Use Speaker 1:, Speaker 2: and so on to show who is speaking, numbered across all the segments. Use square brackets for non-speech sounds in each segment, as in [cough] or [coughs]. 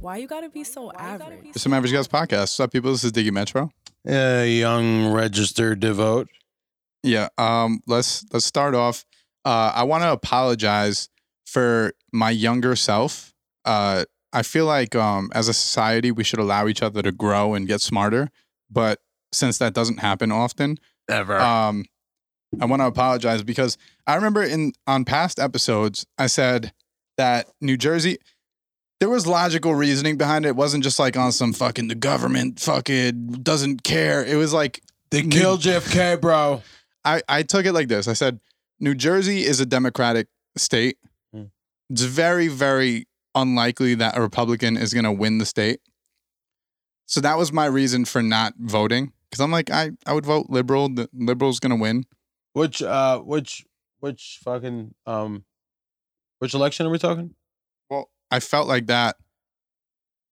Speaker 1: Why you gotta be so average?
Speaker 2: It's some average guys podcast. What's up, people? This is Diggy Metro.
Speaker 3: A young registered to vote.
Speaker 2: Yeah. Um. Let's let's start off. Uh, I want to apologize for my younger self. Uh, I feel like um, as a society, we should allow each other to grow and get smarter. But since that doesn't happen often,
Speaker 3: Ever.
Speaker 2: um, I want to apologize because I remember in on past episodes I said that New Jersey there was logical reasoning behind it. It wasn't just like on some fucking the government fucking doesn't care. It was like
Speaker 3: they killed
Speaker 2: [laughs]
Speaker 3: JFK, bro.
Speaker 2: I, I took it like this. I said, New Jersey is a Democratic state.
Speaker 3: Hmm.
Speaker 2: It's very, very unlikely that a Republican is going to win the state. So that was my reason for not voting because I'm like, I, I would vote liberal. The liberal's going to win.
Speaker 3: Which uh which which fucking um which election are we talking?
Speaker 2: Well, I felt like that.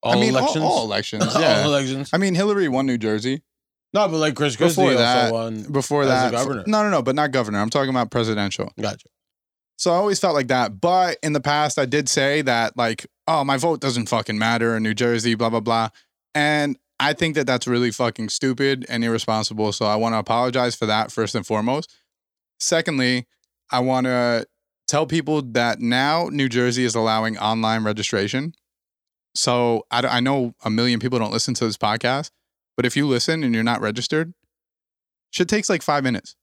Speaker 3: All
Speaker 2: I mean, all-
Speaker 3: elections.
Speaker 2: All, elections. Yeah.
Speaker 3: [laughs] All elections.
Speaker 2: I mean, Hillary won New Jersey
Speaker 3: No, but like Chris Christie
Speaker 2: Before
Speaker 3: also
Speaker 2: that-
Speaker 3: won.
Speaker 2: before
Speaker 3: As a
Speaker 2: that.
Speaker 3: governor.
Speaker 2: No, no, no, but not governor. I'm talking about presidential.
Speaker 3: Gotcha.
Speaker 2: So I always felt like that. But in the past, I did say that, like, oh, my vote doesn't fucking matter in New Jersey, blah, blah, blah. And I think that that's really fucking stupid and irresponsible. So I want to apologize for that, first and foremost. Secondly, I want to tell people that now New Jersey is allowing online registration. So I, d- I know a million people don't listen to this podcast, but if you listen and you're not registered, shit takes like five minutes.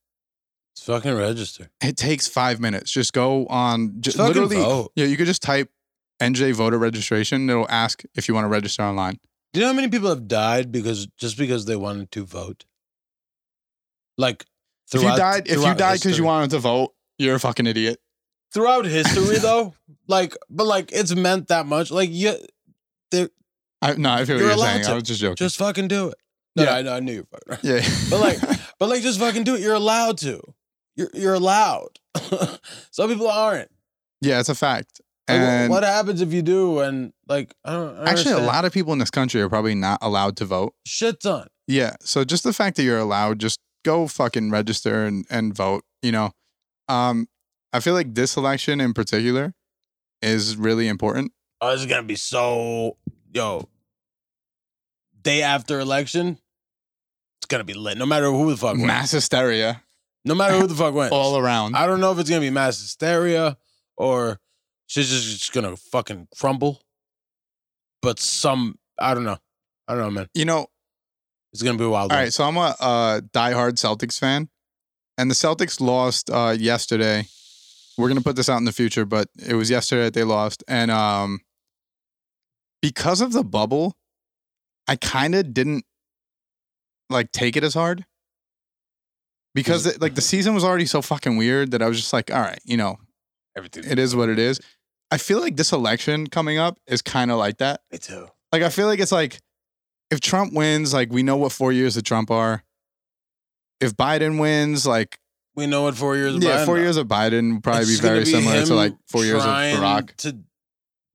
Speaker 3: It's fucking register.
Speaker 2: It takes five minutes. Just go on. Just
Speaker 3: Just fucking
Speaker 2: literally,
Speaker 3: vote.
Speaker 2: yeah. You could just type NJ voter registration. It'll ask if you want to register online.
Speaker 3: Do you know how many people have died because just because they wanted to vote? Like
Speaker 2: If you
Speaker 3: throughout-
Speaker 2: died, if you
Speaker 3: throughout
Speaker 2: died because you
Speaker 3: history.
Speaker 2: wanted to vote, you're a fucking idiot.
Speaker 3: throughout history though, like but like it's meant that much. Like you
Speaker 2: I, no, I feel
Speaker 3: You're
Speaker 2: what you're
Speaker 3: allowed
Speaker 2: saying.
Speaker 3: to.
Speaker 2: I was just joking.
Speaker 3: just fucking do it. No,
Speaker 2: Yeah.
Speaker 3: I know I knew you fucking
Speaker 2: [laughs] yeah,
Speaker 3: But like, but like, just fucking do it. You're allowed to. You're you're allowed. [laughs] Some people aren't.
Speaker 2: [laughs] yeah, it's a fact.
Speaker 3: Like, wh-
Speaker 2: And
Speaker 3: what happens if you do? And like, I don't. I don't
Speaker 2: actually, a
Speaker 3: understand.
Speaker 2: lot of people in this country are probably not allowed to vote.
Speaker 3: shit ton.
Speaker 2: Yeah. So just the fact that you're allowed, just go fucking register and, and vote, you know. Um, I feel like this election in particular is really important.
Speaker 3: Oh, this is gonna be so yo. Day after election, it's gonna be lit. No matter who the fuck wins.
Speaker 2: Mass hysteria
Speaker 3: No matter who the fuck wins.
Speaker 2: all around.
Speaker 3: I don't know if it's gonna be mass hysteria or she's just, just gonna fucking crumble. But some, I don't know. I don't know, man.
Speaker 2: You know,
Speaker 3: It's gonna be a wild.
Speaker 2: All
Speaker 3: one.
Speaker 2: right, so I'm a uh, diehard Celtics fan, and the Celtics lost uh, yesterday. We're gonna put this out in the future, but it was yesterday that they lost, and um, because of the bubble, I kind of didn't like take it as hard because it- like the season was already so fucking weird that I was just like, all right, you know,
Speaker 3: Everything.
Speaker 2: it is what it is. I feel like this election coming up is kind of like that.
Speaker 3: Me too.
Speaker 2: Like I feel like it's like if Trump wins, like we know what four years of Trump are. If Biden wins, like
Speaker 3: We know what four years. of
Speaker 2: yeah,
Speaker 3: Biden
Speaker 2: four
Speaker 3: are.
Speaker 2: years of Biden would probably
Speaker 3: It's
Speaker 2: be
Speaker 3: just gonna
Speaker 2: very similar to
Speaker 3: him
Speaker 2: like four years of
Speaker 3: trying
Speaker 2: Barack.
Speaker 3: to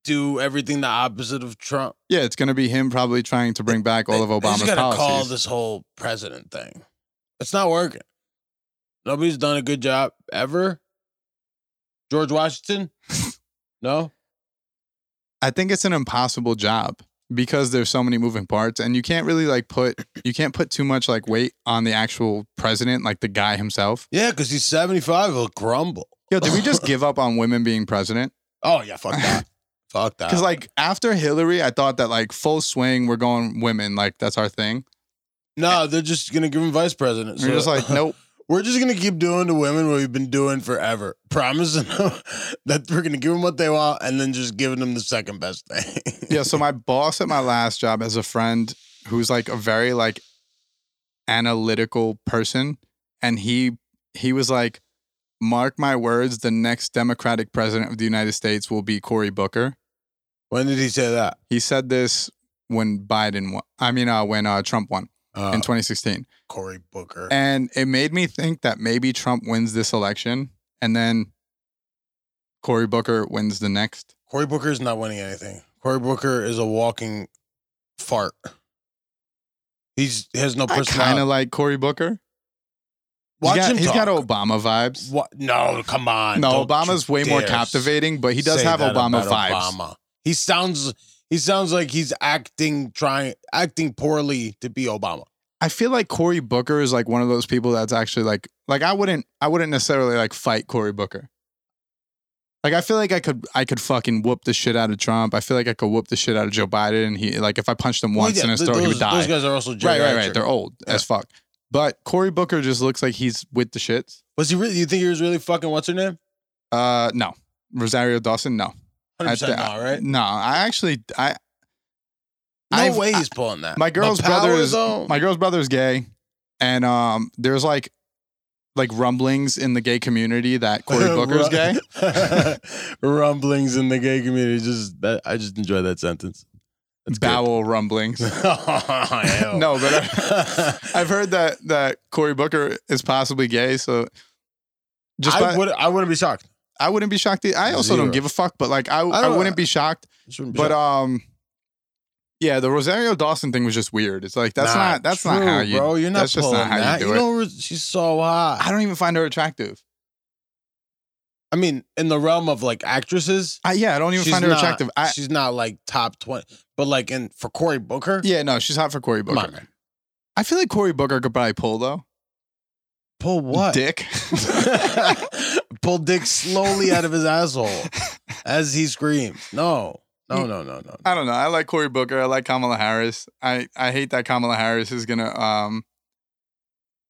Speaker 3: do everything the opposite of Trump.
Speaker 2: Yeah, it's gonna be him probably trying to bring back all of
Speaker 3: They- they
Speaker 2: Obama's
Speaker 3: just gotta call
Speaker 2: policies.
Speaker 3: this whole president thing. It's not working. Nobody's done a good job ever. George
Speaker 2: [laughs]
Speaker 3: Washington, no.
Speaker 2: I think it's an impossible job because there's so many moving parts, and you can't really like put you can't put too much like weight on the actual president, like the guy himself.
Speaker 3: Yeah, because he's seventy five. He'll grumble.
Speaker 2: Yo, did we
Speaker 3: [laughs]
Speaker 2: just give up on women being president?
Speaker 3: Oh
Speaker 2: [laughs]
Speaker 3: yeah, fuck that. fuck that.
Speaker 2: Because like after Hillary, I thought that like full swing, we're going women, like that's our thing.
Speaker 3: no, they're just gonna give him vice president.
Speaker 2: And you're
Speaker 3: so-
Speaker 2: just like,
Speaker 3: [laughs]
Speaker 2: nope.
Speaker 3: We're just gonna keep doing to women what we've been doing forever, promising them [laughs] that we're gonna give them what they want, and then just giving them the second best thing.
Speaker 2: Yeah. So my boss at my last job has a friend who's like a very like analytical person, and he he was like, mark my words, the next Democratic president of the United States will be Cory Booker.
Speaker 3: [laughs] When did he say that?
Speaker 2: He said this when Biden won. I mean, uh, when uh, Trump won
Speaker 3: Uh,
Speaker 2: in 2016.
Speaker 3: Cory Booker.
Speaker 2: And it made me think that maybe Trump wins this election and then Cory Booker wins the next.
Speaker 3: Cory Booker is not winning anything. Cory Booker is a walking fart. He's he has no
Speaker 2: I kind
Speaker 3: personality.
Speaker 2: of like Cory Booker.
Speaker 3: Watch
Speaker 2: he's got,
Speaker 3: him
Speaker 2: he's got
Speaker 3: talk.
Speaker 2: Obama vibes.
Speaker 3: What? No, come on.
Speaker 2: no,
Speaker 3: Don't you
Speaker 2: Obama's way more
Speaker 3: dare
Speaker 2: captivating, but he does
Speaker 3: say
Speaker 2: have
Speaker 3: that
Speaker 2: Obama
Speaker 3: about
Speaker 2: vibes.
Speaker 3: Obama. He sounds He sounds like he's acting trying acting poorly to be Obama.
Speaker 2: I feel like Cory Booker is like one of those people that's actually like like I wouldn't I wouldn't necessarily like fight Cory Booker. Like I feel like I could I could fucking whoop the shit out of Trump. I feel like I could whoop the shit out of Joe Biden. And he like if I punched him once
Speaker 3: Well, yeah,
Speaker 2: in his
Speaker 3: th-
Speaker 2: throat,
Speaker 3: those,
Speaker 2: he would die.
Speaker 3: Those guys are also
Speaker 2: right, right, right.
Speaker 3: geriatric.
Speaker 2: They're old as fuck. But Cory Booker just looks like he's with the shits.
Speaker 3: Was he really? You think he was really fucking? What's her name?
Speaker 2: Uh, no, Rosario Dawson, no,
Speaker 3: Hundred percent
Speaker 2: I-
Speaker 3: not right.
Speaker 2: no. I actually, I
Speaker 3: No
Speaker 2: I've- uh,
Speaker 3: way he's pulling that.
Speaker 2: my
Speaker 3: But
Speaker 2: girl's
Speaker 3: power,
Speaker 2: brother is-
Speaker 3: though,
Speaker 2: my girl's brother is gay, and um, there's like like rumblings in the gay community
Speaker 3: [laughs]
Speaker 2: that Cory Booker's gay.
Speaker 3: Rumblings in the gay community. Just that, I just enjoy that sentence. That's good. [laughs] Oh,
Speaker 2: Bowel rumblings. [laughs]
Speaker 3: Hell.
Speaker 2: No, but [laughs] I've heard that that Cory Booker is possibly gay, so just by-
Speaker 3: I would. I wouldn't be shocked.
Speaker 2: I wouldn't be shocked. e- I also do
Speaker 3: Zero.
Speaker 2: don't give a fuck, but like I, I,
Speaker 3: don't-
Speaker 2: wouldn't be shocked.
Speaker 3: Just wouldn't be
Speaker 2: But
Speaker 3: shocked.
Speaker 2: um, yeah, the Rosario Dawson thing was just weird. It's like that's
Speaker 3: Nah,
Speaker 2: not that's not
Speaker 3: true,
Speaker 2: how you.
Speaker 3: Bro, you're not
Speaker 2: that's just
Speaker 3: pulling
Speaker 2: not how you
Speaker 3: that.
Speaker 2: do
Speaker 3: you
Speaker 2: it.
Speaker 3: know she's so hot.
Speaker 2: I don't even find her attractive.
Speaker 3: I mean, in the realm of like actresses,
Speaker 2: I, yeah, I don't even
Speaker 3: she's
Speaker 2: find her
Speaker 3: not,
Speaker 2: attractive. I,
Speaker 3: she's not like top twenty, but like in for Cory Booker.
Speaker 2: yeah, no, she's hot for Cory
Speaker 3: come
Speaker 2: Booker.
Speaker 3: on, man.
Speaker 2: I feel like Cory Booker could probably pull though.
Speaker 3: Pull what?
Speaker 2: Dick.
Speaker 3: [laughs] Pull dick slowly out of his asshole as he screams. No, no, no, no, no.
Speaker 2: I don't know. I like Cory Booker. I like Kamala Harris. I, I hate that Kamala Harris is gonna um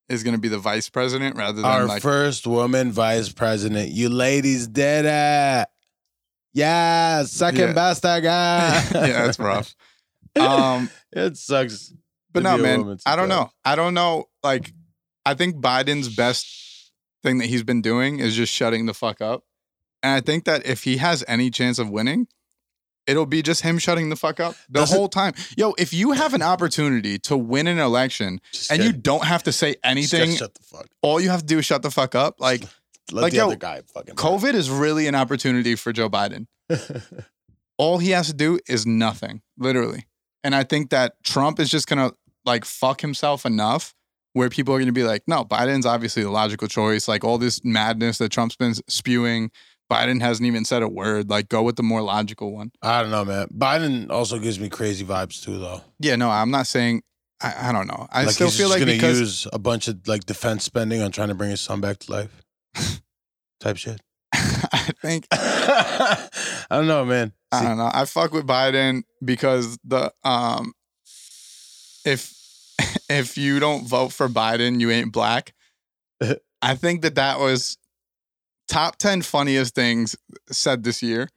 Speaker 2: is gonna be the vice president rather than
Speaker 3: Our
Speaker 2: like
Speaker 3: first woman vice president. You ladies did it. Yeah, second
Speaker 2: Yeah.
Speaker 3: best I
Speaker 2: [laughs]
Speaker 3: got.
Speaker 2: [laughs] yeah, that's
Speaker 3: [laughs]
Speaker 2: rough. Um,
Speaker 3: it sucks.
Speaker 2: but
Speaker 3: to
Speaker 2: no,
Speaker 3: be a
Speaker 2: man,
Speaker 3: woman
Speaker 2: I don't know.
Speaker 3: sometimes.
Speaker 2: I don't know. Like, I think Biden's best thing that he's been doing is just shutting the fuck up. And I think that if he has any chance of winning, it'll be just him shutting the fuck up the
Speaker 3: Doesn't-
Speaker 2: whole time. Yo, if you have an opportunity to win an election
Speaker 3: Just
Speaker 2: and you
Speaker 3: gotta-
Speaker 2: don't have to say
Speaker 3: just gotta
Speaker 2: anything,
Speaker 3: Shut the fuck.
Speaker 2: all you have to do is shut the fuck up. Like,
Speaker 3: [laughs] Let
Speaker 2: Like,
Speaker 3: the
Speaker 2: yo,
Speaker 3: other guy fucking.
Speaker 2: COVID is really an opportunity for Joe Biden. all he has to do is nothing, literally. And I think that Trump is just gonna like fuck himself enough where people are gonna be like, no, Biden's obviously the logical choice. Like all this madness that Trump's been spewing, Biden hasn't even said a word. Like go with the more logical one.
Speaker 3: [laughs] I don't know, man. Biden also gives me crazy vibes too, though.
Speaker 2: Yeah, no, I'm not saying. I, I don't know. I
Speaker 3: like,
Speaker 2: still
Speaker 3: he's
Speaker 2: feel
Speaker 3: just
Speaker 2: like
Speaker 3: gonna
Speaker 2: because
Speaker 3: use a bunch of like defense spending on trying to bring his son back
Speaker 2: [laughs]
Speaker 3: to life, type shit.
Speaker 2: [laughs]
Speaker 3: [laughs]
Speaker 2: I think
Speaker 3: I don't know, man.
Speaker 2: I
Speaker 3: See,
Speaker 2: don't know. I fuck with Biden because the um if [laughs] if you don't vote for Biden, you ain't
Speaker 3: [laughs]
Speaker 2: black. I think that that was top 10 funniest things said this year.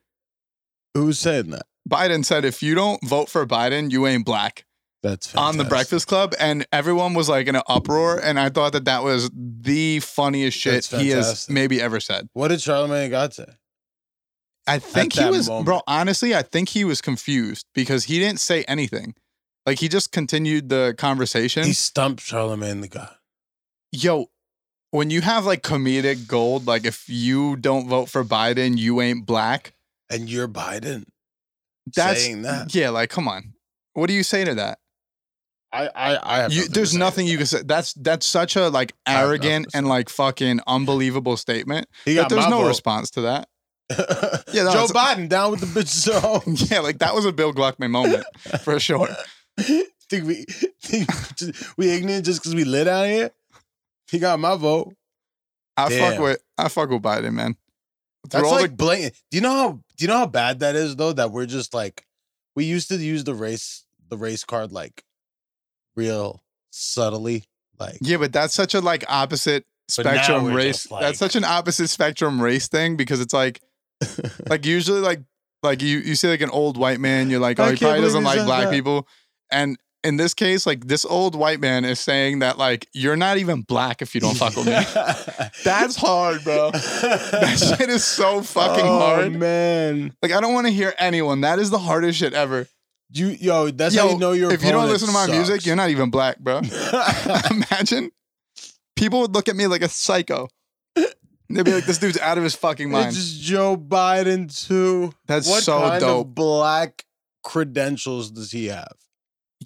Speaker 3: who's saying that?
Speaker 2: Biden said if you don't vote for Biden, you ain't black
Speaker 3: That's
Speaker 2: on the
Speaker 3: fantastic.
Speaker 2: Breakfast Club and everyone was like in an uproar and I thought that that was the funniest shit
Speaker 3: That's
Speaker 2: he has
Speaker 3: fantastic.
Speaker 2: maybe ever said.
Speaker 3: What did Charlemagne God say?
Speaker 2: I think he
Speaker 3: that
Speaker 2: was,
Speaker 3: moment.
Speaker 2: bro. Honestly, I think he was confused because he didn't say anything. Like he just continued the conversation.
Speaker 3: He stumped Charlemagne the God.
Speaker 2: Yo, when you have like comedic gold, like if you don't vote for Biden, you ain't black.
Speaker 3: And you're Biden
Speaker 2: That's
Speaker 3: saying that.
Speaker 2: yeah. Like, come on. What do you say to that?
Speaker 3: I, I, I have
Speaker 2: You,
Speaker 3: nothing to
Speaker 2: there's
Speaker 3: say
Speaker 2: nothing
Speaker 3: to
Speaker 2: you
Speaker 3: that.
Speaker 2: can say. That's that's such a like
Speaker 3: I have
Speaker 2: arrogant
Speaker 3: nothing to
Speaker 2: and
Speaker 3: say.
Speaker 2: like fucking unbelievable statement.
Speaker 3: He
Speaker 2: That
Speaker 3: got
Speaker 2: there's
Speaker 3: my
Speaker 2: no
Speaker 3: vote.
Speaker 2: response to that. [laughs]
Speaker 3: [laughs]
Speaker 2: Yeah, no,
Speaker 3: Joe
Speaker 2: it's-
Speaker 3: Biden down with the bitch. So
Speaker 2: Yeah, like that was a Bill Gluckman moment for
Speaker 3: [laughs]
Speaker 2: sure.
Speaker 3: think we think [laughs] we ignorant just because we lit out here? He got my vote.
Speaker 2: I fuck
Speaker 3: Damn.
Speaker 2: with I fuck with Biden, man. Through
Speaker 3: That's
Speaker 2: all the
Speaker 3: like blatant. Do you know how do you know how bad that is though? That we're just like we used to use the race the race card like real subtly. Like [laughs]
Speaker 2: Yeah, but that's such a like opposite
Speaker 3: But now
Speaker 2: spectrum
Speaker 3: we're
Speaker 2: race.
Speaker 3: just, like-
Speaker 2: that's such an opposite spectrum race thing because it's like, like usually like like you you see like an old white man, you're like, oh,
Speaker 3: I
Speaker 2: he
Speaker 3: can't
Speaker 2: probably doesn't
Speaker 3: believe he
Speaker 2: like
Speaker 3: said
Speaker 2: black
Speaker 3: that.
Speaker 2: people, and in this case, like this old white man is saying that like you're not even black if you don't fuck
Speaker 3: [laughs]
Speaker 2: with me. [laughs] That's hard, bro. That shit is so fucking
Speaker 3: Oh,
Speaker 2: hard.
Speaker 3: man.
Speaker 2: Like I don't want to hear anyone. That is the hardest shit ever.
Speaker 3: You yo, that's how
Speaker 2: Yo,
Speaker 3: you know your
Speaker 2: if you don't
Speaker 3: opponent
Speaker 2: listen to my music,
Speaker 3: sucks. [laughs]
Speaker 2: you're [laughs] not even black, bro. [laughs] Imagine people would look at me like a psycho. They'd be like, "This dude's out of his fucking mind."
Speaker 3: It's just Joe Biden too.
Speaker 2: That's
Speaker 3: what
Speaker 2: so
Speaker 3: kind
Speaker 2: dope.
Speaker 3: of black credentials does he have?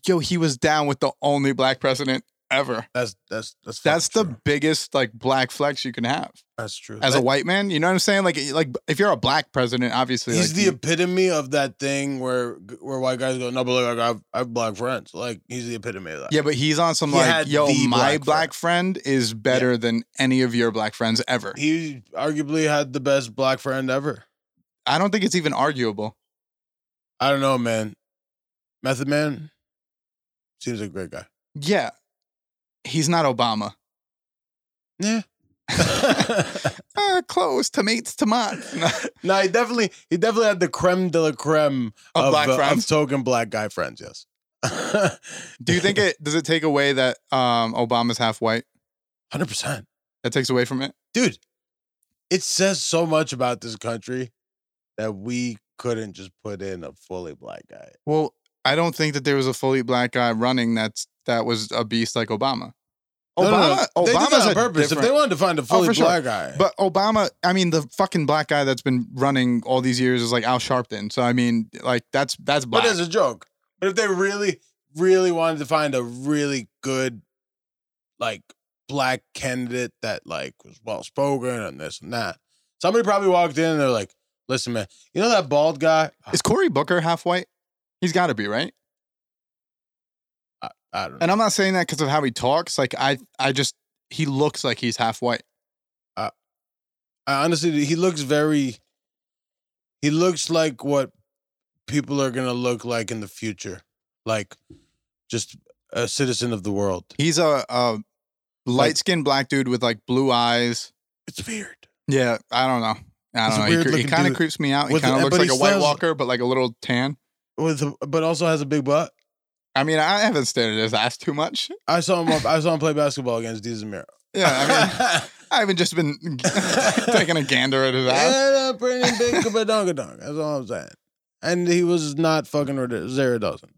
Speaker 2: Yo, he was down with the only black president. ever.
Speaker 3: That's that's that's fucking
Speaker 2: That's the
Speaker 3: true.
Speaker 2: biggest like black flex you can have
Speaker 3: that's true.
Speaker 2: as a
Speaker 3: That-
Speaker 2: white man. You know what I'm saying? Like, like if you're a black president, obviously,
Speaker 3: he's
Speaker 2: like,
Speaker 3: the
Speaker 2: you-
Speaker 3: epitome of that thing where where white guys go no, but like I have, I have black friends. Like he's the epitome of that.
Speaker 2: yeah, but he's on some
Speaker 3: He
Speaker 2: like,
Speaker 3: had
Speaker 2: yo,
Speaker 3: the
Speaker 2: my
Speaker 3: black
Speaker 2: black friend is better than any of your black friends ever.
Speaker 3: he arguably had the best black friend ever.
Speaker 2: I don't think it's even arguable.
Speaker 3: I don't know, man. Method Man seems like
Speaker 2: [laughs]
Speaker 3: a great guy. [laughs]
Speaker 2: Yeah, he's not Obama.
Speaker 3: Yeah.
Speaker 2: Ah, close tomates, [laughs] tomats. No.
Speaker 3: no, he definitely he definitely had the creme de la creme
Speaker 2: Of
Speaker 3: of,
Speaker 2: black
Speaker 3: uh,
Speaker 2: friends.
Speaker 3: of token black guy friends. Yes,
Speaker 2: Do you
Speaker 3: [laughs]
Speaker 2: think it does it take away that um, Obama's half white?
Speaker 3: hundred percent,
Speaker 2: That takes away from it.
Speaker 3: dude? It says so much about this country that we couldn't just put in a fully black guy.
Speaker 2: Well, I don't think that there was a fully black guy running that's that was a beast like Obama.
Speaker 3: No, no, no.
Speaker 2: Obama,
Speaker 3: they did
Speaker 2: Obama's
Speaker 3: that
Speaker 2: a
Speaker 3: on purpose. If
Speaker 2: different- Oh,
Speaker 3: they wanted to find a fully
Speaker 2: for sure.
Speaker 3: black guy,
Speaker 2: But Obama, I mean, the fucking black guy that's been running all these years is like Al Sharpton. So I mean, like that's that's black.
Speaker 3: but as a joke. But if they really, really wanted to find a really good, like black candidate that like was well spoken and this and that, somebody probably walked in and they're like, "Listen, man, you know that bald guy?
Speaker 2: is Cory Booker half white? He's got to be right.
Speaker 3: Ah, I don't know.
Speaker 2: And I'm not saying that because of how he talks. Like I, I just he looks like he's half white.
Speaker 3: I honestly, he looks very. He looks like what people are gonna look like in the future, like just a citizen of the world.
Speaker 2: He's a, a light skinned black dude with like blue eyes.
Speaker 3: It's weird.
Speaker 2: Yeah, I don't know. I
Speaker 3: He's a
Speaker 2: don't know. He
Speaker 3: weird
Speaker 2: cre- He,
Speaker 3: looking
Speaker 2: kind of
Speaker 3: dude.
Speaker 2: creeps me out. He
Speaker 3: With the-
Speaker 2: kind of looks
Speaker 3: but
Speaker 2: like
Speaker 3: he
Speaker 2: a White
Speaker 3: still has-
Speaker 2: Walker, but like a little tan.
Speaker 3: with a, but also has a big butt.
Speaker 2: I mean, I haven't stared at his ass too much.
Speaker 3: I saw him. I saw him play basketball against Dizemir.
Speaker 2: Yeah, I
Speaker 3: [laughs]
Speaker 2: mean, I haven't just been [laughs] taking a gander at his [laughs] ass.
Speaker 3: yeah, pretty big kabadongadong. That's all I'm saying. And he was not fucking Red- Zara Dawson.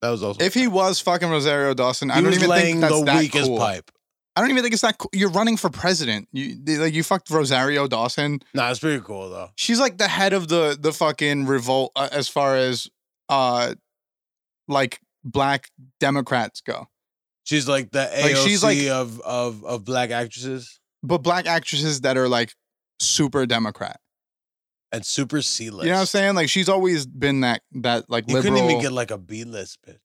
Speaker 3: That was also.
Speaker 2: If he was fucking Rosario Dawson, I
Speaker 3: he
Speaker 2: don't
Speaker 3: was
Speaker 2: even
Speaker 3: laying
Speaker 2: think that's
Speaker 3: the
Speaker 2: that
Speaker 3: weakest
Speaker 2: cool.
Speaker 3: pipe.
Speaker 2: I don't even think it's that cool. You're running for president. You they- like you fucked Rosario Dawson.
Speaker 3: Nah, it's pretty cool though.
Speaker 2: She's like the head of the the fucking revolt uh, as far as uh like black Democrats go.
Speaker 3: She's like the AOC
Speaker 2: Like, she's like-
Speaker 3: of of of black actresses
Speaker 2: But black actresses that are like super Democrat.
Speaker 3: and super C list.
Speaker 2: You know what I'm saying? Like she's always been that that like
Speaker 3: You
Speaker 2: liberal.
Speaker 3: couldn't even get like a B list bitch.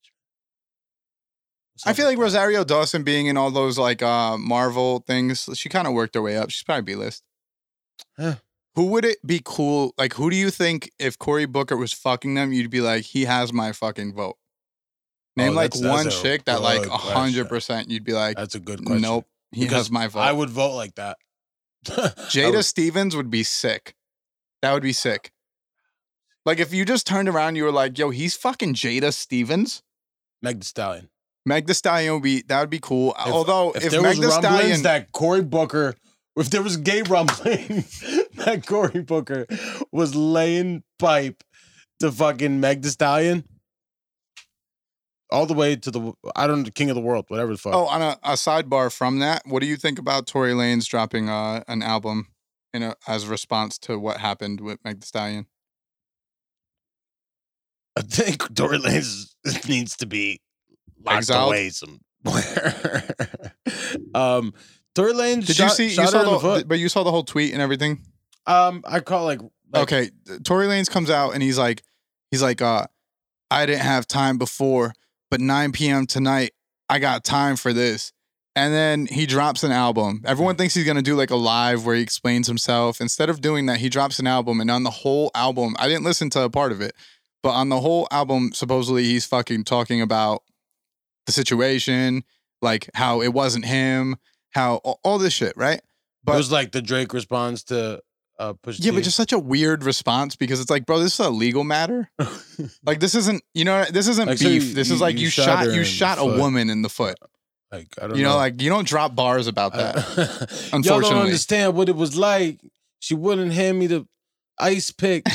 Speaker 2: I feel like
Speaker 3: Something
Speaker 2: Rosario Dawson being in all those like uh Marvel things, she kind of worked her way up. She's probably B list.
Speaker 3: Huh.
Speaker 2: Who would it be cool? Like, who do you think if Cory Booker was fucking them, you'd be like, he has my fucking vote? Name
Speaker 3: Oh,
Speaker 2: like
Speaker 3: that's- that's
Speaker 2: one
Speaker 3: a
Speaker 2: chick that like
Speaker 3: good
Speaker 2: a hundred percent you'd be like,
Speaker 3: That's a good question.
Speaker 2: nope, he
Speaker 3: Because
Speaker 2: has my vote.
Speaker 3: I would vote like that. [laughs] I
Speaker 2: Jada
Speaker 3: would-
Speaker 2: Stevens would be sick. That would be sick. Like if you just turned around, you were like, yo, he's fucking Jada Stevens.
Speaker 3: Meg Thee Stallion.
Speaker 2: Meg the Stallion would be that would be cool.
Speaker 3: If-
Speaker 2: Although
Speaker 3: If,
Speaker 2: if,
Speaker 3: there
Speaker 2: Meg
Speaker 3: was
Speaker 2: the
Speaker 3: rumblings
Speaker 2: Stallion,
Speaker 3: that Cory Booker, if there was gay rumblings [laughs] that Cory Booker was laying pipe to fucking Meg Thee Stallion, all the way to the I don't know, King of the World, whatever the fuck.
Speaker 2: Oh, on a, a sidebar from that, what do you think about Tory Lanez dropping uh, an album in a, as a response to what happened with Meg Thee Stallion?
Speaker 3: I think Tory Lanez [laughs] needs to be locked
Speaker 2: Exiled?
Speaker 3: away somewhere. [laughs] um, Tory Lanez
Speaker 2: Did
Speaker 3: shot,
Speaker 2: you see? You
Speaker 3: shot her
Speaker 2: saw
Speaker 3: in the
Speaker 2: the,
Speaker 3: foot.
Speaker 2: but you saw the whole tweet and everything.
Speaker 3: um, I call like, like
Speaker 2: okay, Tory Lanez comes out and he's like, he's like, uh, I didn't have time before, but 9 p.m. tonight, I got time for this. And then he drops an album. Everyone thinks he's gonna do like a live where he explains himself. Instead of doing that, he drops an album, and on the whole album, I didn't listen to a part of it, but on the whole album, supposedly he's fucking talking about the situation, like how it wasn't him, how all all this shit, right?
Speaker 3: it
Speaker 2: But
Speaker 3: was like the Drake response to uh, Push.
Speaker 2: yeah, but just such a weird response because it's like, bro, this is a legal matter. like this isn't, you know, this isn't
Speaker 3: Like, so
Speaker 2: beef.
Speaker 3: you-
Speaker 2: this is
Speaker 3: you-
Speaker 2: like
Speaker 3: you
Speaker 2: you
Speaker 3: shot her
Speaker 2: shot,
Speaker 3: in
Speaker 2: you
Speaker 3: the
Speaker 2: shot a
Speaker 3: foot.
Speaker 2: woman in the foot.
Speaker 3: [laughs] like I don't
Speaker 2: You know,
Speaker 3: know. Uh,
Speaker 2: like you don't drop bars about that.
Speaker 3: I- [laughs] Y'all don't
Speaker 2: unfortunately.
Speaker 3: understand what it was like. She wouldn't hand me the ice
Speaker 2: [laughs]
Speaker 3: pick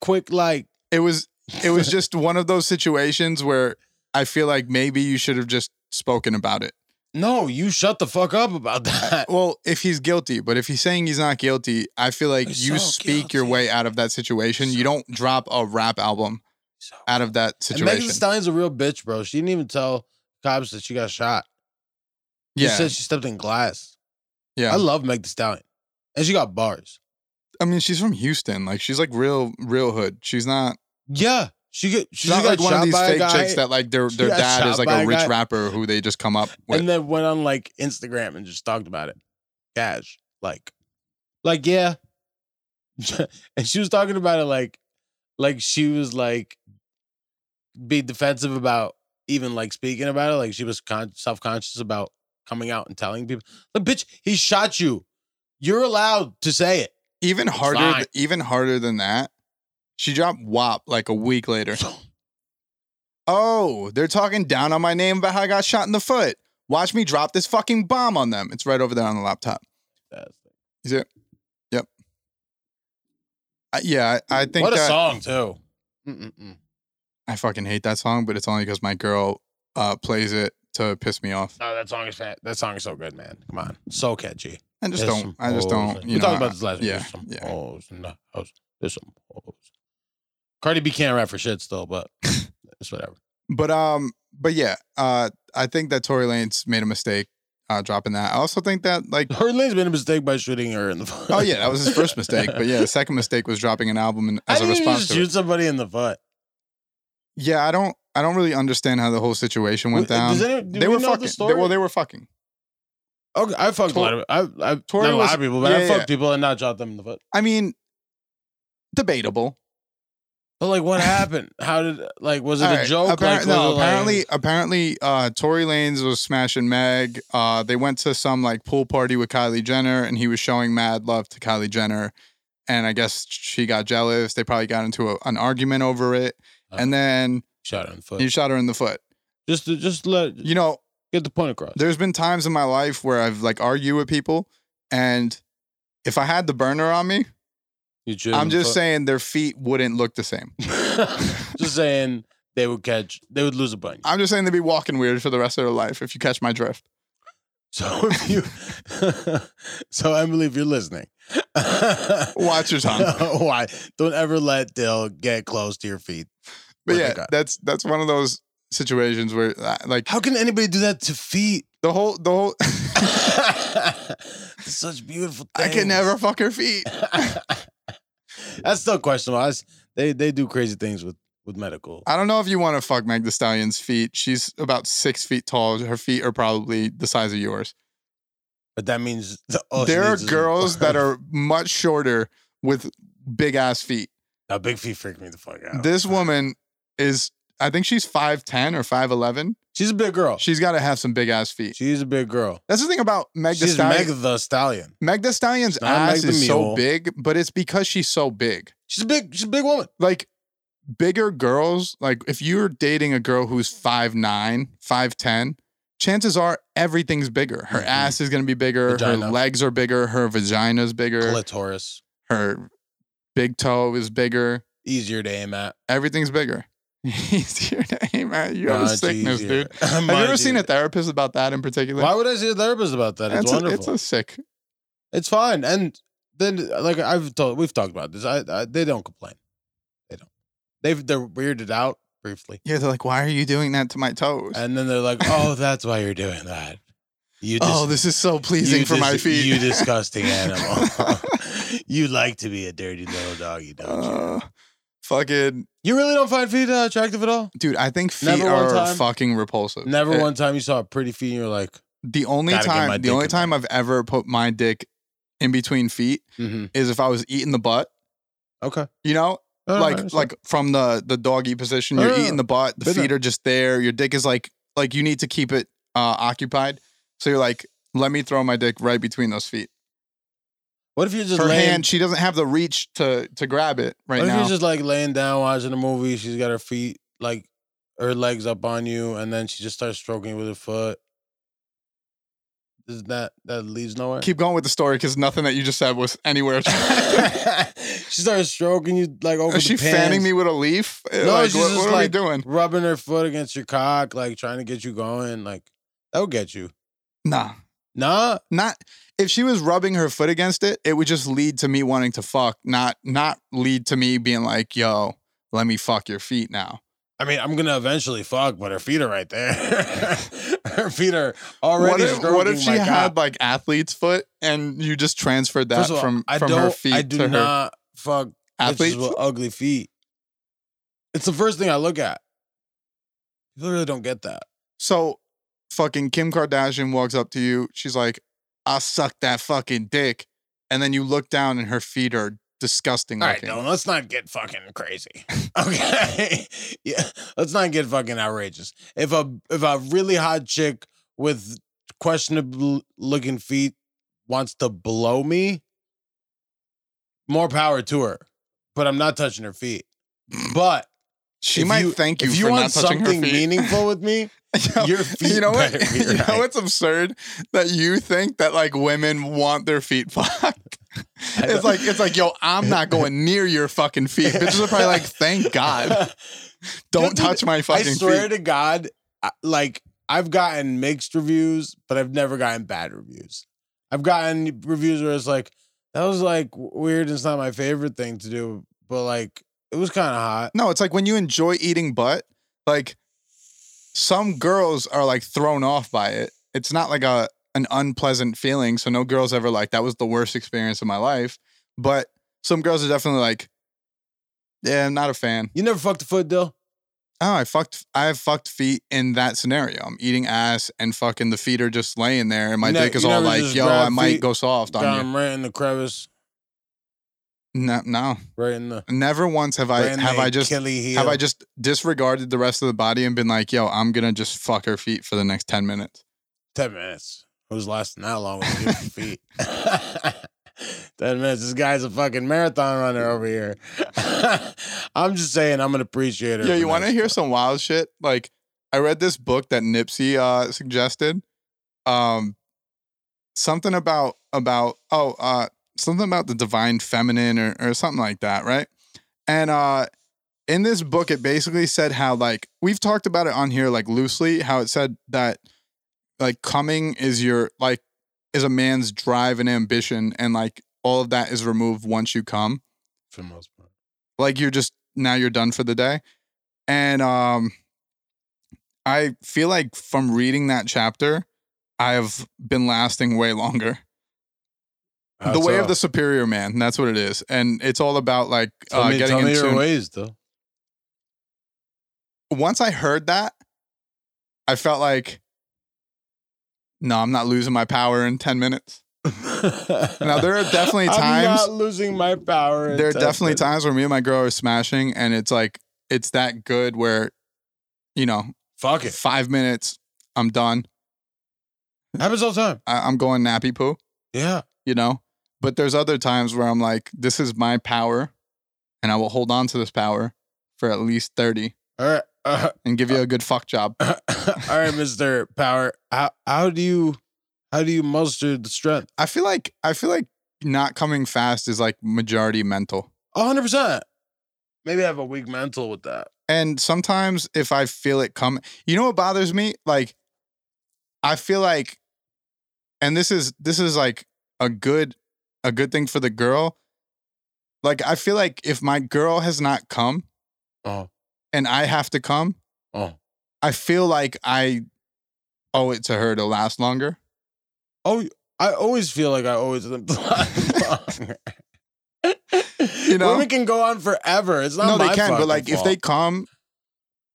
Speaker 3: quick, like
Speaker 2: it was, it was just one of those situations where I feel like maybe you should have just spoken about it.
Speaker 3: [laughs] no, you shut the fuck up about that.
Speaker 2: Uh, Well, if he's guilty, but if he's saying he's not guilty, I feel like
Speaker 3: He's
Speaker 2: you
Speaker 3: so
Speaker 2: speak your
Speaker 3: guilty.
Speaker 2: way out of that situation.
Speaker 3: So-
Speaker 2: You don't drop a rap album
Speaker 3: [laughs] So-
Speaker 2: out of that
Speaker 3: And Megan
Speaker 2: situation.
Speaker 3: Thee Stallion's a real bitch, bro. She didn't even tell cops that she got shot. She
Speaker 2: Yeah.
Speaker 3: said she stepped in glass.
Speaker 2: Yeah.
Speaker 3: I love Meg Thee Stallion, and she got bars.
Speaker 2: I mean, she's from Houston. Like, she's like real, real hood. She's not.
Speaker 3: Yeah, she get she
Speaker 2: She's not
Speaker 3: got
Speaker 2: like one
Speaker 3: shot
Speaker 2: of these
Speaker 3: by a
Speaker 2: fake
Speaker 3: guy
Speaker 2: chicks that like their
Speaker 3: She
Speaker 2: their
Speaker 3: got
Speaker 2: dad
Speaker 3: shot
Speaker 2: is like
Speaker 3: by
Speaker 2: a
Speaker 3: a
Speaker 2: rich
Speaker 3: guy.
Speaker 2: rapper who they just come up with.
Speaker 3: and then went on like Instagram and just talked about it. Cash, like, like yeah, [laughs] and she was talking about it like, like she was like, be defensive about even like speaking about it. Like she was con- self conscious about coming out and telling people, "Like bitch, he shot you. You're allowed to say it."
Speaker 2: even harder,
Speaker 3: fine.
Speaker 2: even harder than that. She dropped WAP like a week later.
Speaker 3: [laughs]
Speaker 2: Oh, they're talking down on my name about how I got shot in the foot. Watch me drop this fucking bomb on them. It's right over there on the laptop. I, yeah, I, I think
Speaker 3: What a
Speaker 2: that
Speaker 3: song too. Mm-mm-mm.
Speaker 2: I fucking hate that song, but it's only because my girl uh, plays it to piss me off.
Speaker 3: No, Oh, that song is fat. that song is so good, man. Come on, so catchy.
Speaker 2: I just
Speaker 3: There's
Speaker 2: don't.
Speaker 3: some
Speaker 2: I just
Speaker 3: hoes
Speaker 2: don't.
Speaker 3: in-
Speaker 2: You
Speaker 3: we
Speaker 2: know,
Speaker 3: talked about this last week.
Speaker 2: yeah,
Speaker 3: There's some
Speaker 2: yeah.
Speaker 3: hoes in the house. oh, There's some hoes. Cardi B can't rap for shit still,
Speaker 2: [laughs]
Speaker 3: but it's whatever.
Speaker 2: But um, but yeah, uh, I think that Tory Lanez made a mistake uh, dropping that. I also think that like,
Speaker 3: Her lane's made a mistake by shooting her in the foot.
Speaker 2: oh yeah, that was his first mistake. But
Speaker 3: [laughs]
Speaker 2: yeah, the second mistake was dropping an album and, as
Speaker 3: How
Speaker 2: a
Speaker 3: do you
Speaker 2: response
Speaker 3: just
Speaker 2: to it.
Speaker 3: shoot somebody in the foot?
Speaker 2: Yeah, I don't. I don't really understand how the whole situation went
Speaker 3: Does
Speaker 2: down.
Speaker 3: any- do
Speaker 2: they
Speaker 3: we
Speaker 2: were
Speaker 3: know
Speaker 2: fucking. they-
Speaker 3: The story?
Speaker 2: well, they were fucking.
Speaker 3: okay, I fucked a lot of I, I,
Speaker 2: Tory
Speaker 3: not a
Speaker 2: was-
Speaker 3: lot of people, but
Speaker 2: yeah,
Speaker 3: I fucked
Speaker 2: yeah.
Speaker 3: people and not shot them in the foot.
Speaker 2: I mean, debatable.
Speaker 3: But like, what happened? How did like was it
Speaker 2: All
Speaker 3: a
Speaker 2: right,
Speaker 3: joke?
Speaker 2: appar- no,
Speaker 3: like, was it, like-
Speaker 2: apparently, apparently, uh, Tory Lanez was smashing Meg. Uh, they went to some like pool party with Kylie Jenner, and he was showing mad love to Kylie Jenner, and I guess she got jealous. They probably got into a, an argument over it,
Speaker 3: Uh,
Speaker 2: and then
Speaker 3: shot her in the foot.
Speaker 2: he shot her in the foot.
Speaker 3: just to, just let
Speaker 2: You know,
Speaker 3: get the point across.
Speaker 2: there's been times in my life where I've like argue with people, and if I had the burner on me,
Speaker 3: You shoot
Speaker 2: I'm
Speaker 3: in the
Speaker 2: just
Speaker 3: foot.
Speaker 2: saying their feet wouldn't look the same.
Speaker 3: just saying they would catch they would lose a bunch
Speaker 2: I'm just saying they'd be walking weird for the rest of their life if you catch my drift.
Speaker 3: [laughs] so if you [laughs] so emily if you're listening [laughs]
Speaker 2: Watch your tongue.
Speaker 3: why don't ever let dill get close to your feet
Speaker 2: But
Speaker 3: With a
Speaker 2: yeah,
Speaker 3: gun.
Speaker 2: that's that's one of those situations where uh, like
Speaker 3: how can anybody do that to [laughs] feet
Speaker 2: the whole the whole [laughs]
Speaker 3: such beautiful things.
Speaker 2: I can never fuck her feet.
Speaker 3: [laughs] that's still questionable That's- they they do crazy things with with medical
Speaker 2: I don't know if you want to fuck Meg the Stallion's feet. She's about six feet tall. Her feet are probably the size of yours.
Speaker 3: but that means the, all Oh, she
Speaker 2: there are
Speaker 3: needs is-
Speaker 2: girls
Speaker 3: [laughs]
Speaker 2: that are much shorter with big ass feet.
Speaker 3: Now, big feet freak me the fuck out
Speaker 2: This woman is I think she's 5'10 or 5'11.
Speaker 3: she's a big girl
Speaker 2: She's gotta have some big ass feet.
Speaker 3: she's a big girl
Speaker 2: That's the thing about Meg the
Speaker 3: she's
Speaker 2: Stallion.
Speaker 3: meg the stallion
Speaker 2: Meg the Stallion's
Speaker 3: Not Meg
Speaker 2: ass
Speaker 3: the
Speaker 2: is so
Speaker 3: Mule.
Speaker 2: big, but it's because she's so big.
Speaker 3: She's a big, she's a big woman.
Speaker 2: Like bigger girls, like if you're dating a girl who's 5'9, 5'10, chances are everything's bigger. Her
Speaker 3: Mhm.
Speaker 2: ass is gonna be bigger, her
Speaker 3: Vagina.
Speaker 2: legs are bigger, her vagina's bigger,
Speaker 3: Clitoris,
Speaker 2: her big toe is bigger,
Speaker 3: easier to aim at.
Speaker 2: everything's bigger. [laughs] Easier to aim at. You have a
Speaker 3: Much
Speaker 2: sickness,
Speaker 3: easier.
Speaker 2: dude.
Speaker 3: [laughs]
Speaker 2: Have you
Speaker 3: Much
Speaker 2: ever seen a
Speaker 3: easier.
Speaker 2: therapist about that in particular?
Speaker 3: Why would I see a therapist about that? It's
Speaker 2: That's a,
Speaker 3: wonderful.
Speaker 2: it's a sick.
Speaker 3: it's fine. And then, like I've told, we've talked about this. I, I they don't complain. They don't. They've they're weirded out briefly,
Speaker 2: Yeah, they're like, why are you doing that to my toes?
Speaker 3: and then
Speaker 2: [laughs]
Speaker 3: they're like, "Oh, that's why you're doing that." You
Speaker 2: oh, this is so pleasing
Speaker 3: you
Speaker 2: for my
Speaker 3: dis-
Speaker 2: feet.
Speaker 3: You disgusting animal. [laughs] you like to be a dirty little doggy, don't you?
Speaker 2: [laughs] Uh, fucking
Speaker 3: You really don't find feet uh, attractive at all.
Speaker 2: dude, I think feet
Speaker 3: Never one
Speaker 2: are
Speaker 3: time-
Speaker 2: fucking repulsive.
Speaker 3: Never
Speaker 2: Uh,
Speaker 3: one time you saw a pretty feet and you're like,
Speaker 2: The only
Speaker 3: Gotta get my
Speaker 2: time, the
Speaker 3: dick
Speaker 2: only
Speaker 3: in there.
Speaker 2: time I've ever put my dick in between feet
Speaker 3: mhm,
Speaker 2: is if I was eating the butt.
Speaker 3: okay,
Speaker 2: You know,
Speaker 3: All right,
Speaker 2: like
Speaker 3: that's
Speaker 2: like from the the doggy position,
Speaker 3: No,
Speaker 2: you're
Speaker 3: no, no.
Speaker 2: eating the butt. The
Speaker 3: Uh, But no.
Speaker 2: feet are just there. Your dick is like like you need to keep it uh occupied. So you're like, let me throw my dick right between those feet.
Speaker 3: What if you're just
Speaker 2: Her
Speaker 3: laying?
Speaker 2: hand, she doesn't have the reach to to grab it right
Speaker 3: what if
Speaker 2: now.
Speaker 3: you're just like laying down watching a movie? She's got her feet like her legs up on you, and then she just starts stroking you with her foot. Is that that leads nowhere? [laughs]
Speaker 2: Keep going with the story because nothing that you just said was anywhere.
Speaker 3: she starts stroking you like over.
Speaker 2: Is she
Speaker 3: the
Speaker 2: fanning
Speaker 3: pants,
Speaker 2: me with a leaf? No,
Speaker 3: she's
Speaker 2: what,
Speaker 3: just
Speaker 2: what are
Speaker 3: like-
Speaker 2: we doing?
Speaker 3: Rubbing her foot against your cock, like trying to get you going. Like that'll get you.
Speaker 2: Nah,
Speaker 3: Nah,
Speaker 2: not if she was rubbing her foot against it, it would just lead to me wanting to fuck, not not lead to me being like, "Yo, let me fuck your feet now."
Speaker 3: I mean, I'm gonna eventually fuck, but her feet are right there. [laughs] her feet are already.
Speaker 2: what if, what if
Speaker 3: stroking
Speaker 2: she
Speaker 3: my
Speaker 2: had
Speaker 3: cock.
Speaker 2: like athlete's foot and you just transferred that
Speaker 3: First of all,
Speaker 2: from,
Speaker 3: I
Speaker 2: from
Speaker 3: don't,
Speaker 2: her feet
Speaker 3: I do
Speaker 2: to her
Speaker 3: not fuck
Speaker 2: athlete's
Speaker 3: athletes with ugly feet. It's the first thing I look at. People really don't get that.
Speaker 2: So fucking Kim Kardashian walks up to you. She's like, I suck that fucking dick. And then you look down and her feet are disgusting
Speaker 3: All right,
Speaker 2: looking.
Speaker 3: Dylan, let's not get fucking crazy. [laughs] Okay. yeah. Let's not get fucking outrageous. If a if a really hot chick with questionable looking feet wants to blow me, more power to her. But I'm not touching her feet. But
Speaker 2: she
Speaker 3: if
Speaker 2: might
Speaker 3: you-
Speaker 2: Mm. thank you
Speaker 3: if you
Speaker 2: for
Speaker 3: want
Speaker 2: not touching her
Speaker 3: something
Speaker 2: feet.
Speaker 3: meaningful with me,
Speaker 2: [laughs] Yo,
Speaker 3: your feet [laughs]
Speaker 2: you know what?
Speaker 3: better
Speaker 2: [laughs]
Speaker 3: be
Speaker 2: You know
Speaker 3: right.
Speaker 2: what's absurd that you think that like women want their feet [laughs] fucked.
Speaker 3: don't-
Speaker 2: it's like it's like yo, I'm not going near your fucking
Speaker 3: [laughs]
Speaker 2: feet. Bitches are probably like, thank God, don't
Speaker 3: Dude,
Speaker 2: touch my
Speaker 3: I
Speaker 2: fucking
Speaker 3: swear
Speaker 2: feet.
Speaker 3: to God, I- like I've gotten mixed reviews, but I've never gotten bad reviews. I've gotten reviews where it's like, that was like w- weird. It's not my favorite thing to do, but like it was kind of hot.
Speaker 2: No, it's like when you enjoy eating butt, like some girls are like thrown off by it. It's not like a an unpleasant feeling. So no girls ever like that was the worst experience of my life. But some girls are definitely like, yeah, I'm not a fan.
Speaker 3: You never fucked a foot, Dill?
Speaker 2: Oh, I fucked. I have fucked feet in that scenario. I'm eating ass and fucking the feet are just laying there, and my
Speaker 3: You ne-
Speaker 2: dick is
Speaker 3: you
Speaker 2: all
Speaker 3: never
Speaker 2: like,
Speaker 3: just
Speaker 2: "Yo,
Speaker 3: grab
Speaker 2: I might
Speaker 3: feet,
Speaker 2: go soft
Speaker 3: Got
Speaker 2: on you."
Speaker 3: 'em right in the crevice,
Speaker 2: No, no,
Speaker 3: right in the.
Speaker 2: never once have
Speaker 3: Right
Speaker 2: I
Speaker 3: in
Speaker 2: have
Speaker 3: the
Speaker 2: I just
Speaker 3: Achilles heel.
Speaker 2: have I just disregarded the rest of the body and been like, "Yo, I'm gonna just fuck her feet for the next ten minutes."
Speaker 3: Ten minutes. Who's lasting that long with beautiful feet? [laughs] Ten minutes. This guy's a fucking marathon runner over here. [laughs] I'm just saying, I'm an appreciator.
Speaker 2: Yeah,
Speaker 3: for
Speaker 2: you want to
Speaker 3: nice
Speaker 2: hear
Speaker 3: stuff.
Speaker 2: some wild shit? Like, I read this book that Nipsey uh, suggested. Um, something about about oh, uh, something about the divine feminine or or something like that, right? And uh, in this book, it basically said how like we've talked about it on here like loosely, how it said that like coming is your like is a man's drive and ambition, and like all of that is removed once you come
Speaker 3: for the most part.
Speaker 2: like you're just now you're done for the day and um i feel like from reading that chapter i have been lasting way longer
Speaker 3: Uh,
Speaker 2: the way of the superior man that's what it is and it's all about like
Speaker 3: Tell
Speaker 2: uh,
Speaker 3: me,
Speaker 2: getting
Speaker 3: tell me your
Speaker 2: into
Speaker 3: ways, though.
Speaker 2: once i heard that i felt like no i'm not losing my power in 10 minutes [laughs] Now, there are definitely
Speaker 3: [laughs] I'm
Speaker 2: times-
Speaker 3: not losing my power.
Speaker 2: there are
Speaker 3: It's
Speaker 2: definitely
Speaker 3: happened.
Speaker 2: times where me and my girl are smashing and it's like it's that good where you know
Speaker 3: Fuck it.
Speaker 2: five minutes i'm done
Speaker 3: Happens all the time.
Speaker 2: I- i'm going nappy poo
Speaker 3: Yeah.
Speaker 2: you know but there's other times where i'm like this is my power and i will hold on to this power for at least 30
Speaker 3: All right. [laughs] Uh,
Speaker 2: and give you a good fuck job
Speaker 3: all right, Mister Power. How how do you how do you muster the strength?
Speaker 2: i feel like i feel like not coming fast is like majority mental
Speaker 3: A hundred percent. Maybe I have a weak mental with that.
Speaker 2: and sometimes if i feel it come you know what bothers me like i feel like and this is this is like a good a good thing for the girl like i feel like if my girl has not come
Speaker 3: Oh,
Speaker 2: and i have to come
Speaker 3: oh,
Speaker 2: I feel like I owe it to her to last longer.
Speaker 3: oh! I always feel like I always [laughs] am
Speaker 2: You know?
Speaker 3: women can go on forever. It's not
Speaker 2: no,
Speaker 3: my
Speaker 2: they can,
Speaker 3: fucking
Speaker 2: but like if
Speaker 3: fault.
Speaker 2: they come,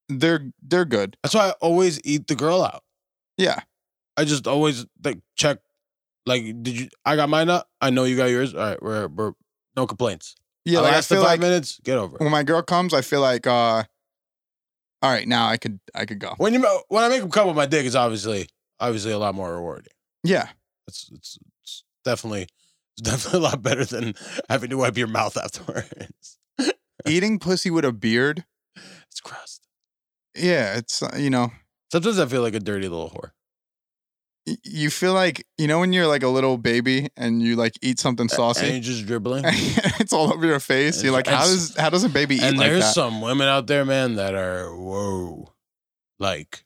Speaker 2: they're they're good.
Speaker 3: That's why I always eat the girl out.
Speaker 2: Yeah.
Speaker 3: I just always like check. Like, did you? I got mine up. I know you got yours. All right, we're we're no complaints.
Speaker 2: Yeah,
Speaker 3: I
Speaker 2: like I
Speaker 3: lasted
Speaker 2: feel
Speaker 3: five
Speaker 2: like
Speaker 3: minutes. Get over. it.
Speaker 2: when my girl comes, I feel like uh all right, now I could I could go.
Speaker 3: When you when I make them come with my dick, it's obviously obviously a lot more rewarding. [laughs]
Speaker 2: Yeah.
Speaker 3: It's it's, it's definitely it's [laughs] definitely a lot better than having to wipe your mouth [laughs] afterwards.
Speaker 2: Eating pussy with a beard.
Speaker 3: It's gross.
Speaker 2: Yeah, it's uh, you know,
Speaker 3: Sometimes I feel like a dirty little whore.
Speaker 2: y- you feel like you know when you're like a little baby and you like eat something
Speaker 3: And
Speaker 2: saucy.
Speaker 3: you're
Speaker 2: [laughs]
Speaker 3: just dribbling.
Speaker 2: it's all over your face. You're like, how does how does a baby eat
Speaker 3: and
Speaker 2: like
Speaker 3: there's
Speaker 2: that?
Speaker 3: some women out there, man, that are whoa, like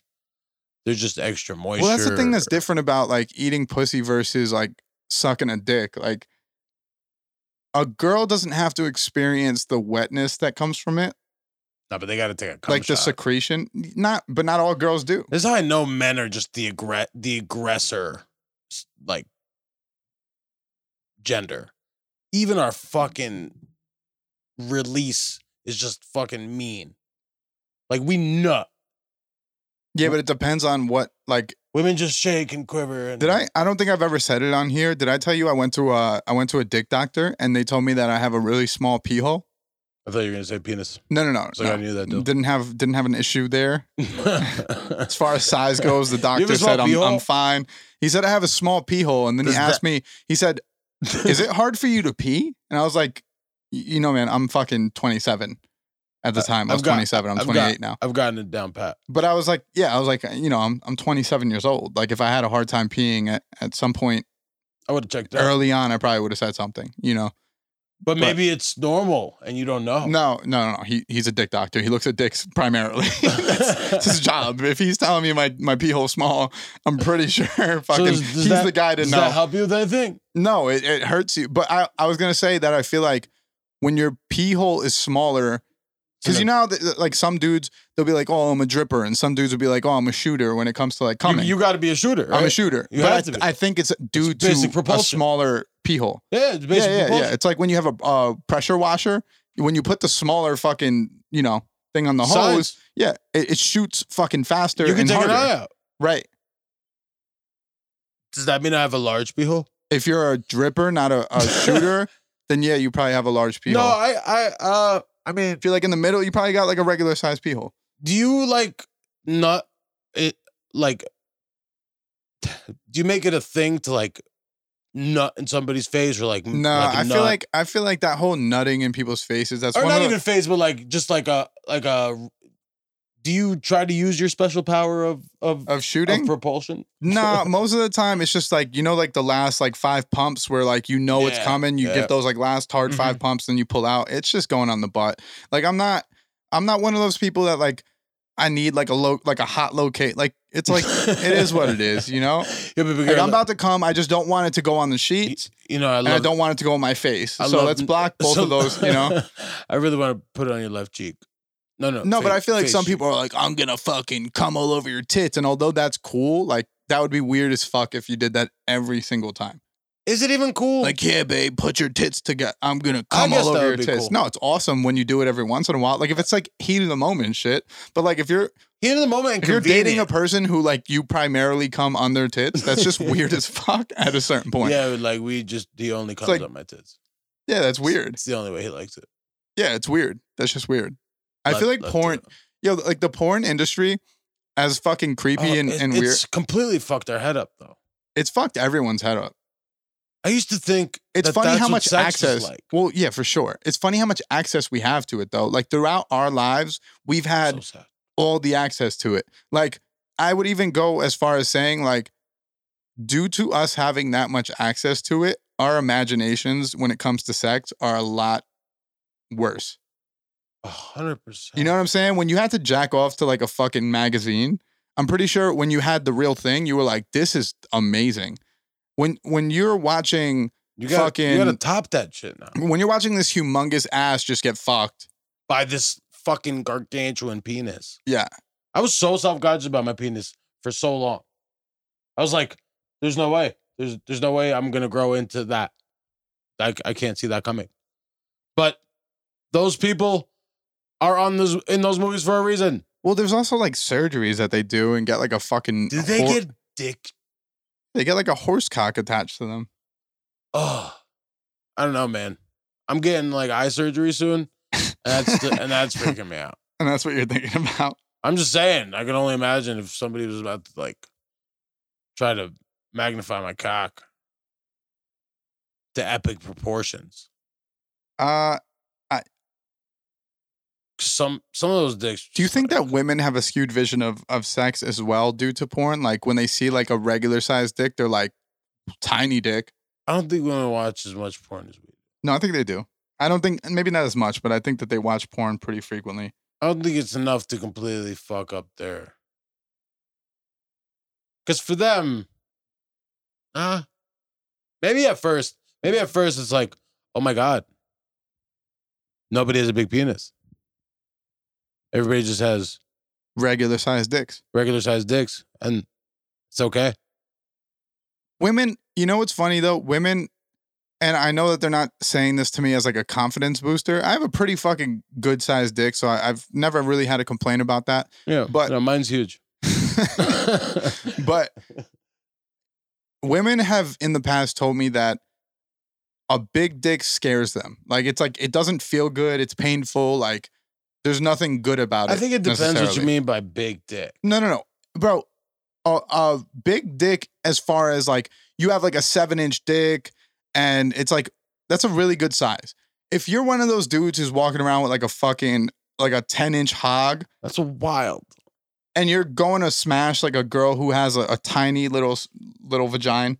Speaker 3: they're just extra moisture.
Speaker 2: Well, that's the thing that's different about like eating pussy versus like sucking a dick. Like a girl doesn't have to experience the wetness that comes from it.
Speaker 3: No, but they got to take a cum
Speaker 2: like the
Speaker 3: shot.
Speaker 2: secretion. Not, but not all girls do.
Speaker 3: This is how I know men are just the aggre- the aggressor, s- like gender. Even our fucking release is just fucking mean. Like we nut.
Speaker 2: Yeah, but it depends on what. Like,
Speaker 3: Women just shake and quiver. And
Speaker 2: did I? I don't think I've ever said it on here. Did I tell you I went to a I went to a dick doctor and they told me that I have a really small pee hole?
Speaker 3: I thought you were gonna say penis.
Speaker 2: No, no, no.
Speaker 3: So
Speaker 2: no.
Speaker 3: I knew that. [laughs] Dude.
Speaker 2: Didn't have didn't have an issue there. As far as
Speaker 3: [laughs]
Speaker 2: size goes, the
Speaker 3: have a
Speaker 2: doctor
Speaker 3: small
Speaker 2: said
Speaker 3: pee
Speaker 2: I'm,
Speaker 3: hole?
Speaker 2: I'm fine. He said I have a small pee hole, and then
Speaker 3: Does
Speaker 2: he
Speaker 3: that-
Speaker 2: asked me. He said, "Is it hard for you to pee?" And I was like, "Y- "You know, man, I'm fucking 27 at the
Speaker 3: Uh,
Speaker 2: time. I
Speaker 3: I've
Speaker 2: was
Speaker 3: got-
Speaker 2: 27. I'm
Speaker 3: I've got-
Speaker 2: 28 now."
Speaker 3: I've gotten it down pat.
Speaker 2: But I was like, "Yeah, I was like, you know, I'm I'm 27 years old. Like, if I had a hard time peeing at, at some point
Speaker 3: I would have checked it out.
Speaker 2: early on, I probably would have said something. You know,
Speaker 3: But maybe it's normal and you don't know.
Speaker 2: no, no, no. He he's a dick doctor. He looks at dicks primarily. [laughs] That's- It's his job. If he's telling me my, my pee hole's small, I'm pretty [laughs] sure fucking
Speaker 3: does- does
Speaker 2: he's
Speaker 3: that-
Speaker 2: the guy to
Speaker 3: Does
Speaker 2: know.
Speaker 3: that help you with anything?
Speaker 2: no, it, it hurts you. But I, I was gonna say that I feel like when your pee hole is smaller, because you know, how the, like some dudes they'll be like, oh, I'm a dripper, and some dudes will be like, oh, I'm a shooter. When it comes to like
Speaker 3: You,
Speaker 2: coming,
Speaker 3: got to be a shooter.
Speaker 2: I'm a
Speaker 3: right?
Speaker 2: shooter.
Speaker 3: You
Speaker 2: but
Speaker 3: have
Speaker 2: I,
Speaker 3: to be.
Speaker 2: I think it's due
Speaker 3: It's basic
Speaker 2: to a
Speaker 3: propulsion.
Speaker 2: smaller pee hole.
Speaker 3: Yeah, it's basic
Speaker 2: yeah, yeah,
Speaker 3: propulsion.
Speaker 2: yeah. It's like when you have a uh, pressure washer. When you put the smaller fucking you know thing on the
Speaker 3: Size.
Speaker 2: hose, yeah, it, it shoots fucking faster
Speaker 3: You can
Speaker 2: and
Speaker 3: take
Speaker 2: harder.
Speaker 3: an eye out.
Speaker 2: Right.
Speaker 3: Does that mean I have a large pee hole?
Speaker 2: If you're a dripper, not a,
Speaker 3: [laughs]
Speaker 2: a shooter, then yeah, you probably have a large pee
Speaker 3: No,
Speaker 2: hole.
Speaker 3: I, I, uh, I mean,
Speaker 2: If you're like in the middle, you probably got like a regular sized pee hole.
Speaker 3: do you like not it like? [sighs] Do you make it a thing to like nut in somebody's face or like? m-
Speaker 2: No,
Speaker 3: Mm, like a
Speaker 2: I feel
Speaker 3: nut?
Speaker 2: like I feel like that whole nutting in people's faces. That's
Speaker 3: or
Speaker 2: one
Speaker 3: not
Speaker 2: of the,
Speaker 3: even face, but like just like a like a. Do you try to use your special power of
Speaker 2: [laughs]
Speaker 3: of,
Speaker 2: of
Speaker 3: of
Speaker 2: shooting.
Speaker 3: [laughs] propulsion?
Speaker 2: no, most of the time it's just like you know, like the last like five pumps where like you know it's
Speaker 3: Yeah,
Speaker 2: coming. You
Speaker 3: yeah. Mm-hmm.
Speaker 2: get those like last hard five pumps, and you pull out. It's just going on the butt. Like I'm not, I'm not one of those people that like I need like a low, like a hot locate. Like it's
Speaker 3: [laughs]
Speaker 2: like it is what it is, you know.
Speaker 3: Yeah, but
Speaker 2: Like
Speaker 3: girl,
Speaker 2: I'm about to come. I just don't want it to go on the sheets,
Speaker 3: You know, I
Speaker 2: and I
Speaker 3: love. [laughs]
Speaker 2: don't want it to go on my face.
Speaker 3: I
Speaker 2: so
Speaker 3: love-
Speaker 2: let's block both
Speaker 3: [laughs] so-
Speaker 2: of those, you know.
Speaker 3: [laughs] I really want to put it on your left cheek. No, no,
Speaker 2: No, but
Speaker 3: face-
Speaker 2: I feel like
Speaker 3: Uh, face
Speaker 2: some
Speaker 3: cheek.
Speaker 2: people are like, I'm gonna fucking come all over your tits, and although that's cool, like that would be weird as fuck if you did that every single time.
Speaker 3: Is it even cool?
Speaker 2: like, yeah, babe, put your tits together. I'm gonna
Speaker 3: I
Speaker 2: come
Speaker 3: guess
Speaker 2: all
Speaker 3: that
Speaker 2: over your
Speaker 3: would be
Speaker 2: tits.
Speaker 3: cool.
Speaker 2: No, it's awesome when you do it every once in a while. Like if it's like heat of the moment and shit. But like if you're
Speaker 3: Heat of the moment and
Speaker 2: if you're dating a
Speaker 3: convenient.
Speaker 2: person who like you primarily come on their tits, that's
Speaker 3: [laughs]
Speaker 2: just weird as fuck at a certain point. Yeah,
Speaker 3: Yeah, like we just he only comes
Speaker 2: like-
Speaker 3: on my tits.
Speaker 2: that's weird.
Speaker 3: It's the only way he likes it.
Speaker 2: Yeah, it's weird. That's just weird. I
Speaker 3: Left-
Speaker 2: feel like
Speaker 3: left
Speaker 2: porn,
Speaker 3: to-
Speaker 2: yo, like the porn industry, as fucking creepy
Speaker 3: Oh,
Speaker 2: and,
Speaker 3: it-
Speaker 2: and
Speaker 3: it's
Speaker 2: weird,
Speaker 3: completely fucked our head up though.
Speaker 2: it's fucked everyone's head up.
Speaker 3: I used to think
Speaker 2: It's
Speaker 3: that
Speaker 2: funny
Speaker 3: that's
Speaker 2: how
Speaker 3: what
Speaker 2: much
Speaker 3: sex is
Speaker 2: access.
Speaker 3: like.
Speaker 2: Well, yeah, for sure. It's funny how much access we have to it though. Like throughout our lives, we've had
Speaker 3: So sad.
Speaker 2: all the access to it. Like I would even go as far as saying like due to us having that much access to it, our imaginations when it comes to sex are a lot worse.
Speaker 3: A hundred percent.
Speaker 2: You know what I'm saying? When you had to jack off to like a fucking magazine, I'm pretty sure when you had the real thing, you were like this is amazing. When when you're watching
Speaker 3: you gotta,
Speaker 2: fucking-
Speaker 3: you gotta top that shit now
Speaker 2: when you're watching this humongous ass just get fucked.
Speaker 3: by this fucking gargantuan penis.
Speaker 2: Yeah.
Speaker 3: I was so self conscious about my penis for so long. I was like, "There's no way. There's there's no way I'm gonna grow into that. I I can't see that coming." But those people are on those in those movies for a reason.
Speaker 2: Well, there's also like surgeries that they do and get like a fucking
Speaker 3: Did they
Speaker 2: hor-
Speaker 3: get dick?
Speaker 2: they get like a horse cock attached to them.
Speaker 3: Oh, I don't know, man. I'm getting like eye surgery soon, and
Speaker 2: [laughs]
Speaker 3: that's and that's freaking me out.
Speaker 2: And that's what you're thinking about.
Speaker 3: I'm just saying. I can only imagine if somebody was about to like try to magnify my cock to epic proportions.
Speaker 2: Uh,
Speaker 3: Some some of those dicks.
Speaker 2: do you
Speaker 3: just
Speaker 2: think
Speaker 3: like-
Speaker 2: that women have a skewed vision of, of sex as well due to porn? Like when they see like a regular sized dick, they're like tiny dick.
Speaker 3: I don't think women watch as much porn as we. do.
Speaker 2: No, I think they do. I don't think maybe not as much, but I think that they watch porn pretty frequently.
Speaker 3: I don't think it's enough to completely fuck up their. Because for them, uh, maybe at first, maybe at first it's like, oh my God, nobody has a big penis. Everybody just has
Speaker 2: regular sized dicks.
Speaker 3: regular sized dicks, and it's okay.
Speaker 2: Women, you know what's funny though? Women, and I know that they're not saying this to me as like a confidence booster. I have a pretty fucking good sized dick, so I, I've never really had a complaint about that. [laughs]
Speaker 3: Yeah,
Speaker 2: But-
Speaker 3: no, mine's [coughs] huge.
Speaker 2: but women have in the past told me that a big dick scares them. Like it's like it doesn't feel good. It's painful. Like there's nothing good about it.
Speaker 3: I think it depends what you
Speaker 2: necessarily.
Speaker 3: mean by big dick.
Speaker 2: No, no, no, bro. A, a big dick, as far as like you have like a seven inch dick, and it's like that's a really good size. If you're one of those dudes who's walking around with like a fucking like a ten inch hog,
Speaker 3: That's wild.
Speaker 2: and you're going to smash like a girl who has a, a tiny little s- little vagina,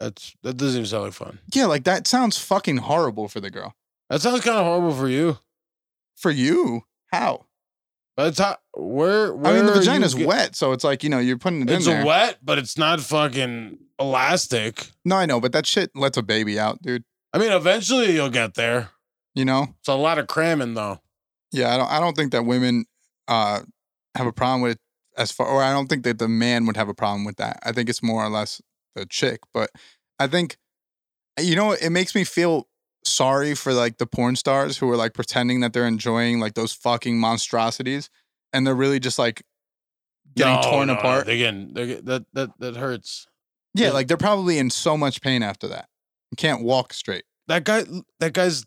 Speaker 3: That's that doesn't even sound like fun.
Speaker 2: yeah, like that sounds fucking horrible for the girl.
Speaker 3: That sounds kind of horrible for you.
Speaker 2: For you, how?
Speaker 3: By the time where, where
Speaker 2: I mean, the
Speaker 3: are you
Speaker 2: vagina's
Speaker 3: get-
Speaker 2: wet, so it's like you know you're putting it
Speaker 3: It's
Speaker 2: in there.
Speaker 3: wet, but it's not fucking elastic.
Speaker 2: No, I know, but that shit lets a baby out, dude.
Speaker 3: I mean, eventually you'll get there.
Speaker 2: You know.
Speaker 3: It's a lot of cramming though.
Speaker 2: Yeah, I don't. I don't think that women uh, have a problem with it as far, or I don't think that the man would have a problem with that. I think it's more or less the chick, but I think you know it makes me feel sorry for like the porn stars who are like pretending that they're enjoying like those fucking monstrosities, and they're really just like getting
Speaker 3: No,
Speaker 2: torn
Speaker 3: no, no,
Speaker 2: apart.
Speaker 3: They're getting, they're get- that that that hurts.
Speaker 2: yeah,
Speaker 3: yeah.
Speaker 2: like they're probably in so much pain after that. You can't walk straight,
Speaker 3: That guy, that guy's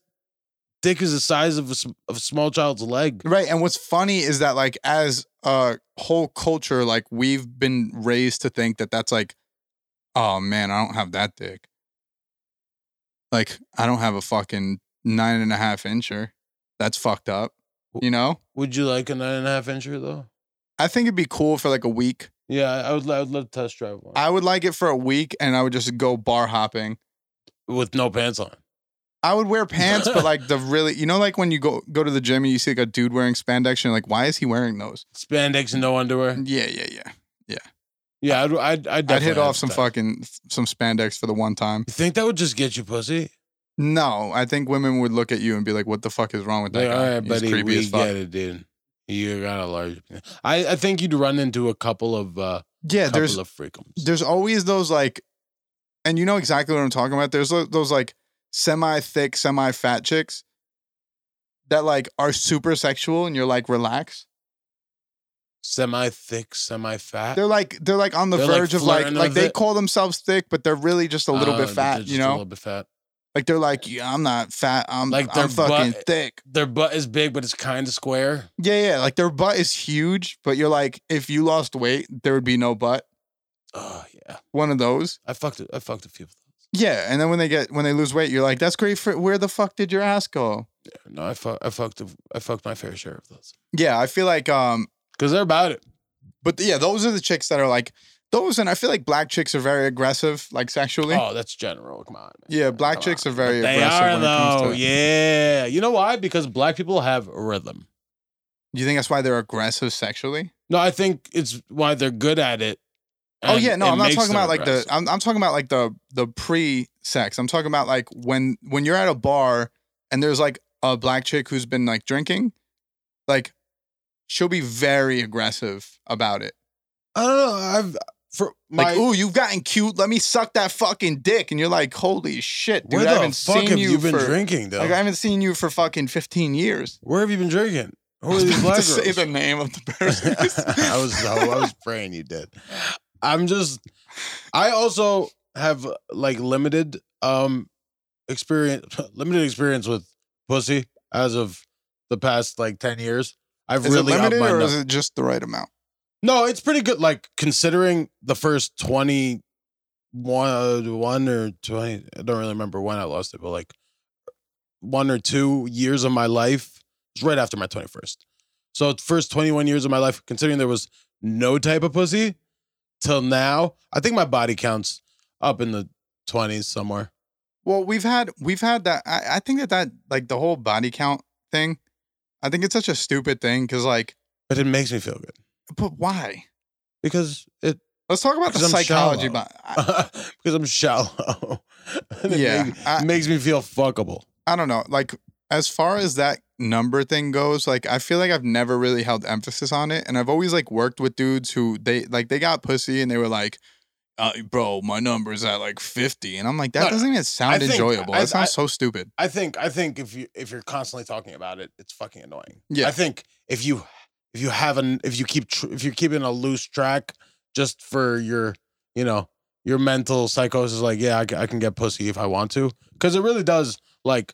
Speaker 3: dick is the size of a, sm- of a small child's leg.
Speaker 2: right? And what's funny is that like as a whole culture, like we've been raised to think that that's like oh man, I don't have that dick. Like, I don't have a fucking nine and a half incher. That's fucked up. You know?
Speaker 3: Would you like a nine and a half incher though?
Speaker 2: I think it'd be cool for like a week.
Speaker 3: Yeah, I I would. I would love to test drive one
Speaker 2: I would like it for a week and I would just go bar hopping.
Speaker 3: with no pants on.
Speaker 2: I would wear pants, but like
Speaker 3: [laughs]
Speaker 2: the really, you know, like when you go go to the gym and you see like a dude wearing spandex, and you're like, why is he wearing those?
Speaker 3: Spandex and no underwear.
Speaker 2: Yeah, yeah, yeah.
Speaker 3: Mm, Yeah, I'd. I'd. I'd,
Speaker 2: I'd
Speaker 3: definitely
Speaker 2: hit off
Speaker 3: have
Speaker 2: some
Speaker 3: that.
Speaker 2: fucking some spandex for the one time.
Speaker 3: You think that would just get you pussy?
Speaker 2: No, I think women would look at you and be like, "What the fuck is wrong with that
Speaker 3: Like,
Speaker 2: guy?
Speaker 3: all right,
Speaker 2: He's
Speaker 3: buddy,
Speaker 2: creepy
Speaker 3: we
Speaker 2: as fuck."
Speaker 3: get it, dude. You got a large. penis. I, I think you'd run into a couple of uh,
Speaker 2: Yeah,
Speaker 3: couple
Speaker 2: there's
Speaker 3: of freakums.
Speaker 2: there's always those like, and you know exactly what I'm talking about. There's tho- those like semi thick, semi fat chicks that like are super sexual, and you're like, relax.
Speaker 3: Semi thick, semi fat.
Speaker 2: They're like they're like on the
Speaker 3: They're, like,
Speaker 2: verge of like
Speaker 3: flirting
Speaker 2: like
Speaker 3: with
Speaker 2: they
Speaker 3: it.
Speaker 2: call themselves thick, but they're really just a little
Speaker 3: Uh,
Speaker 2: bit
Speaker 3: they're
Speaker 2: fat.
Speaker 3: just
Speaker 2: You
Speaker 3: a
Speaker 2: know,
Speaker 3: little bit fat.
Speaker 2: like they're like, yeah, I'm not fat. I'm
Speaker 3: Like
Speaker 2: like
Speaker 3: their
Speaker 2: I'm fucking
Speaker 3: butt-
Speaker 2: thick.
Speaker 3: Their butt is big, but it's kind of square.
Speaker 2: Yeah, yeah. Like their butt is huge, but you're like, if you lost weight, there would be no butt.
Speaker 3: Oh yeah,
Speaker 2: One of those.
Speaker 3: I fucked. I fucked a few of those.
Speaker 2: Yeah, and then when they get when they lose weight, you're like, "That's great for where the fuck did your ass go?"
Speaker 3: Yeah, no, I fucked. I fucked. A, I fucked my fair share of those.
Speaker 2: Yeah, I feel like um,
Speaker 3: Cause they're about it.
Speaker 2: but yeah, those are the chicks that are like those, and I feel like black chicks are very aggressive, like sexually.
Speaker 3: Oh, that's general. Come on. man.
Speaker 2: yeah, black
Speaker 3: Come
Speaker 2: chicks
Speaker 3: on.
Speaker 2: are very
Speaker 3: They
Speaker 2: aggressive
Speaker 3: are
Speaker 2: when it comes
Speaker 3: though.
Speaker 2: to.
Speaker 3: Yeah. You know why? Because black people have rhythm.
Speaker 2: Do you think that's why they're aggressive sexually?
Speaker 3: No, I think it's why they're good at it.
Speaker 2: oh
Speaker 3: and
Speaker 2: yeah, no,
Speaker 3: it
Speaker 2: I'm not
Speaker 3: makes
Speaker 2: talking
Speaker 3: them
Speaker 2: about like the
Speaker 3: aggressive.
Speaker 2: I'm, I'm talking about like the the pre-sex. I'm talking about like when when you're at a bar and there's like a black chick who's been like drinking, like she'll be very aggressive about it.
Speaker 3: I don't know. I've for my
Speaker 2: like, ooh, you've gotten cute. Let me suck that fucking dick. And you're like, holy shit, dude.
Speaker 3: where
Speaker 2: I
Speaker 3: the
Speaker 2: haven't
Speaker 3: fuck
Speaker 2: seen
Speaker 3: have
Speaker 2: you,
Speaker 3: you been
Speaker 2: for
Speaker 3: drinking though?
Speaker 2: like I haven't seen you for fucking 15 years.
Speaker 3: where have you been drinking? [laughs] Who
Speaker 2: I [laughs]
Speaker 3: are
Speaker 2: was
Speaker 3: these
Speaker 2: about
Speaker 3: black
Speaker 2: to
Speaker 3: girls?
Speaker 2: say the name
Speaker 3: [laughs]
Speaker 2: of the person.
Speaker 3: I was
Speaker 2: [laughs]
Speaker 3: I was praying you did. I'm just I also have like limited um experience [laughs] limited experience with pussy as of the past like 10 years. I've
Speaker 2: is
Speaker 3: really
Speaker 2: it
Speaker 3: upped
Speaker 2: limited
Speaker 3: my
Speaker 2: or
Speaker 3: nu-
Speaker 2: is it just the right amount?
Speaker 3: No, it's pretty good like considering the first 20 one, one or 20 I don't really remember when I lost it, but like one or two years of my life it was right after my 21st. So the first 21 years of my life, considering there was no type of pussy till now, I think my body counts up in the 20s somewhere.
Speaker 2: Well, we've had we've had that. I, I think that that like the whole body count thing. I think it's such a stupid thing because like,
Speaker 3: But it makes me feel good
Speaker 2: but why?
Speaker 3: because it [laughs]
Speaker 2: Let's talk about the
Speaker 3: 'Cause I'm
Speaker 2: psychology.
Speaker 3: shallow.
Speaker 2: But I,
Speaker 3: because I'm shallow. [laughs] And it
Speaker 2: Yeah,
Speaker 3: makes,
Speaker 2: I-
Speaker 3: makes me feel fuckable.
Speaker 2: I don't know. Like as far as that number thing goes, like I feel like I've never really held emphasis on it, and I've always like worked with dudes who they like they got pussy and they were like, uh, "Bro, my number's at like 50. and I'm like, that
Speaker 3: No,
Speaker 2: doesn't even sound
Speaker 3: think-
Speaker 2: enjoyable.
Speaker 3: I-
Speaker 2: that sounds
Speaker 3: I-
Speaker 2: so stupid.
Speaker 3: I think I think if you if you're constantly talking about it, it's fucking annoying.
Speaker 2: Yeah.
Speaker 3: I think if you if you have an if you keep tr- if you're keeping a loose track just for your you know your mental psychosis, like yeah, I, ca- I can get pussy if I want to, because it really does like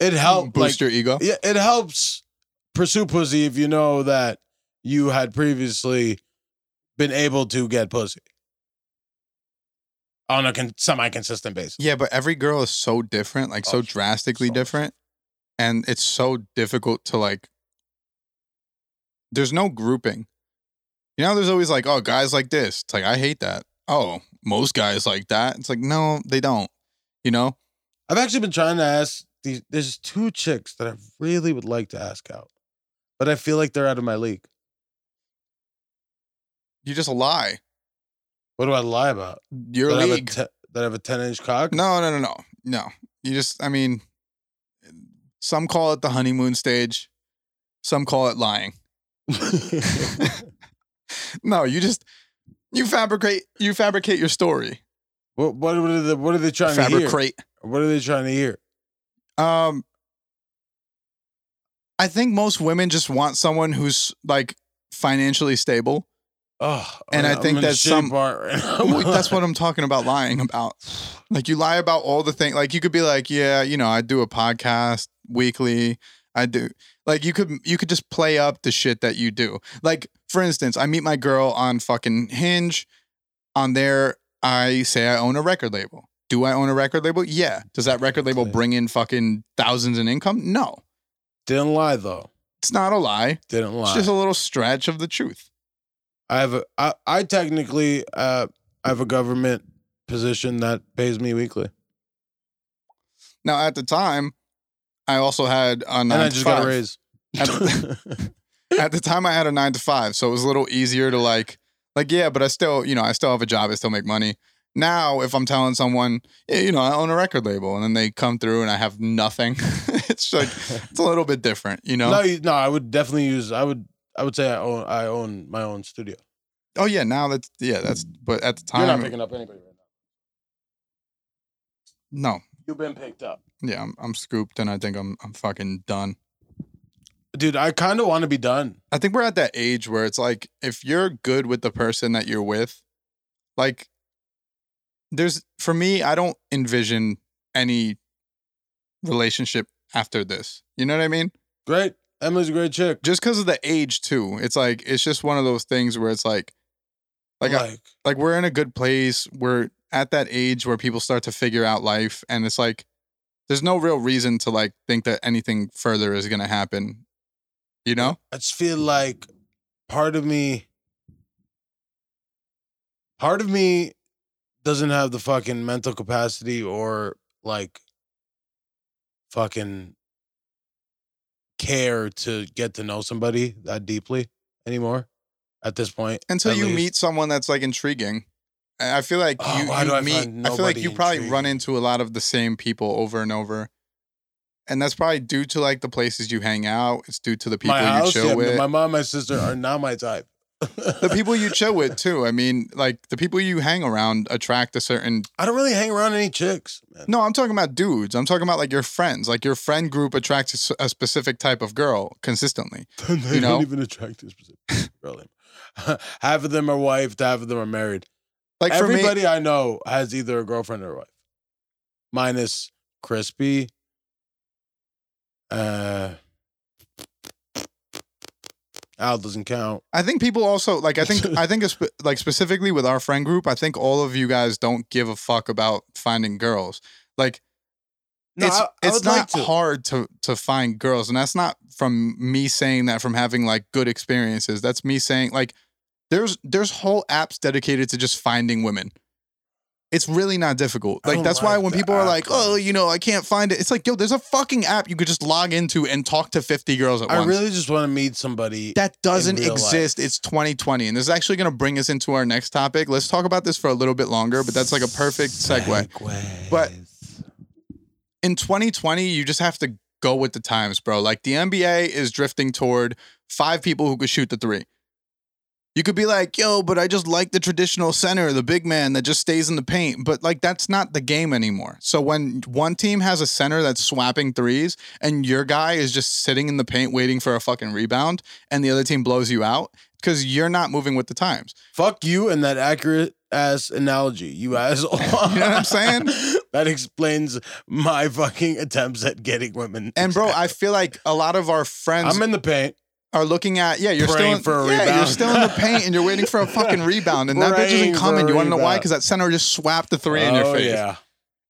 Speaker 3: it help
Speaker 2: Mm, Boost
Speaker 3: like
Speaker 2: your ego.
Speaker 3: yeah, it helps pursue pussy if you know that you had previously been able to get pussy on a con- semi consistent basis.
Speaker 2: Yeah, but every girl is so different, like
Speaker 3: Oh,
Speaker 2: so drastically
Speaker 3: so much.
Speaker 2: different. And it's so difficult to like there's no grouping. You know, there's always like, oh, guys like this. It's like I hate that. Oh, most guys like that. It's like, no, they don't. You know?
Speaker 3: I've actually been trying to ask these. There's two chicks that I really would like to ask out, but I feel like they're out of my league.
Speaker 2: You just lie.
Speaker 3: What do I lie about?
Speaker 2: Your
Speaker 3: that, I have a
Speaker 2: league.
Speaker 3: te- that I have a 10 inch cock?
Speaker 2: no, no, no, no. No. You just I mean some call it the honeymoon stage. Some call it lying. [laughs] no, you just you fabricate you fabricate your story.
Speaker 3: [laughs] what, what, are they, what are they trying to hear?
Speaker 2: fabricate.
Speaker 3: What are they trying to hear?
Speaker 2: Um, I think most women just want someone who's like financially stable.
Speaker 3: Oh,
Speaker 2: And I
Speaker 3: I'm
Speaker 2: think
Speaker 3: in a
Speaker 2: that's
Speaker 3: shitty
Speaker 2: some-
Speaker 3: bar right now.
Speaker 2: Oh, Wait, That's what I'm talking about lying about. Like you lie about all the things. Like you could be like, yeah, you know, I do a podcast weekly. I do like you could you could just play up the shit that you do. Like for instance, I meet my girl on fucking Hinge. On there, I say I own a record label. Do I own a record label? Yeah. Does that record label
Speaker 3: Exactly.
Speaker 2: bring in fucking thousands in income? No.
Speaker 3: [laughs] Didn't lie, though.
Speaker 2: It's not a lie.
Speaker 3: Didn't lie.
Speaker 2: It's just a little stretch of the truth.
Speaker 3: I have a, I, I technically uh, I have a government position that pays me weekly.
Speaker 2: Now, at the time, I also had a nine
Speaker 3: and I
Speaker 2: to
Speaker 3: just
Speaker 2: five.
Speaker 3: got a raise. [laughs]
Speaker 2: At the time, I had a nine to five, so it was a little easier to like, like yeah, but I still, you know, I still have a job. I still make money. Now, if I'm telling someone, yeah, you know, I own a record label, and then they come through and I have nothing, [laughs] it's [laughs] like it's a little bit different, you know.
Speaker 3: No, you- no, I would definitely use. I would, I would say I own, I own my own studio.
Speaker 2: oh yeah, now that's yeah, that's. But at the
Speaker 3: You're not
Speaker 2: time,
Speaker 3: picking up anybody right now.
Speaker 2: no,
Speaker 3: You've been picked up,
Speaker 2: yeah, I'm, I'm scooped, and I think I'm I'm fucking done.
Speaker 3: dude. I kind of want to be done.
Speaker 2: I think we're at that age where it's like if you're good with the person that you're with, like there's for me, I don't envision any relationship after this. You know what I mean?
Speaker 3: Great, Emily's a great chick.
Speaker 2: Just because of the age too. It's like it's just one of those things where it's like like I-
Speaker 3: like
Speaker 2: like we're in a good place. We're at that age where people start to figure out life and it's like there's no real reason to like think that anything further is gonna happen. You know?
Speaker 3: I just feel like part of me, part of me doesn't have the fucking mental capacity or like fucking care to get to know somebody that deeply anymore at this point.
Speaker 2: until
Speaker 3: at
Speaker 2: you
Speaker 3: least.
Speaker 2: meet someone that's like intriguing. I I feel like
Speaker 3: Oh,
Speaker 2: you,
Speaker 3: why
Speaker 2: you
Speaker 3: do I
Speaker 2: meet.
Speaker 3: find
Speaker 2: I, feel like
Speaker 3: nobody
Speaker 2: you probably run
Speaker 3: intriguing?
Speaker 2: into a lot of the same people over and over, and that's probably due to like the places you hang out. It's due to the people
Speaker 3: my house,
Speaker 2: you chill
Speaker 3: yeah,
Speaker 2: with.
Speaker 3: My mom, my sister are not my type.
Speaker 2: the people you chill with too. I mean, like the people you hang around attract a certain.
Speaker 3: [laughs] I don't really hang around any chicks,
Speaker 2: [laughs]
Speaker 3: man.
Speaker 2: No, I'm talking about dudes. I'm talking about like your friends. Like your friend group attracts a s- a specific type of girl consistently.
Speaker 3: they don't
Speaker 2: know?
Speaker 3: even attract this specific girl. [laughs] half of them are wifed, half of them are married.
Speaker 2: Like for me,
Speaker 3: Everybody I know has either a girlfriend or a wife, minus Crispy. Uh, Al doesn't count.
Speaker 2: I think people also like. I
Speaker 3: [laughs]
Speaker 2: think I think it's spe- like specifically with our friend group. I think all of you guys don't give a fuck about finding girls. Like
Speaker 3: No,
Speaker 2: it's
Speaker 3: I- I
Speaker 2: it's
Speaker 3: would like
Speaker 2: not
Speaker 3: to.
Speaker 2: hard to to find girls, and that's not from me saying that from having like good experiences. That's me saying like there's there's whole apps dedicated to just finding women. It's really not difficult.
Speaker 3: I
Speaker 2: Like
Speaker 3: don't
Speaker 2: that's why
Speaker 3: like
Speaker 2: when
Speaker 3: the
Speaker 2: people are
Speaker 3: app
Speaker 2: like,
Speaker 3: thing.
Speaker 2: "Oh, you know, I can't find it." It's like, "Yo, there's a fucking app you could just log into and talk to 50 girls at
Speaker 3: I
Speaker 2: once."
Speaker 3: really just want to meet somebody.
Speaker 2: That doesn't
Speaker 3: real life.
Speaker 2: exist. It's 2020. And this is actually going to bring us into our next topic. Let's talk about this for a little bit longer, but that's like a perfect segue.
Speaker 3: Segways.
Speaker 2: But- In 2020, you just have to go with the times, bro. Like the NBA is drifting toward five people who could shoot the three. You could be like, yo, but I just like the traditional center, the big man that just stays in the paint. But like, that's not the game anymore. So when one team has a center that's swapping threes and your guy is just sitting in the paint waiting for a fucking rebound and the other team blows you out because you're not moving with the times.
Speaker 3: Fuck you and that accurate ass
Speaker 2: [laughs]
Speaker 3: analogy, you asshole. you know
Speaker 2: what I'm saying?
Speaker 3: [laughs] that explains my fucking attempts at getting women.
Speaker 2: And bro, I feel like a lot of our friends
Speaker 3: [laughs] I'm in the paint.
Speaker 2: are looking at yeah, you're still
Speaker 3: Praying
Speaker 2: in,
Speaker 3: for a
Speaker 2: yeah, you're
Speaker 3: rebound.
Speaker 2: still
Speaker 3: [laughs]
Speaker 2: in the paint and you're waiting for a fucking rebound and that bitch
Speaker 3: Praying
Speaker 2: isn't
Speaker 3: for
Speaker 2: coming.
Speaker 3: a
Speaker 2: You want to know why?
Speaker 3: rebound.
Speaker 2: Because that center just swapped the three in your
Speaker 3: Oh,
Speaker 2: face,
Speaker 3: Yeah.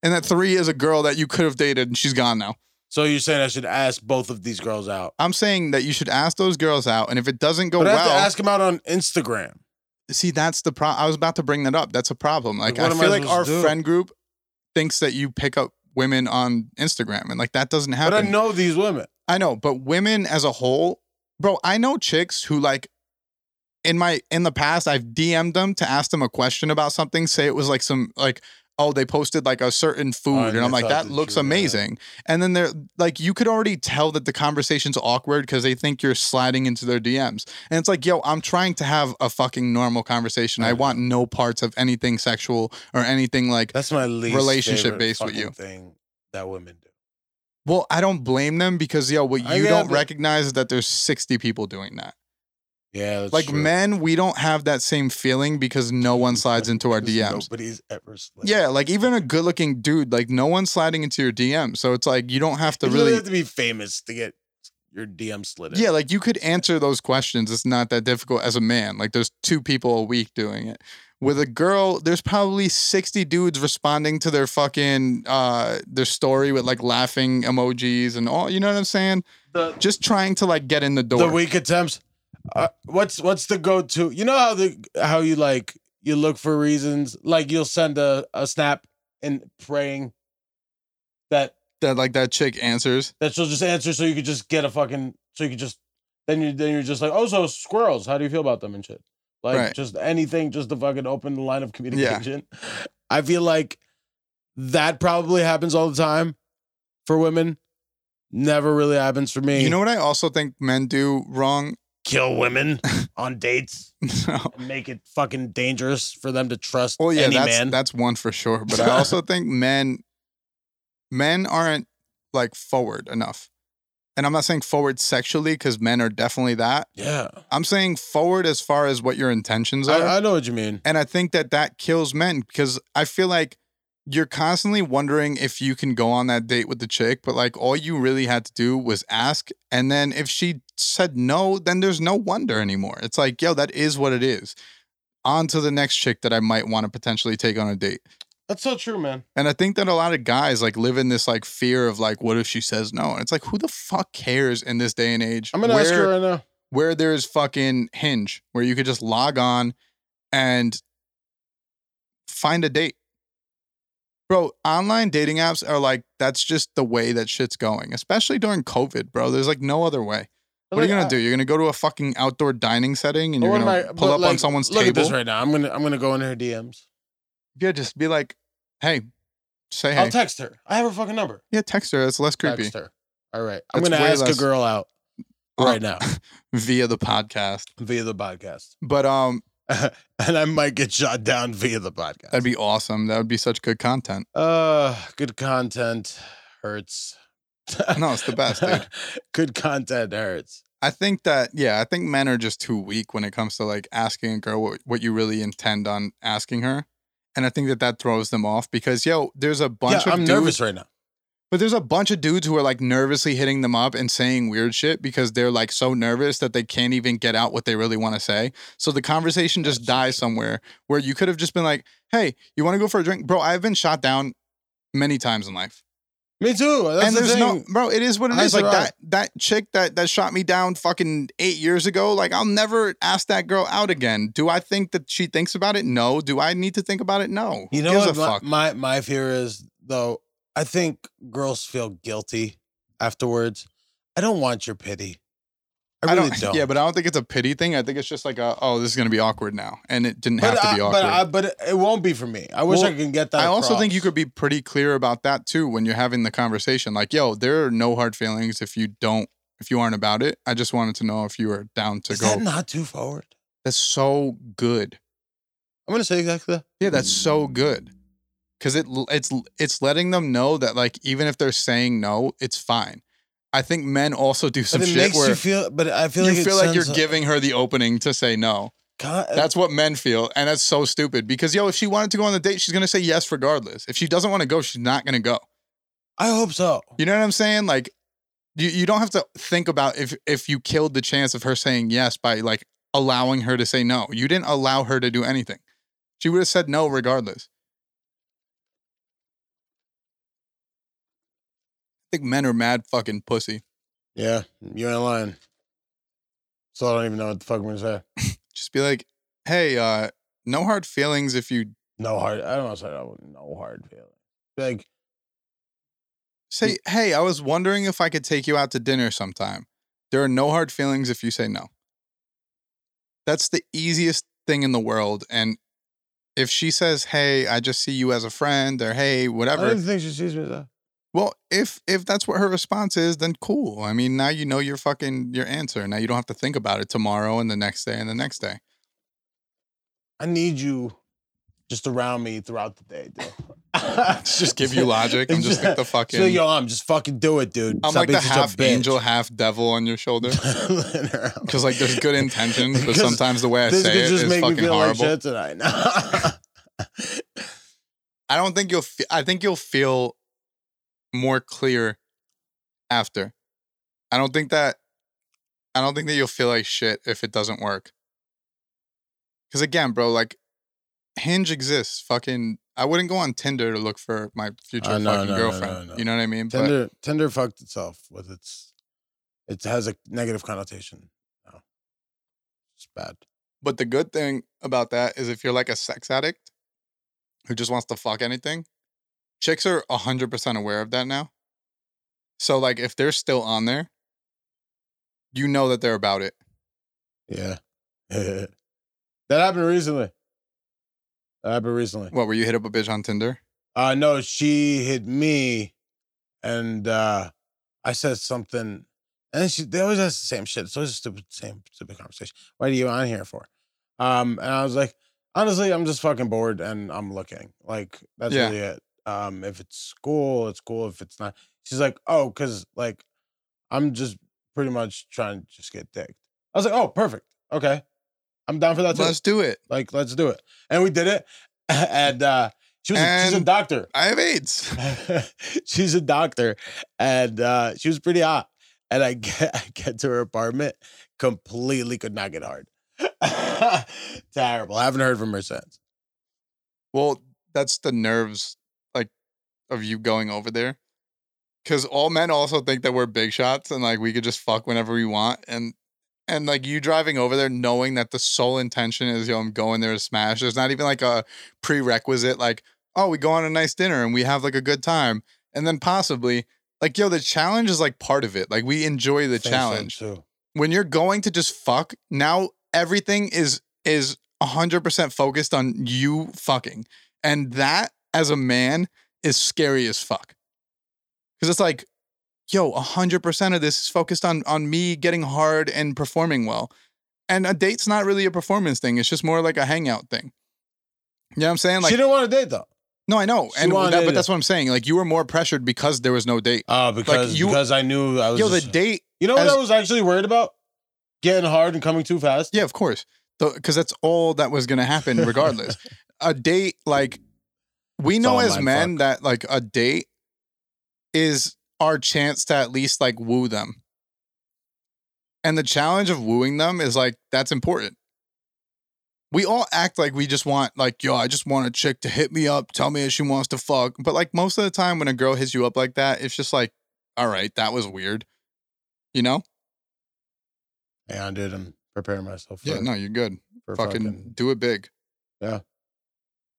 Speaker 2: and that three is a girl that you could have dated and she's gone now.
Speaker 3: So you're saying I should ask both of these girls out?
Speaker 2: I'm saying that you should ask those girls out, and if it doesn't go
Speaker 3: but I have
Speaker 2: Oh, well,
Speaker 3: to ask them out on Instagram.
Speaker 2: see that's the problem. I was about to bring that up. That's a problem. Like
Speaker 3: Like,
Speaker 2: I
Speaker 3: what am
Speaker 2: feel
Speaker 3: I
Speaker 2: like
Speaker 3: supposed
Speaker 2: our
Speaker 3: to do?
Speaker 2: friend group thinks that you pick up women on Instagram, and like that doesn't happen.
Speaker 3: But I know these women.
Speaker 2: I know, but women as a whole, bro, I know chicks who like in my in the past I've DM'd them to ask them a question about something. Say it was like some like oh they posted like a certain food
Speaker 3: Oh,
Speaker 2: and I'm
Speaker 3: that's
Speaker 2: like
Speaker 3: how
Speaker 2: that
Speaker 3: did
Speaker 2: looks
Speaker 3: you, uh,
Speaker 2: amazing. And then they're like you could already tell that the conversation's awkward cuz they think you're sliding into their DMs. And it's like, yo, I'm trying to have a fucking normal conversation. I,
Speaker 3: I know.
Speaker 2: want no parts of anything sexual or anything like
Speaker 3: That's my least
Speaker 2: Relationship
Speaker 3: favorite
Speaker 2: based with
Speaker 3: fucking
Speaker 2: you.
Speaker 3: thing that women do.
Speaker 2: well, I don't blame them because yo, what
Speaker 3: I
Speaker 2: you
Speaker 3: get
Speaker 2: don't
Speaker 3: it.
Speaker 2: recognize is that there's 60 people doing that.
Speaker 3: Yeah, that's
Speaker 2: like
Speaker 3: true.
Speaker 2: men, we don't have that same feeling because no one slides into our
Speaker 3: Because
Speaker 2: DMs.
Speaker 3: Nobody's ever slid.
Speaker 2: Yeah, like even a good looking dude, like no one's sliding into your DM. So it's like you don't have to
Speaker 3: you really
Speaker 2: really.
Speaker 3: have to be famous to get your DM slid. in.
Speaker 2: Yeah, like you could answer those questions. It's not that difficult as a man. Like there's two people a week doing it. With a girl, there's probably 60 dudes responding to their fucking uh their story with like laughing emojis and all, you know what I'm saying?
Speaker 3: the
Speaker 2: Just trying to like get in the door.
Speaker 3: the weak attempts. Uh, what's what's the go to? You know how the how you like you look for reasons. Like you'll send a a snap and praying that
Speaker 2: that like that chick answers.
Speaker 3: that she'll just answer, so you could just get a fucking so you could just then you then you're just like oh so squirrels. How do you feel about them and shit? Like
Speaker 2: Right.
Speaker 3: just anything, just to fucking open the line of communication. I feel like that probably happens all the time for women. Never really happens for me.
Speaker 2: You know what I also think men do wrong? [laughs]
Speaker 3: kill women [laughs] on dates.
Speaker 2: No.
Speaker 3: and make it fucking dangerous for them to trust
Speaker 2: Well, yeah,
Speaker 3: any
Speaker 2: that's
Speaker 3: man.
Speaker 2: that's one for sure. But I also think men men aren't like forward enough. And I'm not saying forward sexually because men are definitely that.
Speaker 3: yeah,
Speaker 2: I'm saying forward as far as what your intentions are.
Speaker 3: I, I know what you mean.
Speaker 2: and I think that that kills men because I feel like you're constantly wondering if you can go on that date with the chick, but like all you really had to do was ask. And then if she said no, then there's no wonder anymore. It's like, yo, that is what it is. On to the next chick that I might want to potentially take on a date.
Speaker 3: That's so true, man.
Speaker 2: And I think that a lot of guys like live in this like fear of like, what if she says no? And it's like, who the fuck cares in this day and age?
Speaker 3: I'm gonna ask
Speaker 2: Where-
Speaker 3: her right now.
Speaker 2: where there's fucking Hinge, where you could just log on and find a date. Bro, online dating apps are like, that's just the way that shit's going, especially during COVID, bro. There's like no other way. What are you
Speaker 3: uh,
Speaker 2: going to do? You're going to go to a fucking outdoor dining setting and you're going to pull up on someone's
Speaker 3: look At
Speaker 2: table?
Speaker 3: this right now. I'm gonna I'm gonna go in her DMs.
Speaker 2: yeah, just be like, hey, say hey.
Speaker 3: I'll text her. I have her fucking number.
Speaker 2: yeah, text her. That's less creepy
Speaker 3: Text her. All right. I'm
Speaker 2: That's
Speaker 3: gonna
Speaker 2: way
Speaker 3: ask
Speaker 2: less-
Speaker 3: a girl out right
Speaker 2: Uh, [laughs]
Speaker 3: now
Speaker 2: via the podcast.
Speaker 3: via the podcast, [laughs]
Speaker 2: But um,
Speaker 3: and I might get shot down via the podcast.
Speaker 2: that'd be awesome. That would be such good content.
Speaker 3: Uh, good content hurts.
Speaker 2: [laughs] No, it's the best, dude.
Speaker 3: [laughs] good content hurts.
Speaker 2: I think that yeah, I think men are just too weak when it comes to like asking a girl what, what you really intend on asking her, and I think that that throws them off because yo, there's a bunch
Speaker 3: yeah,
Speaker 2: of
Speaker 3: I'm
Speaker 2: dudes,
Speaker 3: nervous right now.
Speaker 2: but there's a bunch of dudes who are like nervously hitting them up and saying weird shit because they're like so nervous that they can't even get out what they really want to say. So the conversation just
Speaker 3: That's so
Speaker 2: dies
Speaker 3: true.
Speaker 2: somewhere where you could have just been like, "Hey, you want to go for a drink, bro?" I've been shot down many times in life
Speaker 3: Me too. That's
Speaker 2: and
Speaker 3: the
Speaker 2: there's
Speaker 3: thing.
Speaker 2: no bro. It is what it is.
Speaker 3: Eyes
Speaker 2: Like
Speaker 3: are
Speaker 2: that that chick that that shot me down fucking eight years ago. Like I'll never ask that girl out again. Do I think that she thinks about it? No. Do I need to think about it? No. Who
Speaker 3: You know
Speaker 2: gives
Speaker 3: what
Speaker 2: a
Speaker 3: my,
Speaker 2: fuck.
Speaker 3: my my fear is though. I think girls feel guilty afterwards. I don't want your pity. I really
Speaker 2: don't, [laughs]
Speaker 3: don't.
Speaker 2: Yeah, but I don't think it's a pity thing. I think it's just like, a, oh, this is going to be awkward now. And it didn't
Speaker 3: but,
Speaker 2: have to
Speaker 3: I,
Speaker 2: be awkward.
Speaker 3: but, I, but it won't be for me. I wish
Speaker 2: Well,
Speaker 3: I could get that.
Speaker 2: I also think
Speaker 3: across.
Speaker 2: you could be pretty clear about that too when you're having the conversation. Like, yo, there are no hard feelings if you don't, if you aren't about it. I just wanted to know if you were down to
Speaker 3: Is
Speaker 2: go.
Speaker 3: that not too forward?
Speaker 2: that's so good.
Speaker 3: I'm gonna say exactly that.
Speaker 2: Yeah, that's so good. Cause it l- it's l- it's letting them know that like even if they're saying no, it's fine. I think men also do some
Speaker 3: but it
Speaker 2: shit
Speaker 3: makes
Speaker 2: where
Speaker 3: you feel. But I feel like
Speaker 2: you
Speaker 3: it
Speaker 2: feel like you're
Speaker 3: sends a- uh,
Speaker 2: giving her the opening to say no.
Speaker 3: God,
Speaker 2: That's what men feel, and that's so stupid. Because yo, if she wanted to go on the date, she's gonna say yes regardless. If she doesn't want to go, she's not gonna go.
Speaker 3: I hope so.
Speaker 2: You know what I'm saying? Like, you you don't have to think about if if you killed the chance of her saying yes by like allowing her to say no. You didn't allow her to do anything. She would have said no regardless. I think men are mad fucking pussy.
Speaker 3: Yeah, you ain't lying. So I don't even know what the fuck I'm gonna say.
Speaker 2: Just be like, hey, uh, no hard feelings if you
Speaker 3: No hard. I don't want to say that. with No hard feeling. Like
Speaker 2: Say, hey, I was wondering if I could take you out to dinner sometime. There are no hard feelings if you say no. That's the easiest thing in the world. And if she says, hey, I just see you as a friend, or hey,
Speaker 3: I
Speaker 2: whatever.
Speaker 3: don't even think she sees me though.
Speaker 2: well, if if that's what her response is, then cool. I mean, now you know your fucking your answer. Now you don't have to think about it tomorrow and the next day and the next day.
Speaker 3: I need you just around me throughout the day, dude.
Speaker 2: [laughs] Just give you logic and just
Speaker 3: [laughs]
Speaker 2: think the fucking.
Speaker 3: So yo, I'm just fucking do it, dude.
Speaker 2: I'm
Speaker 3: Stop
Speaker 2: like
Speaker 3: being
Speaker 2: the
Speaker 3: such a
Speaker 2: half
Speaker 3: bitch. [laughs]
Speaker 2: angel, half devil on your shoulder.
Speaker 3: Literally.
Speaker 2: Because like there's good intentions, but
Speaker 3: [laughs] 'Cause
Speaker 2: sometimes the way I
Speaker 3: this
Speaker 2: say
Speaker 3: could
Speaker 2: it
Speaker 3: just
Speaker 2: is
Speaker 3: make me
Speaker 2: fucking
Speaker 3: feel like
Speaker 2: horrible.
Speaker 3: shit tonight. [laughs]
Speaker 2: I don't think you'll. Fe- I think you'll feel more clear after. I don't think that. I don't think that you'll feel like shit if it doesn't work. Because again, bro, like Hinge exists. Fucking, I wouldn't go on Tinder to look for my future
Speaker 3: Uh, no,
Speaker 2: fucking
Speaker 3: no, no,
Speaker 2: girlfriend.
Speaker 3: no, no.
Speaker 2: You know what I mean? But
Speaker 3: Tinder, Tinder fucked itself with its. It has a negative connotation. now. It's bad.
Speaker 2: but the good thing about that is if you're like a sex addict who just wants to fuck anything, chicks are 100% aware of that now. So, like, if they're still on there, you know that they're about it.
Speaker 3: Yeah. [laughs] that happened recently. That happened recently.
Speaker 2: What, were you hit up a bitch on Tinder?
Speaker 3: Uh no, she hit me and uh I said something and then she they always ask the same shit. It's always a stupid same stupid conversation. What are you on here for? Um and I was like, honestly, I'm just fucking bored and I'm looking. Like that's
Speaker 2: Yeah.
Speaker 3: really it. Um if it's cool, it's cool. If it's not she's like, oh, cause like I'm just pretty much trying to just get dicked. I was like, oh, perfect. Okay. I'm down for that too.
Speaker 2: Let's do it.
Speaker 3: like, let's do it. And we did it. [laughs] and uh she was a, she's a
Speaker 2: And-
Speaker 3: doctor. [laughs]
Speaker 2: I have AIDS. [laughs]
Speaker 3: she's a doctor and uh, she was pretty hot. And I [laughs] get, I get to her apartment, completely could not get hard. [laughs] Terrible. I haven't heard from her since.
Speaker 2: Well, that's the nerves, like, of you going over there. Cause all men also think that we're big shots and like we could just fuck whenever we want. And and like you driving over there knowing that the sole intention is yo, I'm going there to smash. There's not even like a prerequisite, like, oh, we go on a nice dinner and we have like a good time. And then possibly like yo, the challenge is like part of it. Like we enjoy the
Speaker 3: Think so,
Speaker 2: challenge.
Speaker 3: too.
Speaker 2: When you're going to just fuck, now everything is is 100% focused on you fucking. And that as a man is scary as fuck. Cuz it's like yo, 100% of this is focused on on me getting hard and performing well. And a date's not really a performance thing, it's just more like a hangout thing. You know what I'm saying?
Speaker 3: she
Speaker 2: Like
Speaker 3: didn't want to date though.
Speaker 2: no, I know.
Speaker 3: she
Speaker 2: And
Speaker 3: wanted
Speaker 2: that,
Speaker 3: it.
Speaker 2: but that's what I'm saying. Like you were more pressured because there was no date.
Speaker 3: Uh, because
Speaker 2: you-
Speaker 3: because I knew I was.
Speaker 2: Yo, the
Speaker 3: just-
Speaker 2: date
Speaker 3: you know what
Speaker 2: as-
Speaker 3: I was actually worried about? Getting hard and coming too fast.
Speaker 2: Yeah, of course. Because that's all that was going to
Speaker 3: [laughs]
Speaker 2: happen, regardless. a date, like, we
Speaker 3: It's
Speaker 2: know
Speaker 3: all
Speaker 2: as
Speaker 3: mindfuck.
Speaker 2: men that, like, a date is our chance to at least, like, woo them. And the challenge of wooing them is, like, that's important. We all act like we just want, like, yo, I just want a chick to hit me up, tell me that she wants to fuck. But, like, most of the time when a girl hits you up like that, it's just like, all right, that was weird. You know?
Speaker 3: Yeah, dude, I'm preparing myself for,
Speaker 2: Yeah, no, you're good.
Speaker 3: for
Speaker 2: fucking,
Speaker 3: fucking,
Speaker 2: do it big.
Speaker 3: Yeah.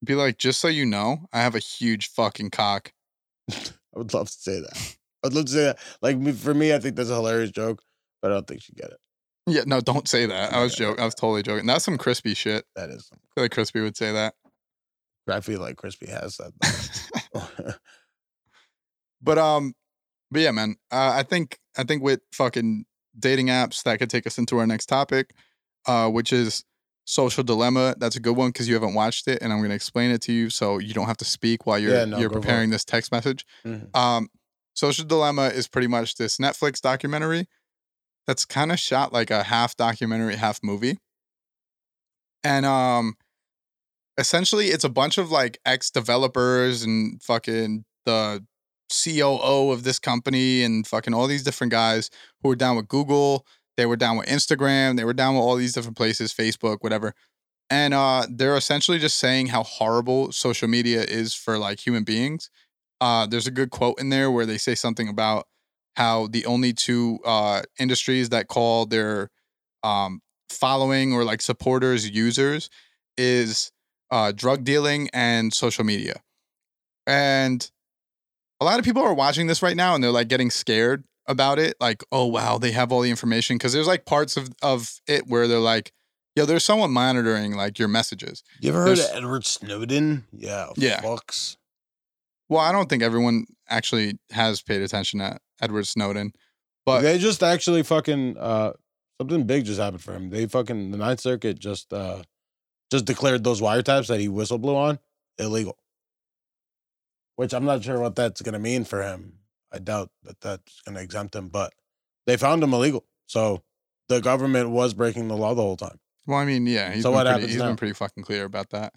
Speaker 2: Be like, just so you know, I have a huge fucking cock.
Speaker 3: I would love to say that. I'd love to say that. Like me, for me, I think that's a hilarious joke, but I don't think she get it.
Speaker 2: Yeah, no, don't say that. I was joking. I was totally joking. That's some crispy shit.
Speaker 3: That is.
Speaker 2: I feel like crispy would say that.
Speaker 3: I feel like Crispy has that.
Speaker 2: [laughs]
Speaker 3: though. [laughs]
Speaker 2: But um, but yeah, man. Uh, I think I think with fucking dating apps, that could take us into our next topic, uh, which is social dilemma. That's a good one because you haven't watched it, and I'm gonna explain it to you so you don't have to speak while you're
Speaker 3: Yeah, no,
Speaker 2: you're
Speaker 3: go for it.
Speaker 2: preparing this text message.
Speaker 3: Mhm.
Speaker 2: Um, social dilemma is pretty much this Netflix documentary that's kind of shot like a half documentary, half movie, and um, essentially it's a bunch of like ex developers and fucking the COO of this company and fucking all these different guys who were down with Google, they were down with Instagram, they were down with all these different places, Facebook, whatever. And uh, they're essentially just saying how horrible social media is for like human beings. Uh, there's a good quote in there where they say something about how the only two uh, industries that call their um, following or like supporters users is uh, drug dealing and social media. And a lot of people are watching this right now and they're like getting scared about it. Like, oh wow, they have all the information. Cause there's like parts of, of it where they're like, yo, there's someone monitoring like your messages.
Speaker 3: you ever heard
Speaker 2: There's-
Speaker 3: of Edward Snowden? Yeah.
Speaker 2: Yeah.
Speaker 3: Fucks.
Speaker 2: Well, I don't think everyone actually has paid attention to Edward Snowden. But
Speaker 3: they just actually fucking uh something big just happened for him. They fucking the Ninth Circuit just uh just declared those wiretaps that he whistle blew on illegal. Which I'm not sure what that's gonna mean for him. I doubt that that's gonna exempt him, but they found him illegal. So the government was breaking the law the whole time.
Speaker 2: well, I mean, yeah, he's,
Speaker 3: So
Speaker 2: been,
Speaker 3: what
Speaker 2: pretty,
Speaker 3: happens
Speaker 2: he's been
Speaker 3: now?
Speaker 2: pretty fucking clear about that.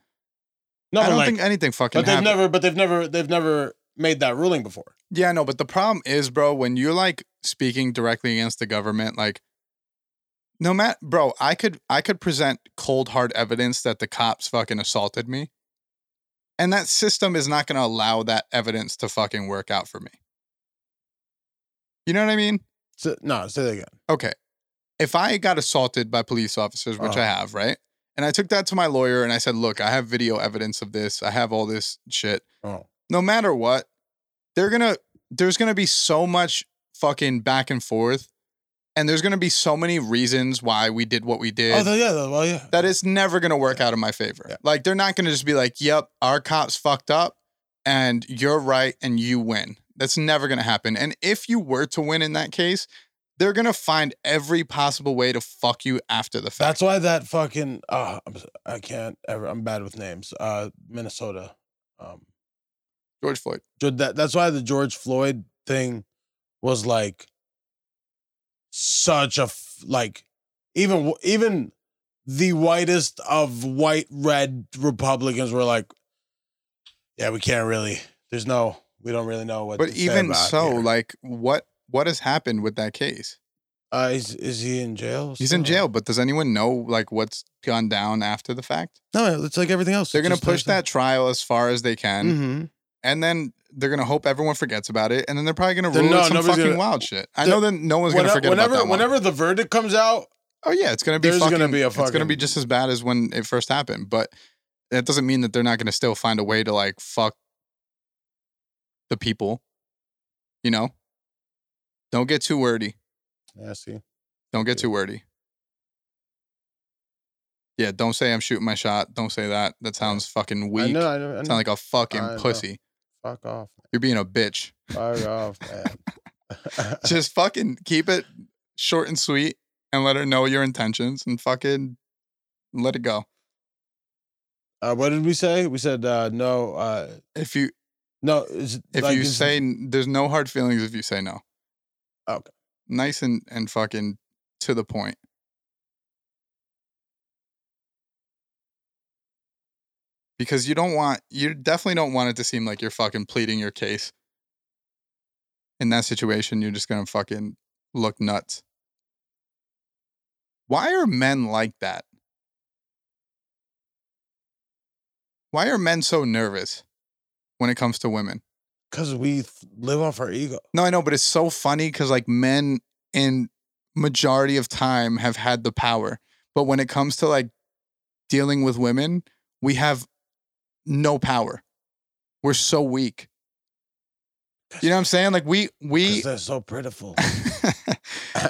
Speaker 3: No,
Speaker 2: I
Speaker 3: but
Speaker 2: don't
Speaker 3: like,
Speaker 2: think anything fucking
Speaker 3: but they've
Speaker 2: happened.
Speaker 3: never, but they've never, they've never made that ruling before.
Speaker 2: Yeah, no, but the problem is, bro, when you're like speaking directly against the government, like no matter bro, I could I could present cold hard evidence that the cops fucking assaulted me. And that system is not gonna allow that evidence to fucking work out for me. You know what I mean?
Speaker 3: So, no, say that again.
Speaker 2: Okay. If I got assaulted by police officers, which
Speaker 3: Uh-huh.
Speaker 2: I have, right? And I took that to my lawyer and I said, look, I have video evidence of this. I have all this shit
Speaker 3: Oh,
Speaker 2: no matter what, they're gonna there's gonna be so much fucking back and forth, and there's gonna be so many reasons why we did what we did
Speaker 3: oh, yeah, well, yeah.
Speaker 2: that it's never gonna work out in my favor.
Speaker 3: Yeah.
Speaker 2: Like they're not gonna just be like, "Yep, our cops fucked up, and you're right, and you win." That's never gonna happen. And if you were to win in that case, they're gonna find every possible way to fuck you after the fact.
Speaker 3: That's why that fucking uh, I'm, s- I can't ever. I'm bad with names. Uh, Minnesota. Um,
Speaker 2: George Floyd.
Speaker 3: Jo- that that's why the George Floyd thing was like such a f- like even w- even the whitest of white red Republicans were like, yeah, we can't really. There's no. We don't really know what.
Speaker 2: But
Speaker 3: to say
Speaker 2: even
Speaker 3: about
Speaker 2: so,
Speaker 3: here."
Speaker 2: like what what has happened with that case?
Speaker 3: uh, is is he in jail?
Speaker 2: He's in
Speaker 3: still?
Speaker 2: jail, but does anyone know like what's gone down after the fact?
Speaker 3: No, it's like everything else.
Speaker 2: They're gonna push that trial as far as they can,
Speaker 3: Mm-hmm.
Speaker 2: and then they're gonna hope everyone forgets about it, and then they're probably gonna
Speaker 3: Then
Speaker 2: rule
Speaker 3: no,
Speaker 2: it some
Speaker 3: nobody's
Speaker 2: fucking
Speaker 3: gonna-
Speaker 2: wild shit. I
Speaker 3: the-
Speaker 2: know that no one's gonna
Speaker 3: Whenever-
Speaker 2: forget
Speaker 3: whenever,
Speaker 2: about that one.
Speaker 3: whenever the verdict comes out,
Speaker 2: oh yeah, it's gonna be
Speaker 3: There's
Speaker 2: fucking,
Speaker 3: gonna be a
Speaker 2: It's gonna be
Speaker 3: fucking-
Speaker 2: just as bad as when it first happened, but that doesn't mean that they're not gonna still find a way to like fuck the people. You know, don't get too wordy.
Speaker 3: yeah, see,
Speaker 2: Don't get
Speaker 3: Yeah.
Speaker 2: too wordy. Yeah, don't say I'm shooting my shot. Don't say that. That sounds fucking
Speaker 3: I
Speaker 2: weak.
Speaker 3: know, I know, I know.
Speaker 2: Sound like a fucking
Speaker 3: I know.
Speaker 2: pussy.
Speaker 3: fuck off,
Speaker 2: You're being a bitch.
Speaker 3: fuck off,
Speaker 2: [laughs]
Speaker 3: man. [laughs]
Speaker 2: Just fucking keep it short and sweet and let her know your intentions and fucking let it go.
Speaker 3: uh, what did we say? We said uh, no, uh,
Speaker 2: If you
Speaker 3: no. Is,
Speaker 2: if
Speaker 3: like,
Speaker 2: you
Speaker 3: is-
Speaker 2: say there's no hard feelings if you say no.
Speaker 3: Okay.
Speaker 2: Nice and and fucking to the point. Because you don't want you definitely don't want it to seem like you're fucking pleading your case. In that situation, you're just going to fucking look nuts. Why are men like that? Why are men so nervous when it comes to women?
Speaker 3: because we th- live off our ego.
Speaker 2: No, I know, but it's so funny because like men in majority of time have had the power, but when it comes to like dealing with women, we have no power. We're so weak. You know what I'm saying? Like we
Speaker 3: 'cause
Speaker 2: we
Speaker 3: they're so pitiful.
Speaker 2: [laughs]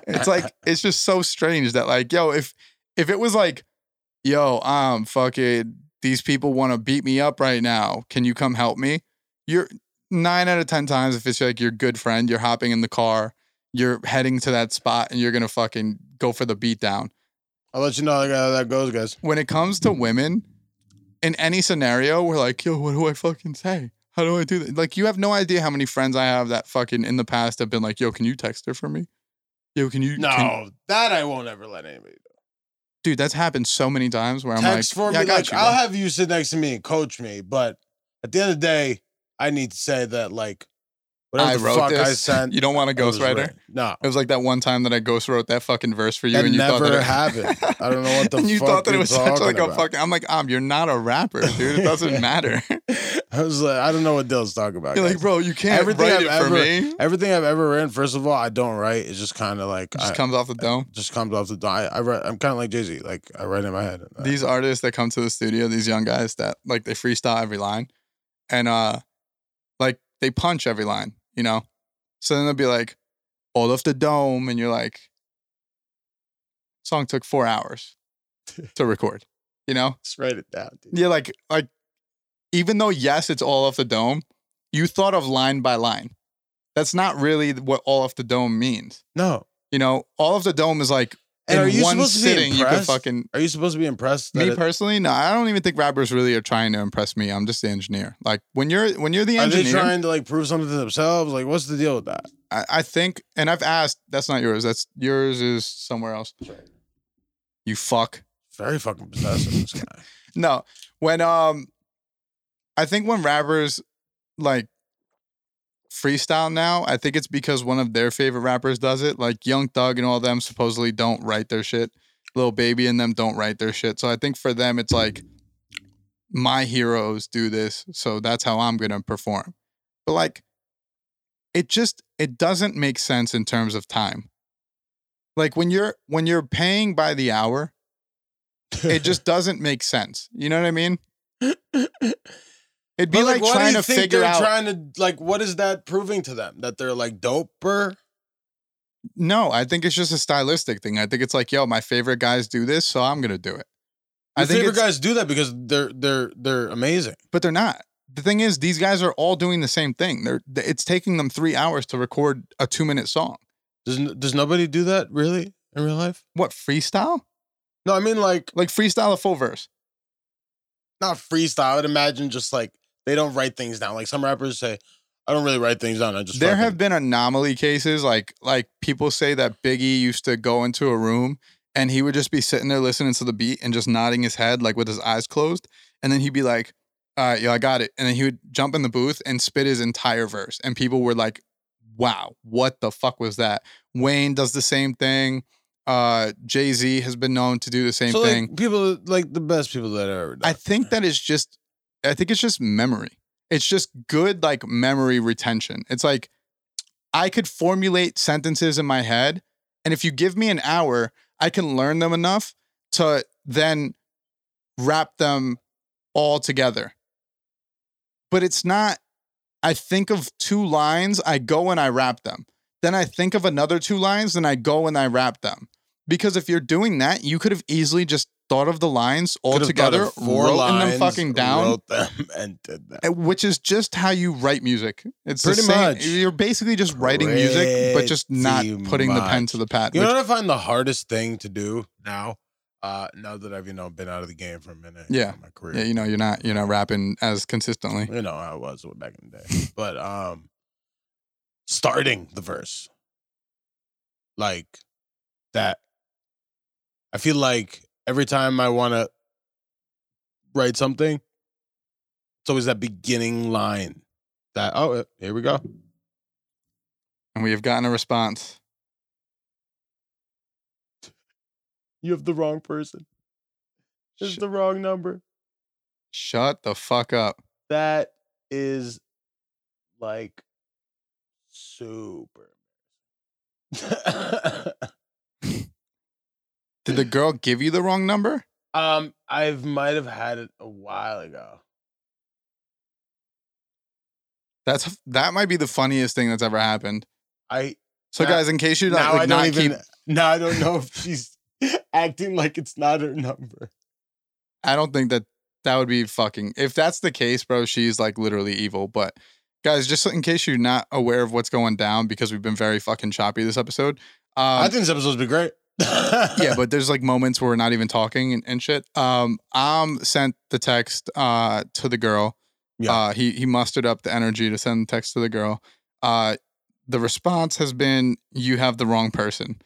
Speaker 2: it's like it's just so strange that like, yo, if if it was like, yo, um, fucking these people want to beat me up right now. Can you come help me? You're nine out of ten times if it's like your good friend, you're hopping in the car, you're heading to that spot, and you're gonna fucking go for the beatdown.
Speaker 3: [laughs] I'll let you know how that goes, guys.
Speaker 2: When it comes to women, in any scenario, we're like, yo, what do I fucking say? How do I do that? Like, you have no idea how many friends I have that fucking in the past have been like, yo, can you text her for me? Yo, can you?
Speaker 3: No,
Speaker 2: can-
Speaker 3: that I won't ever let anybody do.
Speaker 2: dude, that's happened so many times where I'm
Speaker 3: Text
Speaker 2: like,
Speaker 3: for
Speaker 2: yeah, I
Speaker 3: me.
Speaker 2: got
Speaker 3: Like,
Speaker 2: you. bro.
Speaker 3: I'll have you sit next to me and coach me, but at the end of the day, I need to say that like whatever
Speaker 2: I
Speaker 3: the
Speaker 2: wrote
Speaker 3: fuck
Speaker 2: this.
Speaker 3: I sent.
Speaker 2: you don't want a
Speaker 3: it was
Speaker 2: ghostwriter?
Speaker 3: written. No,
Speaker 2: It was like that one time that I ghost wrote that fucking verse for you,
Speaker 3: That
Speaker 2: and you thought
Speaker 3: never
Speaker 2: that it,
Speaker 3: happened. I don't
Speaker 2: [laughs]
Speaker 3: know what the
Speaker 2: and you
Speaker 3: fuck
Speaker 2: thought that it
Speaker 3: you're
Speaker 2: was such like
Speaker 3: talking
Speaker 2: a
Speaker 3: about.
Speaker 2: fucking. I'm like, um, you're not a rapper, dude. It
Speaker 3: [laughs]
Speaker 2: doesn't matter.
Speaker 3: I was like, I don't know what Dill's talking about.
Speaker 2: you're
Speaker 3: guys.
Speaker 2: like, bro, you can't
Speaker 3: Everything
Speaker 2: write
Speaker 3: I've
Speaker 2: it for
Speaker 3: ever-
Speaker 2: me. It
Speaker 3: Everything I've ever written, first of all, I don't write. It's just kind of like
Speaker 2: just
Speaker 3: I,
Speaker 2: comes off the dome.
Speaker 3: just comes off the. dome. I, I write. I'm kind of like Jay Z. Like I write in my head. Uh,
Speaker 2: these artists that come to the studio, these young guys that like they freestyle every line and uh like they punch every line, you know? So then they'll be like, all off the dome, and you're like, song took four hours
Speaker 3: [laughs]
Speaker 2: to record, you know?
Speaker 3: Just write it down. Dude.
Speaker 2: Yeah, like like even though yes, it's all off the dome, you thought of line by line. That's not really what all off the dome means.
Speaker 3: No.
Speaker 2: You know, all off the dome is like
Speaker 3: And
Speaker 2: in
Speaker 3: are you
Speaker 2: one
Speaker 3: supposed to be
Speaker 2: sitting you can
Speaker 3: impressed?
Speaker 2: fucking
Speaker 3: Are you supposed to be impressed? That
Speaker 2: me
Speaker 3: it-
Speaker 2: personally, no, I don't even think rappers really are trying to impress me. I'm just the engineer. Like when you're when you're the
Speaker 3: are they
Speaker 2: engineer,
Speaker 3: trying to like prove something to themselves? Like, what's the deal with that?
Speaker 2: I, I think, and I've asked. That's not yours. That's yours is somewhere else. You fuck.
Speaker 3: Very fucking possessive. this guy.
Speaker 2: No, when um, I think when rappers like freestyle now, I think it's because one of their favorite rappers does it. Like Young Thug and all them supposedly don't write their shit. Little Baby and them don't write their shit. So I think for them, it's like my heroes do this, so that's how I'm gonna perform. But like, it just it doesn't make sense in terms of time. Like when you're when you're paying by the hour, it
Speaker 3: [laughs]
Speaker 2: just doesn't make sense. You know what I mean? It'd be
Speaker 3: But,
Speaker 2: like,
Speaker 3: what do
Speaker 2: trying
Speaker 3: you
Speaker 2: to
Speaker 3: think
Speaker 2: figure
Speaker 3: they're
Speaker 2: out.
Speaker 3: Trying to like, what is that proving to them? That they're like doper?
Speaker 2: no, I think it's just a stylistic thing. I think it's like, yo, my favorite guys do this, so I'm gonna do it. I
Speaker 3: Your
Speaker 2: think
Speaker 3: favorite
Speaker 2: it's,
Speaker 3: guys do that because they're they're they're amazing.
Speaker 2: but they're not. The thing is, these guys are all doing the same thing. They're it's taking them three hours to record a two minute song.
Speaker 3: Does n- does nobody do that really in real life?
Speaker 2: What freestyle?
Speaker 3: No, I mean like
Speaker 2: Like freestyle a full verse.
Speaker 3: not freestyle. I would imagine just like they don't write things down. Like some rappers say, I don't really write things down. I just
Speaker 2: there
Speaker 3: fucking-"
Speaker 2: have been anomaly cases like like people say that Biggie used to go into a room and he would just be sitting there listening to the beat and just nodding his head like with his eyes closed and then he'd be like all right yo I got it and then he would jump in the booth and spit his entire verse and people were like wow what the fuck was that Wayne does the same thing uh Jay-Z has been known to do the same
Speaker 3: so
Speaker 2: thing
Speaker 3: like people like the best people that I've ever done.
Speaker 2: I think that is just I think it's just memory. It's just good like memory retention. It's like I could formulate sentences in my head and if you give me an hour, I can learn them enough to then wrap them all together. But it's not I think of two lines, I go and I wrap them. Then I think of another two lines, then I go and I wrap them. Because if you're doing that, you could have easily just thought of the lines all
Speaker 3: Could've thought
Speaker 2: together,
Speaker 3: of four
Speaker 2: wrote them
Speaker 3: lines,
Speaker 2: fucking down,
Speaker 3: wrote them, [laughs] and did that.
Speaker 2: eh, which is just how you write music. It's the
Speaker 3: Pretty
Speaker 2: same-
Speaker 3: much.
Speaker 2: You're basically just writing music, but just not
Speaker 3: Pretty
Speaker 2: putting the pen
Speaker 3: much.
Speaker 2: to the pad.
Speaker 3: You
Speaker 2: which-
Speaker 3: know what I find the hardest thing to do now? Uh, now that I've you know been out of the game for a minute,
Speaker 2: Yeah.
Speaker 3: in my career,
Speaker 2: yeah, you know, you're not you're not rapping as consistently.
Speaker 3: you know how I was back in the day. But um starting the verse. Like that I feel like every time I wanna write something, it's always that beginning line. That oh uh, here we go.
Speaker 2: And we have gotten a response.
Speaker 3: You have the wrong person. It's
Speaker 2: Sh-
Speaker 3: the wrong number.
Speaker 2: shut the fuck up.
Speaker 3: That is like super.
Speaker 2: Did
Speaker 3: [laughs]
Speaker 2: the girl give you the wrong number?
Speaker 3: Um, I might have had it a while ago.
Speaker 2: That's that might be the funniest thing that's ever happened.
Speaker 3: I
Speaker 2: So,
Speaker 3: Now-
Speaker 2: guys, in case you
Speaker 3: now
Speaker 2: like,
Speaker 3: I don't
Speaker 2: not
Speaker 3: even.
Speaker 2: keep,
Speaker 3: Now I don't know if she's [laughs] acting like it's not her number.
Speaker 2: I don't think that that would be fucking. If that's the case, bro, she's like literally evil. But guys, just in case you're not aware of what's going down, because we've been very fucking choppy this episode. Um,
Speaker 3: I think this episode's been great.
Speaker 2: yeah, but there's like moments where we're not even talking and, and shit. Um, Am sent the text uh to the girl.
Speaker 3: Yeah.
Speaker 2: Uh, he he mustered up the energy to send the text to the girl. Uh, the response has been, "You have the wrong person,"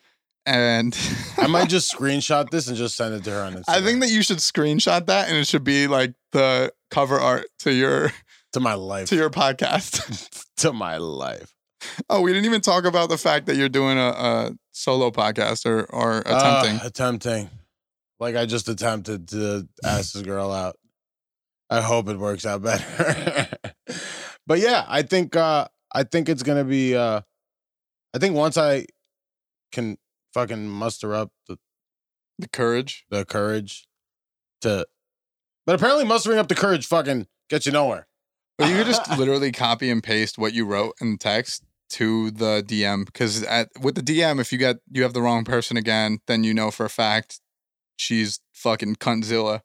Speaker 2: and
Speaker 3: [laughs] I might just screenshot this and just send it to her on Instagram.
Speaker 2: [laughs] I think that you should screenshot that, and it should be like the cover art to your
Speaker 3: to my life.
Speaker 2: to your podcast.
Speaker 3: [laughs]
Speaker 2: [laughs]
Speaker 3: to my life.
Speaker 2: oh, we didn't even talk about the fact that you're doing a, a solo podcast or or attempting.
Speaker 3: Uh, attempting. Like I just attempted to ask this girl out. I hope it works out better. [laughs] but yeah, I think uh I think it's gonna be uh I think once I can fucking muster up the,
Speaker 2: the courage.
Speaker 3: the courage to but apparently mustering up the courage fucking gets you nowhere.
Speaker 2: But you could just literally copy and paste what you wrote in the text to the DM because at with the DM, if you get you have the wrong person again, then you know for a fact she's fucking cuntzilla.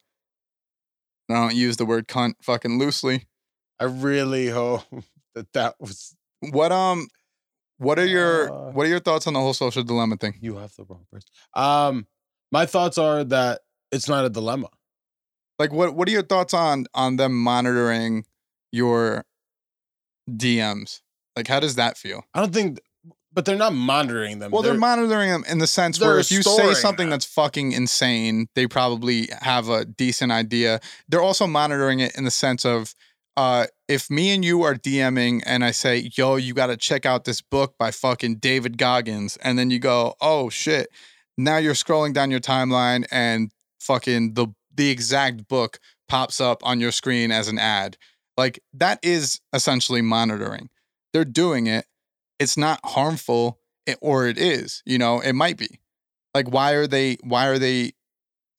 Speaker 2: And I don't use the word cunt fucking loosely.
Speaker 3: I really hope [laughs] that that was
Speaker 2: What um, what are your
Speaker 3: Uh.
Speaker 2: what are your thoughts on the whole social dilemma thing?
Speaker 3: you have the wrong person. Um my thoughts are that it's not a dilemma.
Speaker 2: Like, what what are your thoughts on on them monitoring your DMs? Like, how does that feel?
Speaker 3: I don't think, but they're not monitoring them.
Speaker 2: Well, they're, monitoring them in the sense where
Speaker 3: they're
Speaker 2: if you say
Speaker 3: storing
Speaker 2: something
Speaker 3: it.
Speaker 2: that's fucking insane, they probably have a decent idea. They're also monitoring it in the sense of uh, if me and you are DMing and I say, yo, you got to check out this book by fucking David Goggins. And then you go, oh shit. Now you're scrolling down your timeline and fucking the, the exact book pops up on your screen as an ad. Like that is essentially monitoring. They're doing it. It's not harmful it, or it is you know it might be like why are they why are they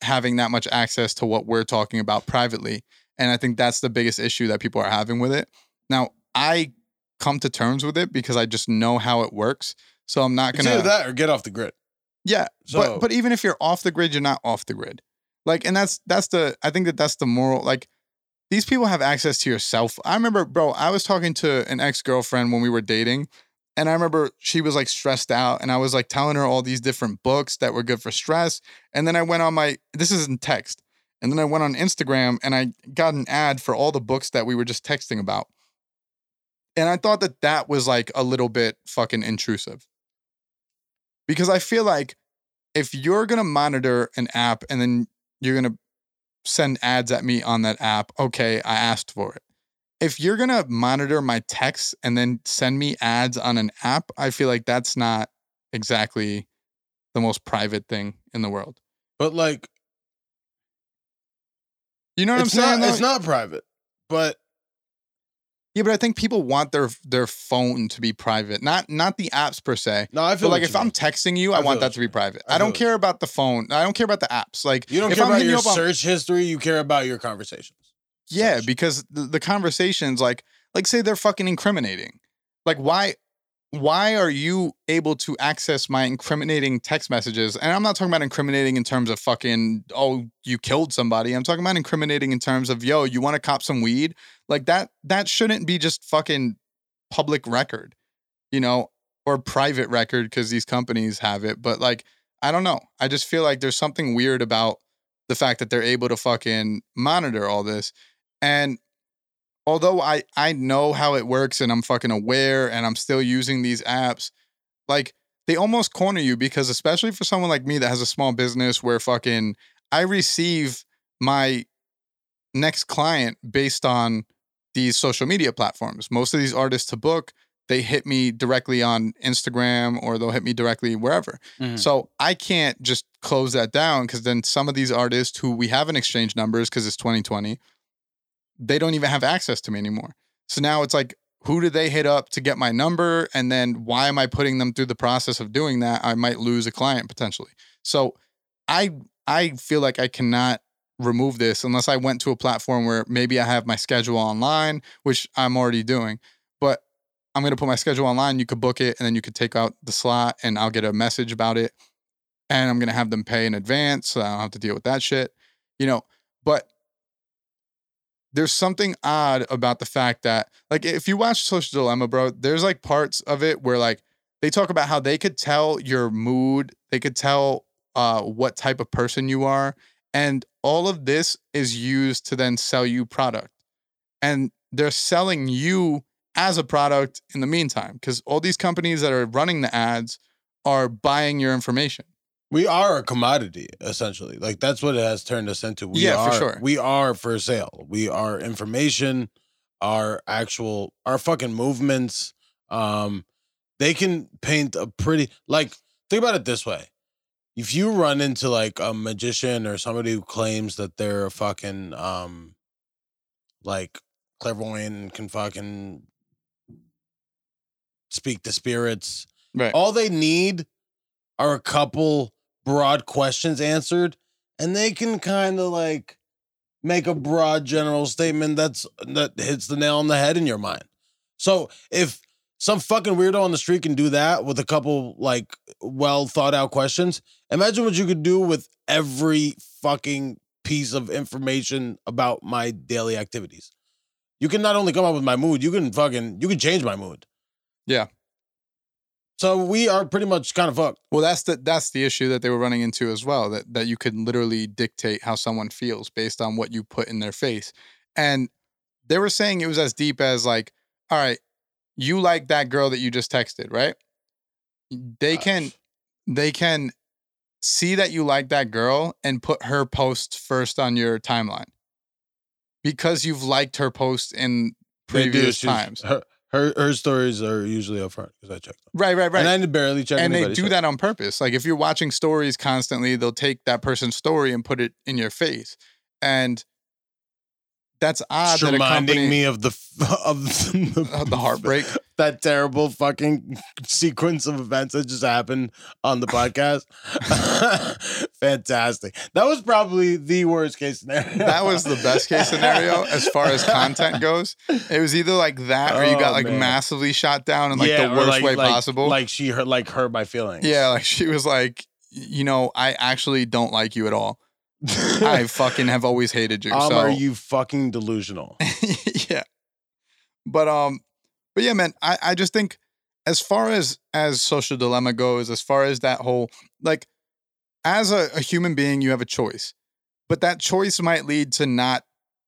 Speaker 2: having that much access to what we're talking about privately and i think that's the biggest issue that people are having with it now i come to terms with it because i just know how it works so i'm not
Speaker 3: It's
Speaker 2: gonna
Speaker 3: either that or get off the grid.
Speaker 2: yeah,
Speaker 3: So-
Speaker 2: but but even if you're off the grid, you're not off the grid. Like, and that's that's the I think that that's the moral. Like, these people have access to your cell. ph- I remember, bro, I was talking to an ex girlfriend when we were dating, and I remember she was like stressed out, and I was like telling her all these different books that were good for stress, and then I went on my this is in text, and then I went on Instagram and I got an ad for all the books that we were just texting about. And I thought that that was like a little bit fucking intrusive. Because I feel like if you're going to monitor an app and then you're going to send ads at me on that app, okay, I asked for it. If you're going to monitor my texts and then send me ads on an app, I feel like that's not exactly the most private thing in the world.
Speaker 3: But like,
Speaker 2: You know what
Speaker 3: it's
Speaker 2: I'm saying?
Speaker 3: not.
Speaker 2: though?
Speaker 3: It's not private. But
Speaker 2: Yeah, but I think people want their their phone to be private, not not the apps per se.
Speaker 3: no, I
Speaker 2: But
Speaker 3: feel
Speaker 2: like
Speaker 3: what
Speaker 2: if
Speaker 3: you
Speaker 2: I'm
Speaker 3: mean.
Speaker 2: texting you,
Speaker 3: I
Speaker 2: I,
Speaker 3: feel
Speaker 2: want
Speaker 3: what
Speaker 2: that to
Speaker 3: you
Speaker 2: be
Speaker 3: mean.
Speaker 2: private.
Speaker 3: I
Speaker 2: I,
Speaker 3: feel
Speaker 2: don't
Speaker 3: what
Speaker 2: care about the phone. I don't care about the apps. Like
Speaker 3: you don't
Speaker 2: if
Speaker 3: care
Speaker 2: I'm
Speaker 3: about
Speaker 2: hitting you
Speaker 3: your
Speaker 2: up on-
Speaker 3: search history, you care about your conversations.
Speaker 2: yeah,
Speaker 3: Search.
Speaker 2: because the, the conversations like like say they're fucking incriminating. Like why why are you able to access my incriminating text messages? And I'm not talking about incriminating in terms of fucking oh you killed somebody. I'm talking about incriminating in terms of yo you want to cop some weed. Like that that shouldn't be just fucking public record, you know, or private record because these companies have it. But like I don't know. I just feel like there's something weird about the fact that they're able to fucking monitor all this. And although I I know how it works and I'm fucking aware and I'm still using these apps, like they almost corner you because especially for someone like me that has a small business where fucking I receive my next client based on these social media platforms. Most of these artists to book, they hit me directly on Instagram or they'll hit me directly wherever. So I can't just close that down because then some of these artists who we haven't exchanged numbers because it's 2020, they don't even have access to me anymore. So now it's like, who do they hit up to get my number? And then why am I putting them through the process of doing that? I might lose a client potentially. So I I feel like I cannot remove this unless I went to a platform where maybe I have my schedule online, which I'm already doing. But I'm gonna put my schedule online. You could book it, and then you could take out the slot, and I'll get a message about it, and I'm gonna have them pay in advance, so I don't have to deal with that shit, you know. But there's something odd about the fact that, like, if you watch Social Dilemma, bro, there's like parts of it where like they talk about how they could tell your mood, they could tell uh, what type of person you are, and all of this is used to then sell you product, and they're selling you as a product in the meantime because all these companies that are running the ads are buying your information
Speaker 3: We are a commodity, essentially. Like that's what it has turned us into. We
Speaker 2: Yeah,
Speaker 3: are,
Speaker 2: for sure.
Speaker 3: We are for sale. We are information, our actual our fucking movements. Um they can paint a pretty like think about it this way. If you run into like a magician or somebody who claims that they're a fucking um like clairvoyant and can fucking speak to spirits
Speaker 2: right
Speaker 3: [laughs] all they need are a couple broad questions answered, and they can kind of like make a broad general statement that's that hits the nail on the head in your mind. So if some fucking weirdo on the street can do that with a couple like well thought out questions, imagine what you could do with every fucking piece of information about my daily activities. You can not only come up with my mood, you can fucking you can change my mood.
Speaker 2: Yeah.
Speaker 3: So we are pretty much kind of fucked.
Speaker 2: well that's the that's the issue that they were running into as well that that you can literally dictate how someone feels based on what you put in their face and they were saying it was as deep as like all right you like that girl that you just texted right they can they can see that you like that girl and put her post first on your timeline because you've liked her post in
Speaker 3: They do,
Speaker 2: previous
Speaker 3: she's-
Speaker 2: times.
Speaker 3: Her, her her stories are usually up front because I checked them.
Speaker 2: Right, right, right.
Speaker 3: And I barely check.
Speaker 2: and they
Speaker 3: anybody's
Speaker 2: do
Speaker 3: shit.
Speaker 2: that on purpose. Like if you're watching stories constantly, they'll take that person's story and put it in your face. And that's odd
Speaker 3: It's
Speaker 2: that a
Speaker 3: reminding
Speaker 2: company
Speaker 3: me of the f- [laughs] of the,
Speaker 2: [laughs] of the heartbreak.
Speaker 3: [laughs] that terrible fucking sequence of events that just happened on the podcast. [laughs] Fantastic. That was probably the worst case scenario.
Speaker 2: [laughs] that was the best case scenario as far as content goes. It was either like that or you got
Speaker 3: Oh,
Speaker 2: like
Speaker 3: man.
Speaker 2: massively shot down in like
Speaker 3: Yeah,
Speaker 2: the
Speaker 3: or
Speaker 2: worst
Speaker 3: like-
Speaker 2: way
Speaker 3: like-
Speaker 2: possible.
Speaker 3: Like she hurt, like hurt my feelings. [laughs]
Speaker 2: yeah, like she was like, you know, I actually don't like you at all.
Speaker 3: [laughs]
Speaker 2: I fucking have always hated you.
Speaker 3: um,
Speaker 2: so
Speaker 3: are you fucking delusional?
Speaker 2: [laughs] yeah. But um, but yeah, man, I, I just think as far as as social dilemma goes, as far as that whole like as a, a human being, you have a choice. But that choice might lead to not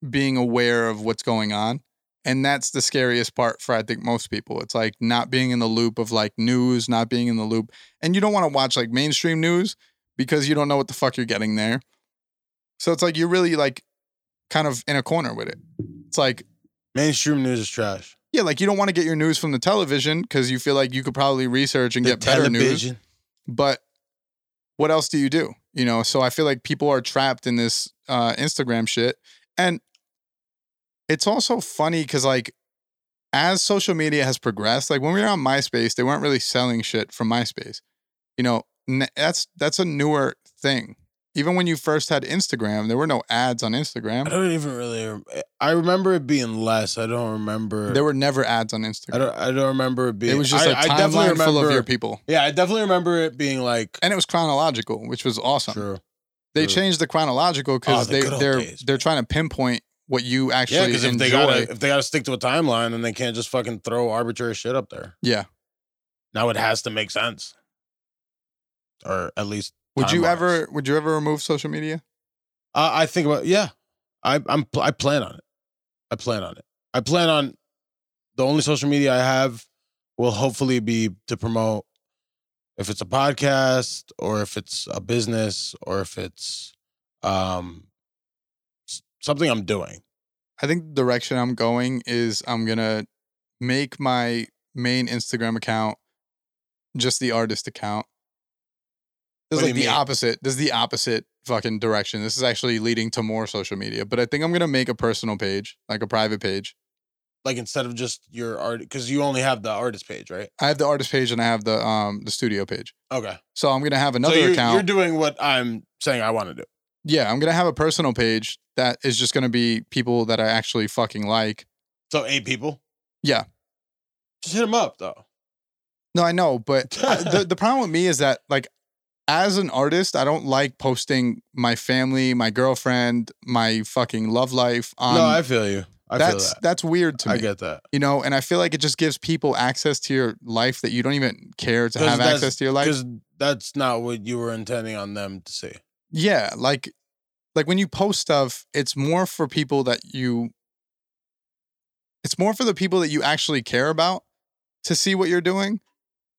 Speaker 2: being aware of what's going on. And that's the scariest part for I think most people. It's like not being in the loop of like news, not being in the loop. And you don't want to watch like mainstream news because you don't know what the fuck you're getting there. So it's like you're really like kind of in a corner with it. It's like,
Speaker 3: Mainstream news is trash.
Speaker 2: yeah, like you don't want to get your news from the television because you feel like you could probably research and
Speaker 3: The
Speaker 2: get better news.
Speaker 3: television.
Speaker 2: But what else do you do? You know, so I feel like people are trapped in this uh, Instagram shit. And it's also funny because, like, as social media has progressed, like when we were on MySpace, they weren't really selling shit from MySpace. You know, n- that's that's a newer thing. Even when you first had Instagram, there were no ads on Instagram.
Speaker 3: I don't even really. rem- I remember it being less. I don't remember.
Speaker 2: There were never ads on Instagram.
Speaker 3: I don't. I don't remember it being.
Speaker 2: it was just
Speaker 3: I,
Speaker 2: a
Speaker 3: I definitely
Speaker 2: timeline full of
Speaker 3: remember-
Speaker 2: your people,
Speaker 3: Yeah, I definitely remember it being like.
Speaker 2: and it was chronological, which was awesome.
Speaker 3: True.
Speaker 2: They
Speaker 3: true.
Speaker 2: changed the chronological because
Speaker 3: Oh, the
Speaker 2: they
Speaker 3: good old
Speaker 2: they're
Speaker 3: days,
Speaker 2: they're trying to pinpoint what you
Speaker 3: Yeah,
Speaker 2: actually
Speaker 3: because
Speaker 2: enjoy.
Speaker 3: if they gotta if they gotta stick to a timeline, then they can't just fucking throw arbitrary shit up there.
Speaker 2: yeah.
Speaker 3: Now it has to make sense, or at least
Speaker 2: Would you
Speaker 3: timelines.
Speaker 2: ever would you ever remove social media?
Speaker 3: Uh, I think about yeah. I I'm pl- I plan on it. I plan on it. I plan on the only social media I have will hopefully be to promote if it's a podcast or if it's a business or if it's um s- something I'm doing.
Speaker 2: I think the direction I'm going is I'm gonna make my main Instagram account just the artist account. This
Speaker 3: What do
Speaker 2: is like
Speaker 3: you
Speaker 2: the
Speaker 3: mean?
Speaker 2: opposite. This is the opposite fucking direction. This is actually leading to more social media. But I think I'm gonna make a personal page, like a private page.
Speaker 3: Like instead of just your art because you only have the artist page, right?
Speaker 2: I have the artist page and I have the um the studio page.
Speaker 3: Okay.
Speaker 2: So I'm gonna have
Speaker 3: so
Speaker 2: another
Speaker 3: you're,
Speaker 2: account.
Speaker 3: you're doing what I'm saying I want to do.
Speaker 2: yeah, I'm gonna have a personal page that is just gonna be people that I actually fucking like.
Speaker 3: So eight people.
Speaker 2: Yeah.
Speaker 3: Just hit him up though.
Speaker 2: No, I know,
Speaker 3: [laughs]
Speaker 2: but I- the the problem with me is that like as an artist, I don't like posting my family, my girlfriend, my fucking love life on
Speaker 3: no, I feel you. I feel
Speaker 2: that's
Speaker 3: that.
Speaker 2: that's weird to me.
Speaker 3: I get that.
Speaker 2: you know, and I feel like it just gives people access to your life that you don't even care to
Speaker 3: 'Cause
Speaker 2: have
Speaker 3: that's-
Speaker 2: access to your life.
Speaker 3: Because that's not what you were intending on them to see.
Speaker 2: Yeah, like like when you post stuff, it's more for people that you it's more for the people that you actually care about to see what you're doing.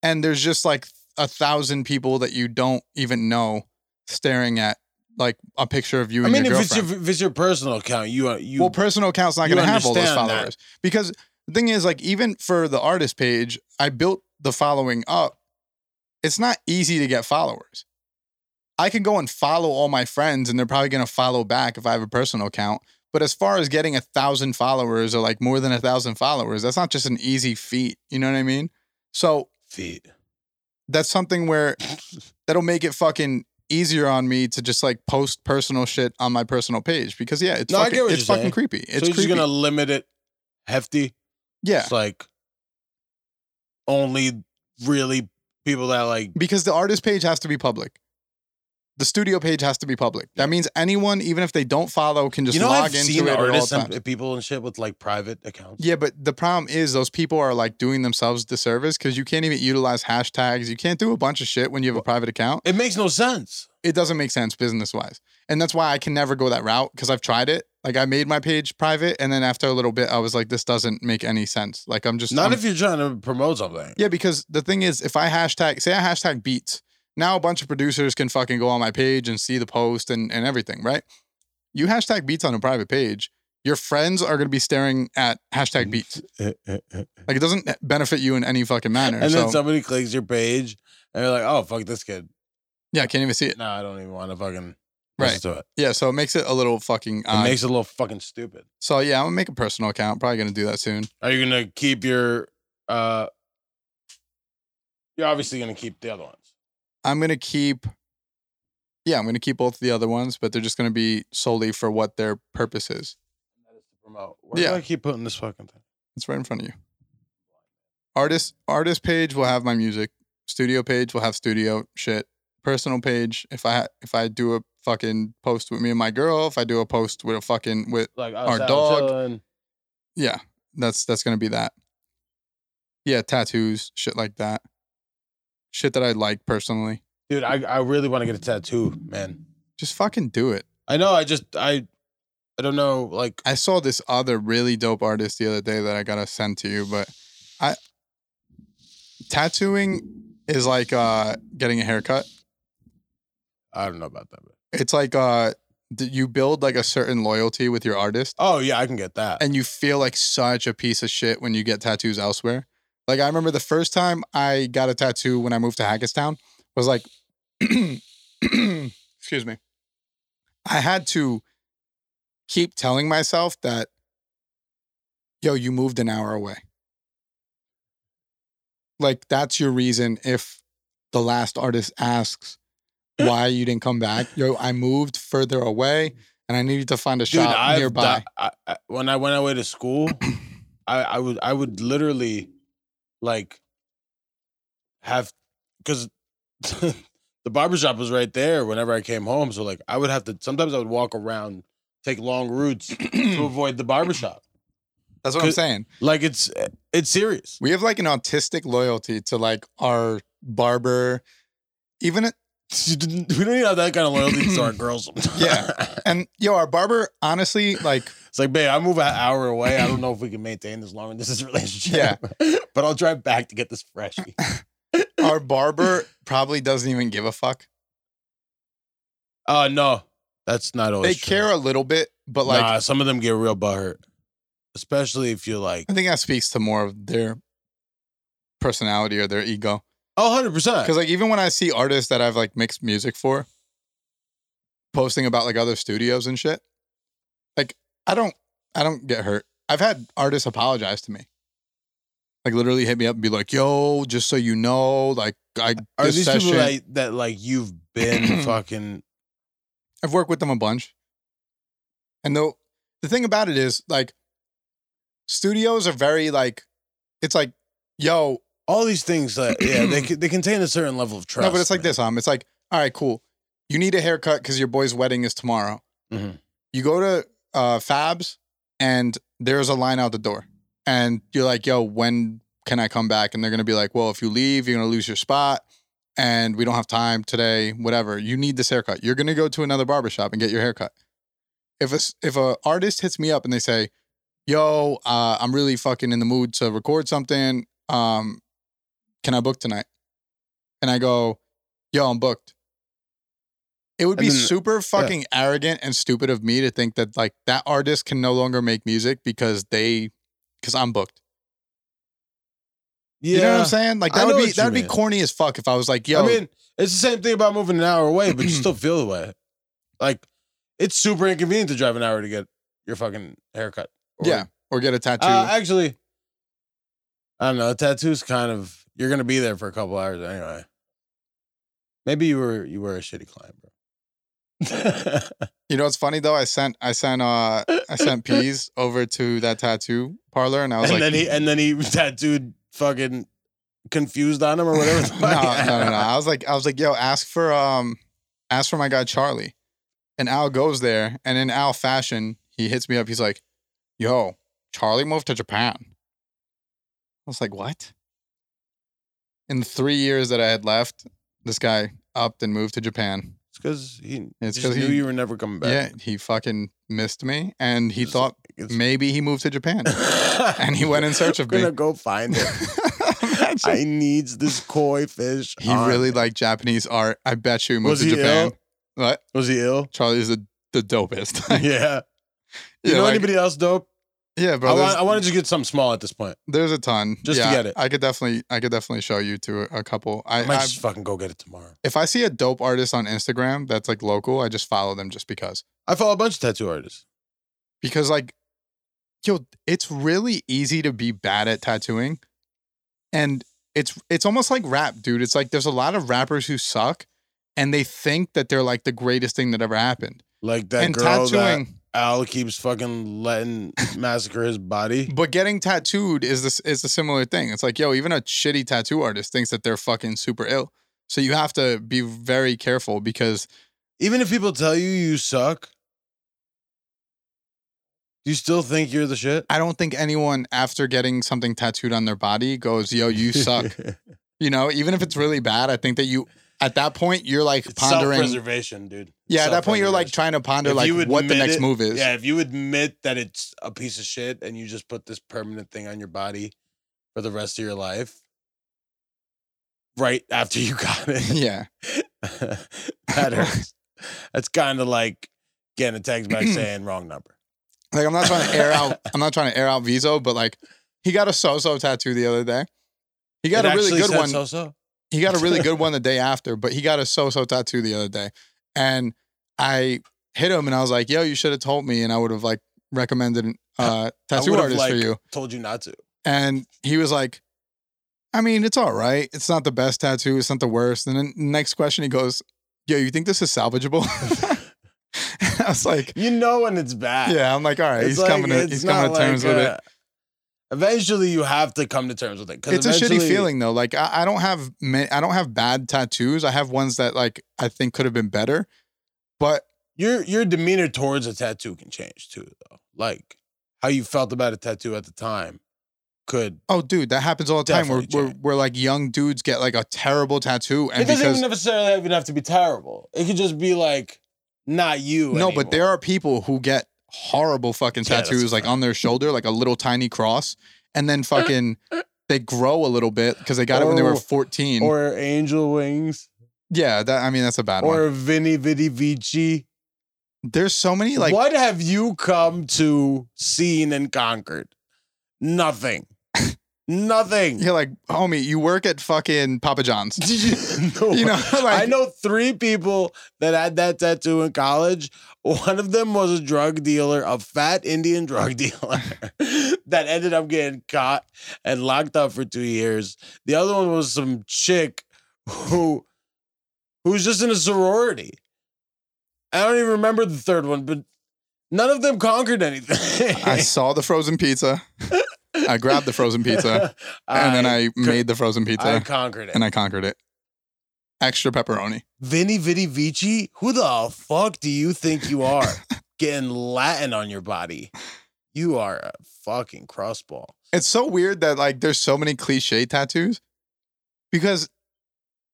Speaker 2: And there's just like a thousand people that you don't even know staring at like a picture of you
Speaker 3: I
Speaker 2: and
Speaker 3: mean,
Speaker 2: your
Speaker 3: if it's
Speaker 2: girlfriend.
Speaker 3: your if it's your personal account, you are you
Speaker 2: well, personal account's not
Speaker 3: you
Speaker 2: going to have all those
Speaker 3: understand that.
Speaker 2: followers because the thing is, like, even for the artist page, I built the following up. It's not easy to get followers. I can go and follow all my friends, and they're probably going to follow back if I have a personal account. But as far as getting a thousand followers or like more than a thousand followers, that's not just an easy feat. You know what I mean? So
Speaker 3: feet.
Speaker 2: that's something
Speaker 3: [laughs]
Speaker 2: where that'll make it fucking easier on me to just like post personal shit on my personal page because yeah, it's
Speaker 3: No, I
Speaker 2: fucking,
Speaker 3: get what
Speaker 2: it's
Speaker 3: you're
Speaker 2: fucking
Speaker 3: saying.
Speaker 2: creepy.
Speaker 3: so
Speaker 2: It's
Speaker 3: you're just
Speaker 2: creepy.
Speaker 3: gonna limit it hefty.
Speaker 2: yeah.
Speaker 3: It's like only really people that like
Speaker 2: because the artist page has to be public. The studio page has to be public. That means anyone, even if they don't follow, can just
Speaker 3: you know.
Speaker 2: log
Speaker 3: I've
Speaker 2: into
Speaker 3: seen
Speaker 2: it
Speaker 3: artists
Speaker 2: at all times.
Speaker 3: and people and shit with like private accounts.
Speaker 2: yeah, but the problem is those people are like doing themselves disservice because you can't even utilize hashtags. You can't do a bunch of shit when you have a private account.
Speaker 3: It makes no sense.
Speaker 2: It doesn't make sense business wise, and that's why I can never go that route because I've tried it. Like I made my page private, and then after a little bit, I was like, this doesn't make any sense. Like I'm just
Speaker 3: Not
Speaker 2: I'm
Speaker 3: if you're trying to promote something.
Speaker 2: Yeah, because the thing is, if I hashtag, say I hashtag beats, now a bunch of producers can fucking go on my page and see the post and, and everything, right? You hashtag beats on a private page, your friends are going to be staring at hashtag
Speaker 3: Mm-hmm. [laughs]
Speaker 2: beats. Like it doesn't benefit you in any fucking manner.
Speaker 3: and
Speaker 2: so,
Speaker 3: then somebody clicks your page and you're like, oh fuck this kid.
Speaker 2: yeah, I can't even see it.
Speaker 3: No, I don't even want to fucking
Speaker 2: Right.
Speaker 3: listen to it.
Speaker 2: Yeah, so it makes it a little fucking
Speaker 3: It
Speaker 2: odd.
Speaker 3: makes it a little fucking stupid.
Speaker 2: so, yeah, I'm going to make a personal account. Probably going to do that soon.
Speaker 3: Are you gonna keep your uh you're obviously gonna keep the other ones.
Speaker 2: I'm going to keep. Yeah, I'm going to keep both the other ones, but they're just going to be solely for what their purpose is.
Speaker 3: That is to promote. Where
Speaker 2: Yeah.
Speaker 3: do I keep putting this fucking thing?
Speaker 2: It's right in front of you. Artist artist page will have my music. Studio page will have studio shit. Personal page, if I if I do a fucking post with me and my girl, if I do a post with a fucking with
Speaker 3: Like
Speaker 2: Our
Speaker 3: outside, I'm
Speaker 2: dog.
Speaker 3: chilling.
Speaker 2: yeah, that's that's gonna be that. Yeah, tattoos, shit like that. Shit that I like personally.
Speaker 3: Dude, I, I really want to get a tattoo, man.
Speaker 2: Just fucking do it.
Speaker 3: I know I just I I don't know, like
Speaker 2: I saw this other really dope artist the other day that I gotta send to you, but I tattooing is like uh getting a haircut.
Speaker 3: I don't know about that. But,
Speaker 2: it's like uh d- you build like a certain loyalty with your artist
Speaker 3: oh yeah, I can get that.
Speaker 2: and you feel like such a piece of shit when you get tattoos elsewhere like i remember the first time i got a tattoo when i moved to hackettstown was like [clears throat] excuse me i had to keep telling myself that yo you moved an hour away like that's your reason if the last artist asks why you didn't come back yo i moved further away and i needed to find a
Speaker 3: Dude,
Speaker 2: shop
Speaker 3: I've
Speaker 2: nearby
Speaker 3: di- I, I, when I went away
Speaker 2: [clears throat]
Speaker 3: to school, I, I would I would literally like have because [laughs] the barbershop was right there whenever I came home. So like I would have to sometimes I would walk around, take long
Speaker 2: [clears throat]
Speaker 3: routes to avoid the barbershop.
Speaker 2: That's what I'm
Speaker 3: Could-
Speaker 2: saying.
Speaker 3: Like it's it's
Speaker 2: [laughs]
Speaker 3: serious. [laughs]
Speaker 2: We have like an autistic loyalty to like our barber, even it-
Speaker 3: We don't even have that kind of loyalty to our girls. [laughs]
Speaker 2: Yeah. and yo, our barber honestly like
Speaker 3: It's like, babe, I move an hour away. I don't know if we can maintain this long in this [laughs] relationship. [laughs] but I'll drive back to get this fresh.
Speaker 2: our
Speaker 3: [laughs]
Speaker 2: barber probably doesn't even give a fuck.
Speaker 3: Oh no, that's not always.
Speaker 2: they
Speaker 3: Oh, true.
Speaker 2: care a little bit, but like
Speaker 3: nah, some of them get real butthurt, especially if you're like,
Speaker 2: I think that speaks to more of their personality or their ego.
Speaker 3: oh, 100 percent.
Speaker 2: Because like even when I see artists that I've like mixed music for posting about like other studios and shit, like I don't I don't get hurt. I've had artists apologize to me. Like literally hit me up and be like, yo, just so you know, like I
Speaker 3: Are
Speaker 2: this
Speaker 3: these
Speaker 2: session
Speaker 3: people like that? Like
Speaker 2: [clears throat]
Speaker 3: you've been fucking
Speaker 2: I've worked with them a bunch. And though the thing about it is like studios are very like it's like yo,
Speaker 3: All these things that
Speaker 2: [clears throat]
Speaker 3: yeah, they c- they contain a certain level of trust.
Speaker 2: No, but it's like this, um, it's like, all right, cool. You need a haircut because your boy's wedding is tomorrow.
Speaker 3: Mhm.
Speaker 2: You go to uh, Fabs and there's a line out the door. And you're like, yo, when can I come back? And they're going to be like, well, if you leave, you're going to lose your spot. And we don't have time today, whatever. You need this haircut. You're going to go to another barbershop and get your haircut. If a, s- if a artist hits me up and they say, yo, uh, I'm really fucking in the mood to record something, um, can I book tonight? And I go, yo, I'm booked. It would
Speaker 3: And
Speaker 2: be
Speaker 3: then-
Speaker 2: super fucking arrogant and stupid of me to think that like that artist can no longer make music because they because I'm booked.
Speaker 3: Yeah.
Speaker 2: You know what I'm saying? Like
Speaker 3: I
Speaker 2: that
Speaker 3: know
Speaker 2: would be
Speaker 3: what
Speaker 2: that
Speaker 3: you
Speaker 2: would be
Speaker 3: mean.
Speaker 2: corny as fuck if I was like, yo,
Speaker 3: I mean, it's the same thing about moving an hour away, but
Speaker 2: [clears throat]
Speaker 3: you still feel the way. Like, it's super inconvenient to drive an hour to get your fucking haircut. Or-
Speaker 2: yeah, or get a tattoo.
Speaker 3: Uh, actually, I don't know. A tattoo's kind of you're gonna be there for a couple hours anyway. Maybe you were you were a shitty client,
Speaker 2: [laughs]
Speaker 3: bro.
Speaker 2: you know what's funny though? I sent I sent uh I
Speaker 3: [laughs]
Speaker 2: sent peas over to that tattoo parlor and I was
Speaker 3: and
Speaker 2: like,
Speaker 3: then he and then he [laughs] tattooed fucking confused on him or [laughs] whatever. the
Speaker 2: [laughs] no,
Speaker 3: fuck.
Speaker 2: no, no, no. I was like, I was like, yo, ask for um, ask for my guy Charlie. And Al goes there, and in Al fashion, he hits me up. He's like, yo, Charlie moved to Japan. I was like, what? In the three years that I had left, this guy upped and moved to Japan.
Speaker 3: [laughs] It's because he
Speaker 2: It's
Speaker 3: just
Speaker 2: 'cause
Speaker 3: knew
Speaker 2: he-
Speaker 3: you were never coming back.
Speaker 2: Yeah, he fucking missed me, and he
Speaker 3: Just
Speaker 2: thought
Speaker 3: It's-
Speaker 2: maybe he moved to Japan.
Speaker 3: [laughs]
Speaker 2: And he went in search of
Speaker 3: I'm gonna
Speaker 2: me.
Speaker 3: go [laughs] find it.
Speaker 2: [laughs] Imagine.
Speaker 3: I needs this koi fish.
Speaker 2: he
Speaker 3: on
Speaker 2: really
Speaker 3: me.
Speaker 2: liked Japanese art. I bet you he
Speaker 3: Was
Speaker 2: moved to
Speaker 3: he
Speaker 2: Japan.
Speaker 3: ill?
Speaker 2: What?
Speaker 3: was
Speaker 2: [laughs]
Speaker 3: he ill?
Speaker 2: Charlie's the the dopest. [laughs]
Speaker 3: yeah. You
Speaker 2: Yeah,
Speaker 3: know
Speaker 2: like-
Speaker 3: anybody else dope?
Speaker 2: Yeah, bro.
Speaker 3: I
Speaker 2: there's,
Speaker 3: want I want to just get something small at this point.
Speaker 2: there's a ton.
Speaker 3: just to
Speaker 2: Yeah,
Speaker 3: get it.
Speaker 2: I could definitely, I could definitely show you to a couple. I,
Speaker 3: I might
Speaker 2: I-
Speaker 3: just fucking go get it tomorrow.
Speaker 2: if I see a dope artist on Instagram that's like local, I just follow them just because.
Speaker 3: I follow a bunch of tattoo artists.
Speaker 2: Because like, yo, it's really easy to be bad at tattooing, and it's it's almost like rap, dude. It's like there's a lot of rappers who suck, and they think that they're like the greatest thing that ever happened.
Speaker 3: Like that
Speaker 2: and
Speaker 3: girl
Speaker 2: tattooing,
Speaker 3: that Al keeps fucking letting [laughs] massacre his body.
Speaker 2: But getting tattooed is this is a similar thing. It's like, yo, even a shitty tattoo artist thinks that they're fucking super ill. So you have to be very careful because
Speaker 3: Even if people tell you you suck, do you still think you're the shit?
Speaker 2: I don't think anyone after getting something tattooed on their body goes, yo, you
Speaker 3: [laughs]
Speaker 2: suck. you know, even if it's really bad, I think that you at that point you're like
Speaker 3: It's
Speaker 2: pondering.
Speaker 3: self-preservation, dude.
Speaker 2: Yeah, at that point you're like trying to ponder
Speaker 3: If
Speaker 2: like
Speaker 3: you
Speaker 2: what the
Speaker 3: admit
Speaker 2: next
Speaker 3: it-
Speaker 2: move is.
Speaker 3: Yeah, if you admit that it's a piece of shit and you just put this permanent thing on your body for the rest of your life, right after you [laughs] got it,
Speaker 2: [laughs] yeah.
Speaker 3: that hurts. [laughs] That's kind of like getting a
Speaker 2: [clears throat]
Speaker 3: text back saying wrong number.
Speaker 2: Like I'm not trying to air out I'm not trying to air out Vizo, but like he got a so-so tattoo the other day. He got
Speaker 3: It
Speaker 2: a really
Speaker 3: actually
Speaker 2: good
Speaker 3: said
Speaker 2: one.
Speaker 3: So-so?
Speaker 2: He got a really good one the day after, but he got a so-so tattoo the other day. And I hit him and I was like, yo, you should have told me and I would have like recommended a uh, tattoo
Speaker 3: would've,
Speaker 2: artist for
Speaker 3: like-
Speaker 2: you.
Speaker 3: Told you not to.
Speaker 2: And he was like, I mean, it's all right. It's not the best tattoo. It's not the worst. And then next question, he goes, yo, you think this is salvageable? [laughs] I was like,
Speaker 3: You know when it's bad.
Speaker 2: yeah, I'm like, all right,
Speaker 3: It's
Speaker 2: he's
Speaker 3: like-
Speaker 2: coming to,
Speaker 3: it's
Speaker 2: he's coming
Speaker 3: not
Speaker 2: to terms
Speaker 3: like,
Speaker 2: with
Speaker 3: uh, Eventually, you have to come to terms with it. 'cause
Speaker 2: it. It's a shitty
Speaker 3: eventually-
Speaker 2: feeling though. Like I, I don't have, ma- I don't have bad tattoos. I have ones that like, I think could have been better, but
Speaker 3: your your demeanor towards a tattoo can change too, though. Like how you felt about a tattoo at the time could
Speaker 2: Oh, dude, that happens all the time. We're,
Speaker 3: Definitely
Speaker 2: we're,
Speaker 3: change.
Speaker 2: we're like young dudes get like a terrible tattoo, and
Speaker 3: it doesn't
Speaker 2: because
Speaker 3: even necessarily even have to be terrible. It could just be like not you.
Speaker 2: no, but there are people who get horrible fucking
Speaker 3: Yeah, that's
Speaker 2: tattoos like
Speaker 3: fine.
Speaker 2: on their shoulder, like a little tiny cross, and then fucking they grow a little bit because they got it when they
Speaker 3: Or-
Speaker 2: were fourteen.
Speaker 3: or angel wings
Speaker 2: yeah, that I mean that's a bad one.
Speaker 3: or Vinny Vidi Vici.
Speaker 2: There's so many like
Speaker 3: what have you come to seen and conquered? Nothing. Nothing.
Speaker 2: you're like homie, you work at fucking Papa
Speaker 3: [laughs]
Speaker 2: John's.
Speaker 3: No.
Speaker 2: You know,
Speaker 3: [laughs] I
Speaker 2: like-
Speaker 3: know three people that had that tattoo in college. One of them was a drug dealer, a fat Indian drug [laughs] dealer that ended up getting caught and locked up for two years. The other one was some chick who who was just in a sorority. I don't even remember the third one, but none of them conquered anything.
Speaker 2: I saw the frozen pizza. I I grabbed the frozen
Speaker 3: [laughs]
Speaker 2: pizza and then I made the frozen pizza
Speaker 3: I conquered it.
Speaker 2: and I conquered it. Extra pepperoni.
Speaker 3: Vinny Vinny Vici, who the fuck do you think you are?
Speaker 2: [laughs]
Speaker 3: Getting Latin on your body. You are a fucking crossball.
Speaker 2: It's so weird that like there's so many cliche tattoos because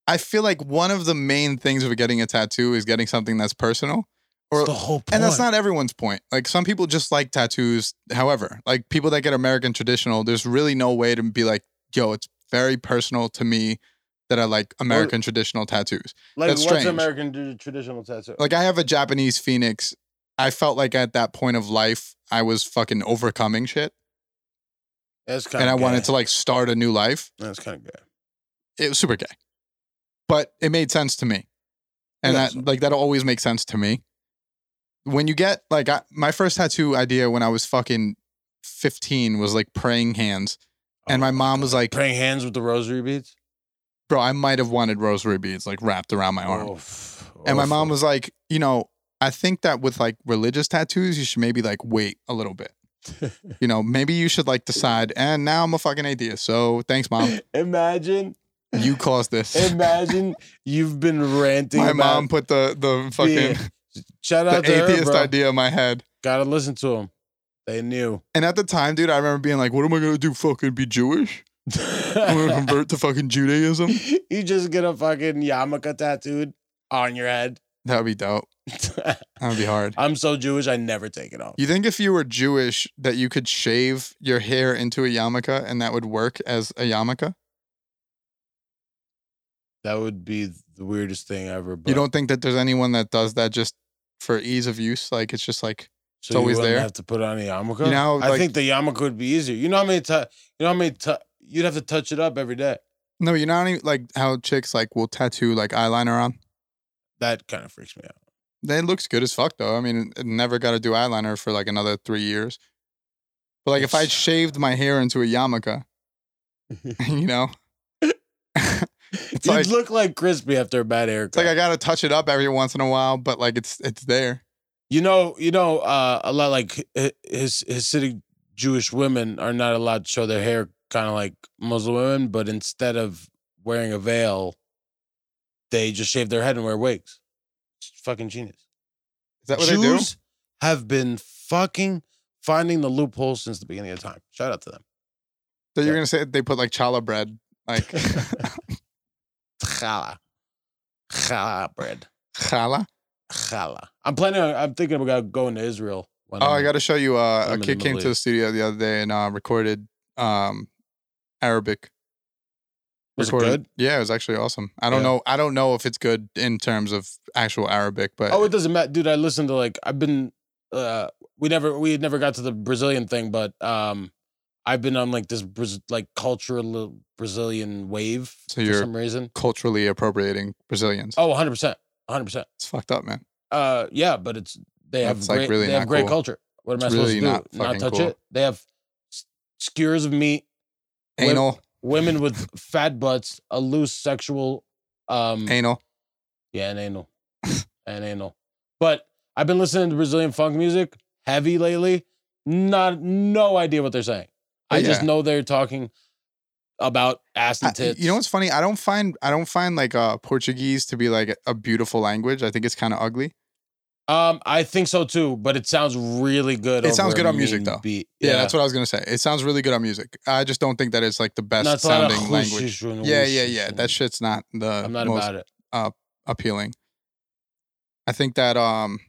Speaker 2: I feel like one of the main things of getting a tattoo is getting something that's personal. Or-
Speaker 3: It's the whole point.
Speaker 2: And that's not everyone's point. Like some people just like tattoos. However, like people that get American traditional, there's really no way to be like, yo, it's very personal to me that I like American traditional tattoos.
Speaker 3: like
Speaker 2: that's
Speaker 3: what's
Speaker 2: strange.
Speaker 3: American tra- traditional tattoo?
Speaker 2: Like I have a Japanese phoenix. I felt like at that point of life, I was fucking overcoming shit
Speaker 3: that's kind
Speaker 2: and I wanted to like start a new life.
Speaker 3: That's kind of good.
Speaker 2: It was super gay, but it made sense to me. And
Speaker 3: Yeah,
Speaker 2: that,
Speaker 3: so-
Speaker 2: like, that'll always make sense to me. When you get like I, my first tattoo idea when I was fucking 15 was like praying hands.
Speaker 3: Oh
Speaker 2: And my mom was like,
Speaker 3: praying hands with the rosary beads.
Speaker 2: bro, I might have wanted rosary beads like wrapped around my
Speaker 3: Oh,
Speaker 2: arm.
Speaker 3: Oof.
Speaker 2: and my
Speaker 3: Oof.
Speaker 2: mom was like, you know, I think that with like religious tattoos, you should maybe like wait a little bit. you know, maybe you should like decide. And now I'm a fucking atheist. So thanks, mom.
Speaker 3: [laughs] imagine,
Speaker 2: um, You [laughs] caused this.
Speaker 3: [laughs] imagine you've been ranting.
Speaker 2: my
Speaker 3: about
Speaker 2: mom put the the fucking
Speaker 3: Shout
Speaker 2: the
Speaker 3: out to her,
Speaker 2: atheist
Speaker 3: bro.
Speaker 2: idea in my head.
Speaker 3: Gotta listen to them.
Speaker 2: [laughs]
Speaker 3: They knew. [laughs]
Speaker 2: And at the time, dude, I remember being like, "What am I gonna do? Fucking be Jewish? I'm gonna convert to fucking Judaism?
Speaker 3: [laughs]
Speaker 2: [laughs]
Speaker 3: you just get a fucking yarmulke tattooed on your head. [laughs]
Speaker 2: That would be dope. That would be hard."
Speaker 3: I'm so Jewish, I never take it off.
Speaker 2: You think if you were Jewish that you could shave your hair into a yarmulke and that would work as a yarmulke?
Speaker 3: That would be the weirdest thing ever. But
Speaker 2: You don't think that there's anyone that does that just for ease of use? Like it's just like
Speaker 3: so
Speaker 2: it's always
Speaker 3: you wouldn't
Speaker 2: there.
Speaker 3: Have to put on a yarmulke.
Speaker 2: You know,
Speaker 3: I
Speaker 2: like-
Speaker 3: think the yarmulke would be easier. You know how many ti You know how many ti You'd have to touch it up every day.
Speaker 2: no, you're not even like how chicks like will tattoo like eyeliner on.
Speaker 3: That kind of freaks
Speaker 2: [laughs]
Speaker 3: me out.
Speaker 2: It looks good as fuck though. I mean, I never got to do eyeliner for like another three years. But like if I shaved my hair into a yarmulke, [laughs] you know,
Speaker 3: You'd
Speaker 2: like-
Speaker 3: look like crispy after a bad haircut.
Speaker 2: it's like I gotta touch it up every once in a while, but like it's it's there.
Speaker 3: You know, you know, uh, a lot like hi- his Hasidic Jewish women are not allowed to show their hair, kind of like Muslim women, but instead of wearing a veil, they just shave their head and wear wigs. It's fucking genius.
Speaker 2: Is that what
Speaker 3: Jews
Speaker 2: they do?
Speaker 3: have been fucking finding the loophole since the beginning of time. Shout out to them.
Speaker 2: So you're gonna say they put like challah bread,
Speaker 3: [laughs]
Speaker 2: like [laughs]
Speaker 3: Challah, challah bread,
Speaker 2: challah.
Speaker 3: challah. I'm planning on. I'm thinking about going to Israel. when
Speaker 2: Oh, I
Speaker 3: I'm-
Speaker 2: got to show you. Uh,
Speaker 3: I'm
Speaker 2: a
Speaker 3: in the
Speaker 2: kid came
Speaker 3: Middle
Speaker 2: to the studio the other day and uh, recorded um, Arabic.
Speaker 3: Was it
Speaker 2: Recorded-
Speaker 3: good?
Speaker 2: Yeah, it was actually awesome. I don't
Speaker 3: Yeah.
Speaker 2: know. I don't know if it's good in terms of actual Arabic, but
Speaker 3: Oh, it doesn't matter, dude. I listened to like I've been. Uh, we never we had never got to the Brazilian thing, but um, I've been on like this Braz- like cultural Brazilian wave
Speaker 2: So
Speaker 3: for
Speaker 2: you're-
Speaker 3: some reason.
Speaker 2: culturally appropriating Brazilians.
Speaker 3: Oh, 100 percent, hundred percent.
Speaker 2: It's fucked up, man.
Speaker 3: Uh, yeah, but it's they have
Speaker 2: That's, like,
Speaker 3: great,
Speaker 2: really
Speaker 3: they have
Speaker 2: not
Speaker 3: great
Speaker 2: cool.
Speaker 3: culture. What am I
Speaker 2: It's
Speaker 3: supposed
Speaker 2: really
Speaker 3: to do?
Speaker 2: not fucking
Speaker 3: touch
Speaker 2: cool.
Speaker 3: it. They have s- skewers of meat, Wait-
Speaker 2: Anal,
Speaker 3: women
Speaker 2: [laughs]
Speaker 3: with fat butts, a loose sexual um
Speaker 2: anal.
Speaker 3: Yeah, and anal. and anal. But I've been listening to Brazilian funk music heavy lately. Not no idea what they're saying. I
Speaker 2: Oh,
Speaker 3: just
Speaker 2: yeah.
Speaker 3: know they're talking about ass
Speaker 2: I-
Speaker 3: and tits.
Speaker 2: you know what's funny? I don't find I don't find like uh, Portuguese to be like a beautiful language. I think it's kind of ugly.
Speaker 3: Um, I think so too, but it sounds really good.
Speaker 2: It sounds
Speaker 3: over
Speaker 2: good
Speaker 3: a
Speaker 2: on music,
Speaker 3: mean
Speaker 2: though.
Speaker 3: Beat.
Speaker 2: Yeah, that's what I was gonna say. It sounds really good on music. I just don't think that it's like the best
Speaker 3: Not a lot of
Speaker 2: sounding language. Yeah, yeah, yeah. That shit's not the
Speaker 3: I'm not
Speaker 2: most
Speaker 3: about it.
Speaker 2: appealing. I think that um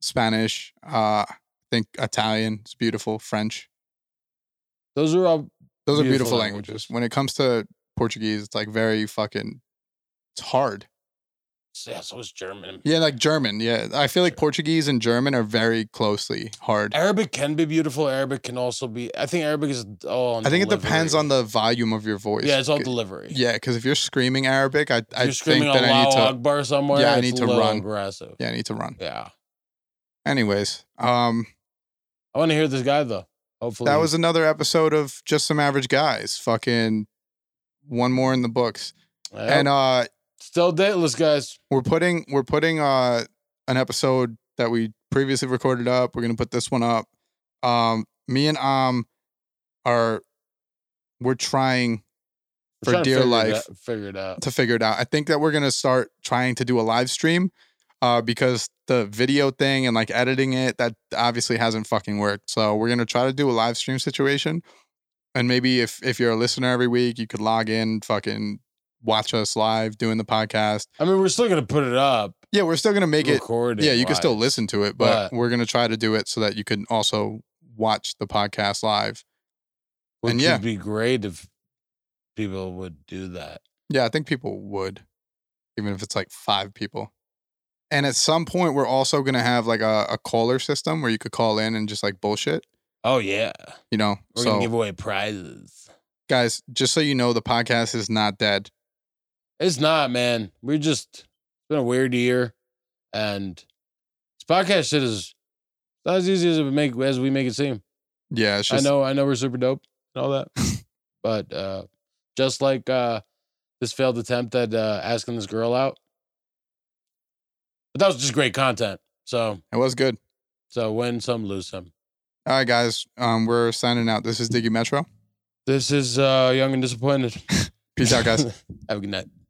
Speaker 2: Spanish, uh I think Italian is beautiful, French.
Speaker 3: Those are all
Speaker 2: Those are beautiful
Speaker 3: Beautiful
Speaker 2: languages.
Speaker 3: languages.
Speaker 2: When it comes to Portuguese, it's like very fucking it's hard.
Speaker 3: yeah, so is German.
Speaker 2: Yeah, like German. Yeah. I feel like Portuguese and German are very closely hard.
Speaker 3: Arabic can be beautiful. Arabic can also be I think Arabic is all on
Speaker 2: I think it
Speaker 3: delivery.
Speaker 2: depends on the volume of your voice.
Speaker 3: Yeah, it's all delivery.
Speaker 2: Yeah, because if you're screaming Arabic, I, I
Speaker 3: you're
Speaker 2: think
Speaker 3: screaming
Speaker 2: that I need
Speaker 3: Allahu
Speaker 2: to
Speaker 3: Akbar somewhere.
Speaker 2: Yeah, I
Speaker 3: it's
Speaker 2: need to
Speaker 3: a little
Speaker 2: run.
Speaker 3: Aggressive.
Speaker 2: Yeah, I need to run.
Speaker 3: Yeah,
Speaker 2: Anyways, um
Speaker 3: I want to hear this guy though. Hopefully,
Speaker 2: That was another episode of Just Some Average Guys. Fucking one more in the books.
Speaker 3: Yep.
Speaker 2: And uh
Speaker 3: still dateless, guys.
Speaker 2: we're putting we're putting uh an episode that we previously recorded up. We're gonna put this one up. Um me and um are we're trying
Speaker 3: We're
Speaker 2: For
Speaker 3: trying to
Speaker 2: dear
Speaker 3: figure it
Speaker 2: life.
Speaker 3: out- Figure it out.
Speaker 2: to figure it out. I think that we're gonna start trying to do a live stream, uh, because the video thing and like editing it that obviously hasn't fucking worked. So we're gonna try to do a live stream situation, and maybe if if you're a listener every week, you could log in, fucking watch us live doing the podcast.
Speaker 3: I mean, we're still gonna put it up.
Speaker 2: Yeah, we're still gonna make it.
Speaker 3: record it.
Speaker 2: Yeah, you can still
Speaker 3: live.
Speaker 2: listen to it, but
Speaker 3: But-
Speaker 2: we're gonna try to do it so that you can also watch the podcast live.
Speaker 3: Which
Speaker 2: and yeah.
Speaker 3: would be great if people would do that.
Speaker 2: Yeah, I think people would, even if it's like five people. And at some point, we're also gonna have like a, a caller system where you could call in and just like bullshit,
Speaker 3: Oh yeah,
Speaker 2: you know.
Speaker 3: we're
Speaker 2: so
Speaker 3: gonna give away prizes.
Speaker 2: guys, just so you know, the podcast is not dead.
Speaker 3: It's not, man. We're just it's been a weird year, and this podcast shit is not as easy as it would make as we make it seem.
Speaker 2: Yeah, it's
Speaker 3: I
Speaker 2: just
Speaker 3: know, I know, we're super dope and
Speaker 2: [laughs]
Speaker 3: all that, but uh, just like uh, this failed attempt at uh, asking this girl out, but that was just great content. So,
Speaker 2: it was good.
Speaker 3: so win some, lose some.
Speaker 2: All right, guys, um, we're signing out. This is Diggy Metro.
Speaker 3: This is uh, young and disappointed.
Speaker 2: Peace out, guys.
Speaker 3: [laughs] Have a good night.